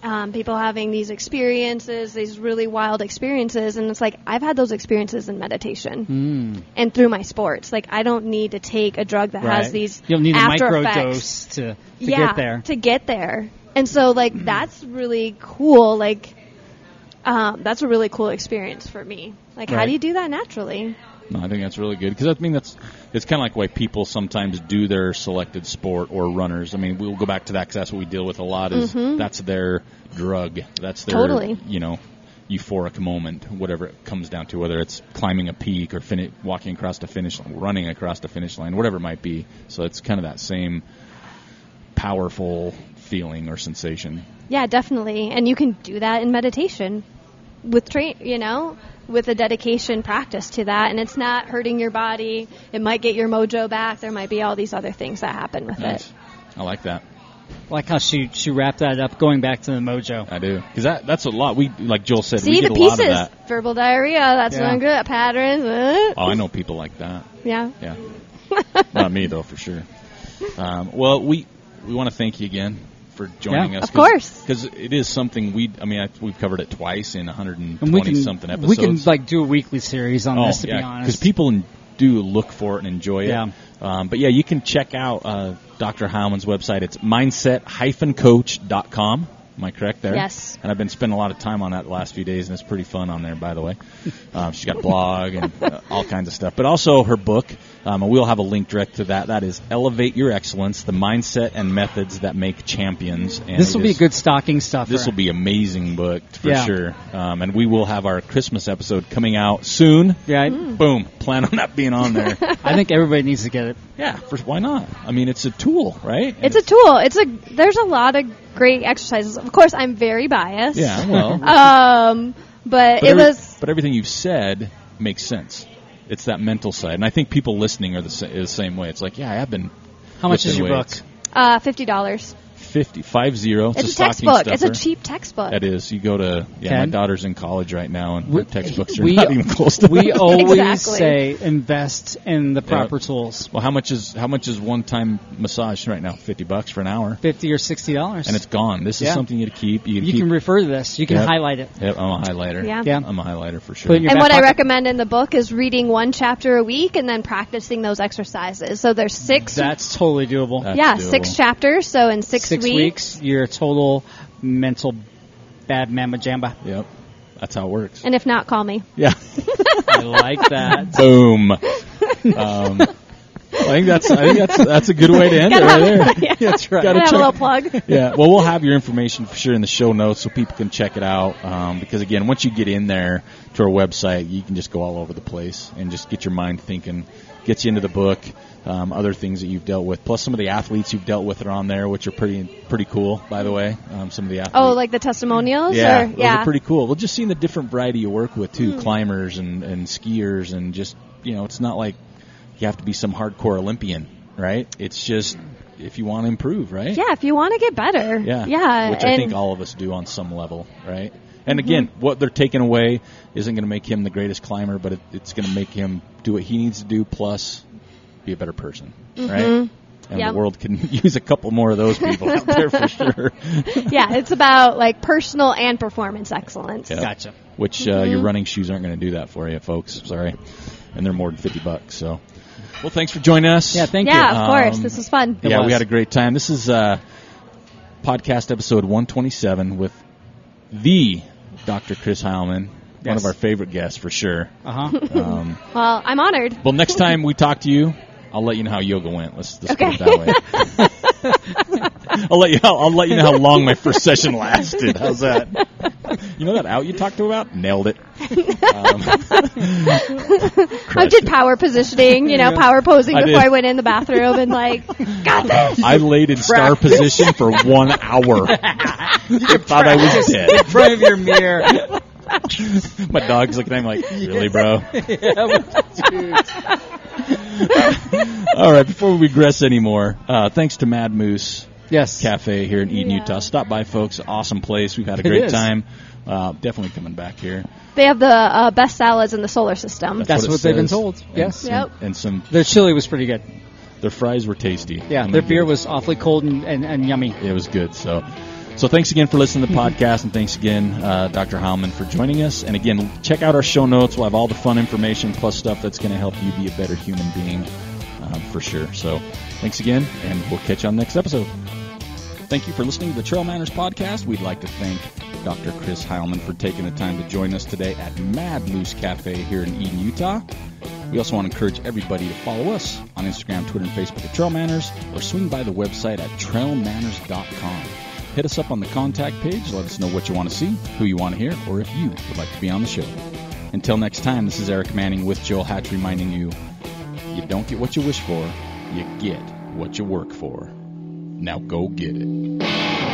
[SPEAKER 2] um, people having these experiences, these really wild experiences, and it's like I've had those experiences in meditation
[SPEAKER 3] Mm.
[SPEAKER 2] and through my sports. Like I don't need to take a drug that has these
[SPEAKER 3] You'll need a
[SPEAKER 2] after
[SPEAKER 3] micro
[SPEAKER 2] effects.
[SPEAKER 3] dose to, to
[SPEAKER 2] yeah,
[SPEAKER 3] get there. Mm-hmm.
[SPEAKER 2] To get there. And so like that's really cool. Like um, that's a really cool experience for me. Like how
[SPEAKER 3] Right.
[SPEAKER 2] do you do that naturally?
[SPEAKER 1] No, I think that's really good because I mean that's it's kind of like why people sometimes do their selected sport or runners. I mean, we'll go back to that because that's what we deal with a lot. Is that's their drug, that's their
[SPEAKER 2] Mm-hmm. Totally.
[SPEAKER 1] you know euphoric moment, whatever it comes down to, whether it's climbing a peak or fini- walking across the finish line, running across the finish line, whatever it might be. So it's kind of that same powerful feeling or sensation.
[SPEAKER 2] Yeah, definitely. And you can do that in meditation with train, you know, with a dedication practice to that and it's not hurting your body. It might get your mojo back. There might be all these other things that happen with
[SPEAKER 1] Nice. I like that.
[SPEAKER 3] like how she she wrapped that up, going back to the mojo.
[SPEAKER 1] I do because that that's a lot. We like Joel said, we
[SPEAKER 2] See
[SPEAKER 1] get
[SPEAKER 2] the
[SPEAKER 1] a lot of
[SPEAKER 2] pieces.
[SPEAKER 1] that.
[SPEAKER 2] Verbal diarrhea. That's
[SPEAKER 3] Yeah.
[SPEAKER 2] not good. Patterns. uh,
[SPEAKER 1] Oh, I know people like that.
[SPEAKER 2] Yeah.
[SPEAKER 1] Yeah, not me though for sure. Um, well, we we want to thank you again for joining
[SPEAKER 3] Yeah.
[SPEAKER 1] us.
[SPEAKER 2] Of course.
[SPEAKER 1] because it is something we. I mean, I, we've covered it twice in 120
[SPEAKER 3] And we can
[SPEAKER 1] something episodes.
[SPEAKER 3] we can like do a weekly series on this to be
[SPEAKER 1] Because
[SPEAKER 3] honest.
[SPEAKER 1] Oh, people do look for it and enjoy it.
[SPEAKER 3] Yeah.
[SPEAKER 1] Um, but yeah, you can check out uh, Dr. Heilman's website. It's mindset-coach.com. Am I correct there?
[SPEAKER 2] Yes.
[SPEAKER 1] And I've been spending a lot of time on that the last few days, and it's pretty fun on there, by the way. Um, she's got a blog and uh, all kinds of stuff, but also her book. Um, and we'll have a link direct to that. That is Elevate Your Excellence: The Mindset and Methods That Make Champions. And
[SPEAKER 3] this
[SPEAKER 1] it
[SPEAKER 3] will be
[SPEAKER 1] is-
[SPEAKER 3] good stocking stuff.
[SPEAKER 1] this will be amazing book for
[SPEAKER 3] Yeah.
[SPEAKER 1] sure. Um, and we will have our Christmas episode coming out soon.
[SPEAKER 3] Yeah, I-
[SPEAKER 2] Hmm.
[SPEAKER 1] Boom. Plan on that being on there.
[SPEAKER 3] I think everybody needs to get it.
[SPEAKER 1] yeah. For, why not? I mean, it's a tool, right? And
[SPEAKER 2] It's a tool. It's a. There's a lot of great exercises. Of course, I'm very biased.
[SPEAKER 1] yeah. Well,
[SPEAKER 2] Um, but,
[SPEAKER 1] but
[SPEAKER 2] it
[SPEAKER 1] every-
[SPEAKER 2] Uh, was.
[SPEAKER 1] But everything you've said makes sense. It's that mental side, and I think people listening are the, sa- is the same way. It's like, yeah, I've been.
[SPEAKER 3] How much is
[SPEAKER 1] lifting
[SPEAKER 3] your book?
[SPEAKER 1] weights.
[SPEAKER 2] Uh, fifty dollars.
[SPEAKER 1] Fifty five zero.
[SPEAKER 2] It's, a
[SPEAKER 1] stocking
[SPEAKER 2] textbook. It's a
[SPEAKER 1] stuffer.
[SPEAKER 2] cheap textbook.
[SPEAKER 1] That is. You go to. Yeah, my
[SPEAKER 3] Ken?
[SPEAKER 1] daughter's in college right now, and her textbooks are
[SPEAKER 3] we-
[SPEAKER 1] not even close to.
[SPEAKER 3] We
[SPEAKER 1] that.
[SPEAKER 3] always
[SPEAKER 2] Exactly.
[SPEAKER 3] say invest in the proper
[SPEAKER 1] Yeah.
[SPEAKER 3] tools.
[SPEAKER 1] Well, how much is how much is one time massage right now? Fifty bucks for an hour,
[SPEAKER 3] Fifty or sixty dollars.
[SPEAKER 1] and it's gone. This is
[SPEAKER 3] Yeah.
[SPEAKER 1] something you to keep. You can.
[SPEAKER 3] you
[SPEAKER 1] keep,
[SPEAKER 3] can refer to this. You can
[SPEAKER 1] Yep.
[SPEAKER 3] highlight it.
[SPEAKER 1] Yep, I'm a highlighter.
[SPEAKER 2] Yeah.
[SPEAKER 3] Yeah.
[SPEAKER 1] I'm a highlighter for sure.
[SPEAKER 3] Put it in your
[SPEAKER 2] and
[SPEAKER 3] back
[SPEAKER 2] what I
[SPEAKER 3] pocket.
[SPEAKER 2] recommend in the book is reading one chapter a week and then practicing those exercises. So there's six.
[SPEAKER 3] That's totally doable.
[SPEAKER 1] That's
[SPEAKER 2] yeah,
[SPEAKER 1] doable.
[SPEAKER 2] six chapters. So in six,
[SPEAKER 3] Six weeks, you're a total mental bad mama jamba.
[SPEAKER 1] Yep, that's how it works.
[SPEAKER 2] And if not, call me.
[SPEAKER 1] yeah,
[SPEAKER 3] I like that.
[SPEAKER 1] boom. um, I think that's I think that's that's a good way to end it right there.
[SPEAKER 2] yeah.
[SPEAKER 3] That's right.
[SPEAKER 1] Gotta
[SPEAKER 2] Gotta have
[SPEAKER 1] check-
[SPEAKER 2] a little plug.
[SPEAKER 1] yeah. Well, we'll have your information for sure in the show notes so people can check it out. Um, because again, once you get in there to our website, you can just go all over the place and just get your mind thinking. Gets you into the book, um, other things that you've dealt with, plus some of the athletes you've dealt with are on there, which are pretty pretty cool, by the way. Um, some of the athletes.
[SPEAKER 2] Oh, like the testimonials?
[SPEAKER 1] yeah,
[SPEAKER 2] Or,
[SPEAKER 1] those
[SPEAKER 2] yeah. Mm-hmm.
[SPEAKER 1] are pretty cool. Well, just seeing the different variety you work with too, climbers and and skiers, and just you know, it's not like you have to be some hardcore Olympian, right? It's just if you want to improve, right?
[SPEAKER 2] yeah, if you want to get better.
[SPEAKER 1] Yeah.
[SPEAKER 2] Yeah.
[SPEAKER 1] Which
[SPEAKER 2] and Mm-hmm.
[SPEAKER 1] I think all of us do on some level, right? And again, what they're taking away isn't going to make him the greatest climber, but it, it's going to make him do what he needs to do plus be a better person, right? And
[SPEAKER 2] Mm-hmm. Yep.
[SPEAKER 1] the world can use a couple more of those people out there for sure.
[SPEAKER 2] yeah, it's about like personal and performance excellence.
[SPEAKER 1] Yeah.
[SPEAKER 3] Gotcha.
[SPEAKER 1] Which uh,
[SPEAKER 3] Mm-hmm.
[SPEAKER 1] your running shoes aren't going to do that for you, folks. Sorry. And they're more than 50 bucks, so. Well, thanks for joining us.
[SPEAKER 3] Yeah, thank
[SPEAKER 2] Yeah,
[SPEAKER 3] you.
[SPEAKER 2] of course.
[SPEAKER 1] Um,
[SPEAKER 2] This was fun.
[SPEAKER 1] yeah,
[SPEAKER 3] was.
[SPEAKER 1] we had a great time. This is uh, podcast episode 127 with the Dr. Chris Heilman, one
[SPEAKER 3] Yes.
[SPEAKER 1] of our favorite guests for sure.
[SPEAKER 3] Uh huh.
[SPEAKER 1] Um,
[SPEAKER 2] Well, I'm honored.
[SPEAKER 1] well, next time we talk to you, I'll let you know how yoga went. Let's, let's put it
[SPEAKER 2] Okay.
[SPEAKER 1] that way. I'll let you. I'll, I'll let you know how long my first session lasted. How's that? You know that out you talked about? Nailed it. Um,
[SPEAKER 2] I
[SPEAKER 1] crushed
[SPEAKER 2] did
[SPEAKER 1] it.
[SPEAKER 2] power positioning, you know, power posing
[SPEAKER 1] I
[SPEAKER 2] before
[SPEAKER 1] did.
[SPEAKER 2] I went in the bathroom and like, got this.
[SPEAKER 1] I laid in star position for one hour. Thought I was dead.
[SPEAKER 3] In front of your mirror.
[SPEAKER 1] My dog's looking at me like, really, bro? All right, before we regress anymore, uh, thanks to Mad Moose
[SPEAKER 3] yes.
[SPEAKER 1] Cafe here in Eden,
[SPEAKER 2] Yeah.
[SPEAKER 1] Utah. Stop by, folks. Awesome place. We've had a
[SPEAKER 3] It
[SPEAKER 1] great
[SPEAKER 3] is.
[SPEAKER 1] time. Uh, definitely coming back here.
[SPEAKER 2] They have the uh, best salads in the solar system.
[SPEAKER 1] what
[SPEAKER 3] That's
[SPEAKER 1] it
[SPEAKER 3] what they've been
[SPEAKER 1] says.
[SPEAKER 3] told.
[SPEAKER 1] And
[SPEAKER 3] Yes.
[SPEAKER 1] some-
[SPEAKER 2] Yep.
[SPEAKER 1] And some,
[SPEAKER 3] Their chili was pretty good.
[SPEAKER 1] their fries were tasty.
[SPEAKER 3] Yeah,
[SPEAKER 1] I'm
[SPEAKER 3] their
[SPEAKER 1] gonna
[SPEAKER 3] beer
[SPEAKER 1] give it-
[SPEAKER 3] was awfully cold and, and, and yummy.
[SPEAKER 1] It was good. So, so thanks again for listening to the podcast, and thanks again, uh, Dr. Howman, for joining us. And again, check out our show notes. We'll have all the fun information plus stuff that's going to help you be a better human being um, for sure. So, thanks again, and we'll catch you on the next episode. Thank you for listening to the Trail Manners podcast. We'd like to thank Dr. Chris Heilman for taking the time to join us today at Mad Moose Cafe here in Eden, Utah. We also want to encourage everybody to follow us on Instagram, Twitter, and Facebook at Trail Manners or swing by the website at trailmanners.com. Hit us up on the contact page. Let us know what you want to see, who you want to hear, or if you would like to be on the show. Until next time, this is Eric Manning with Joel Hatch reminding you you don't get what you wish for, you get what you work for. Now go get it.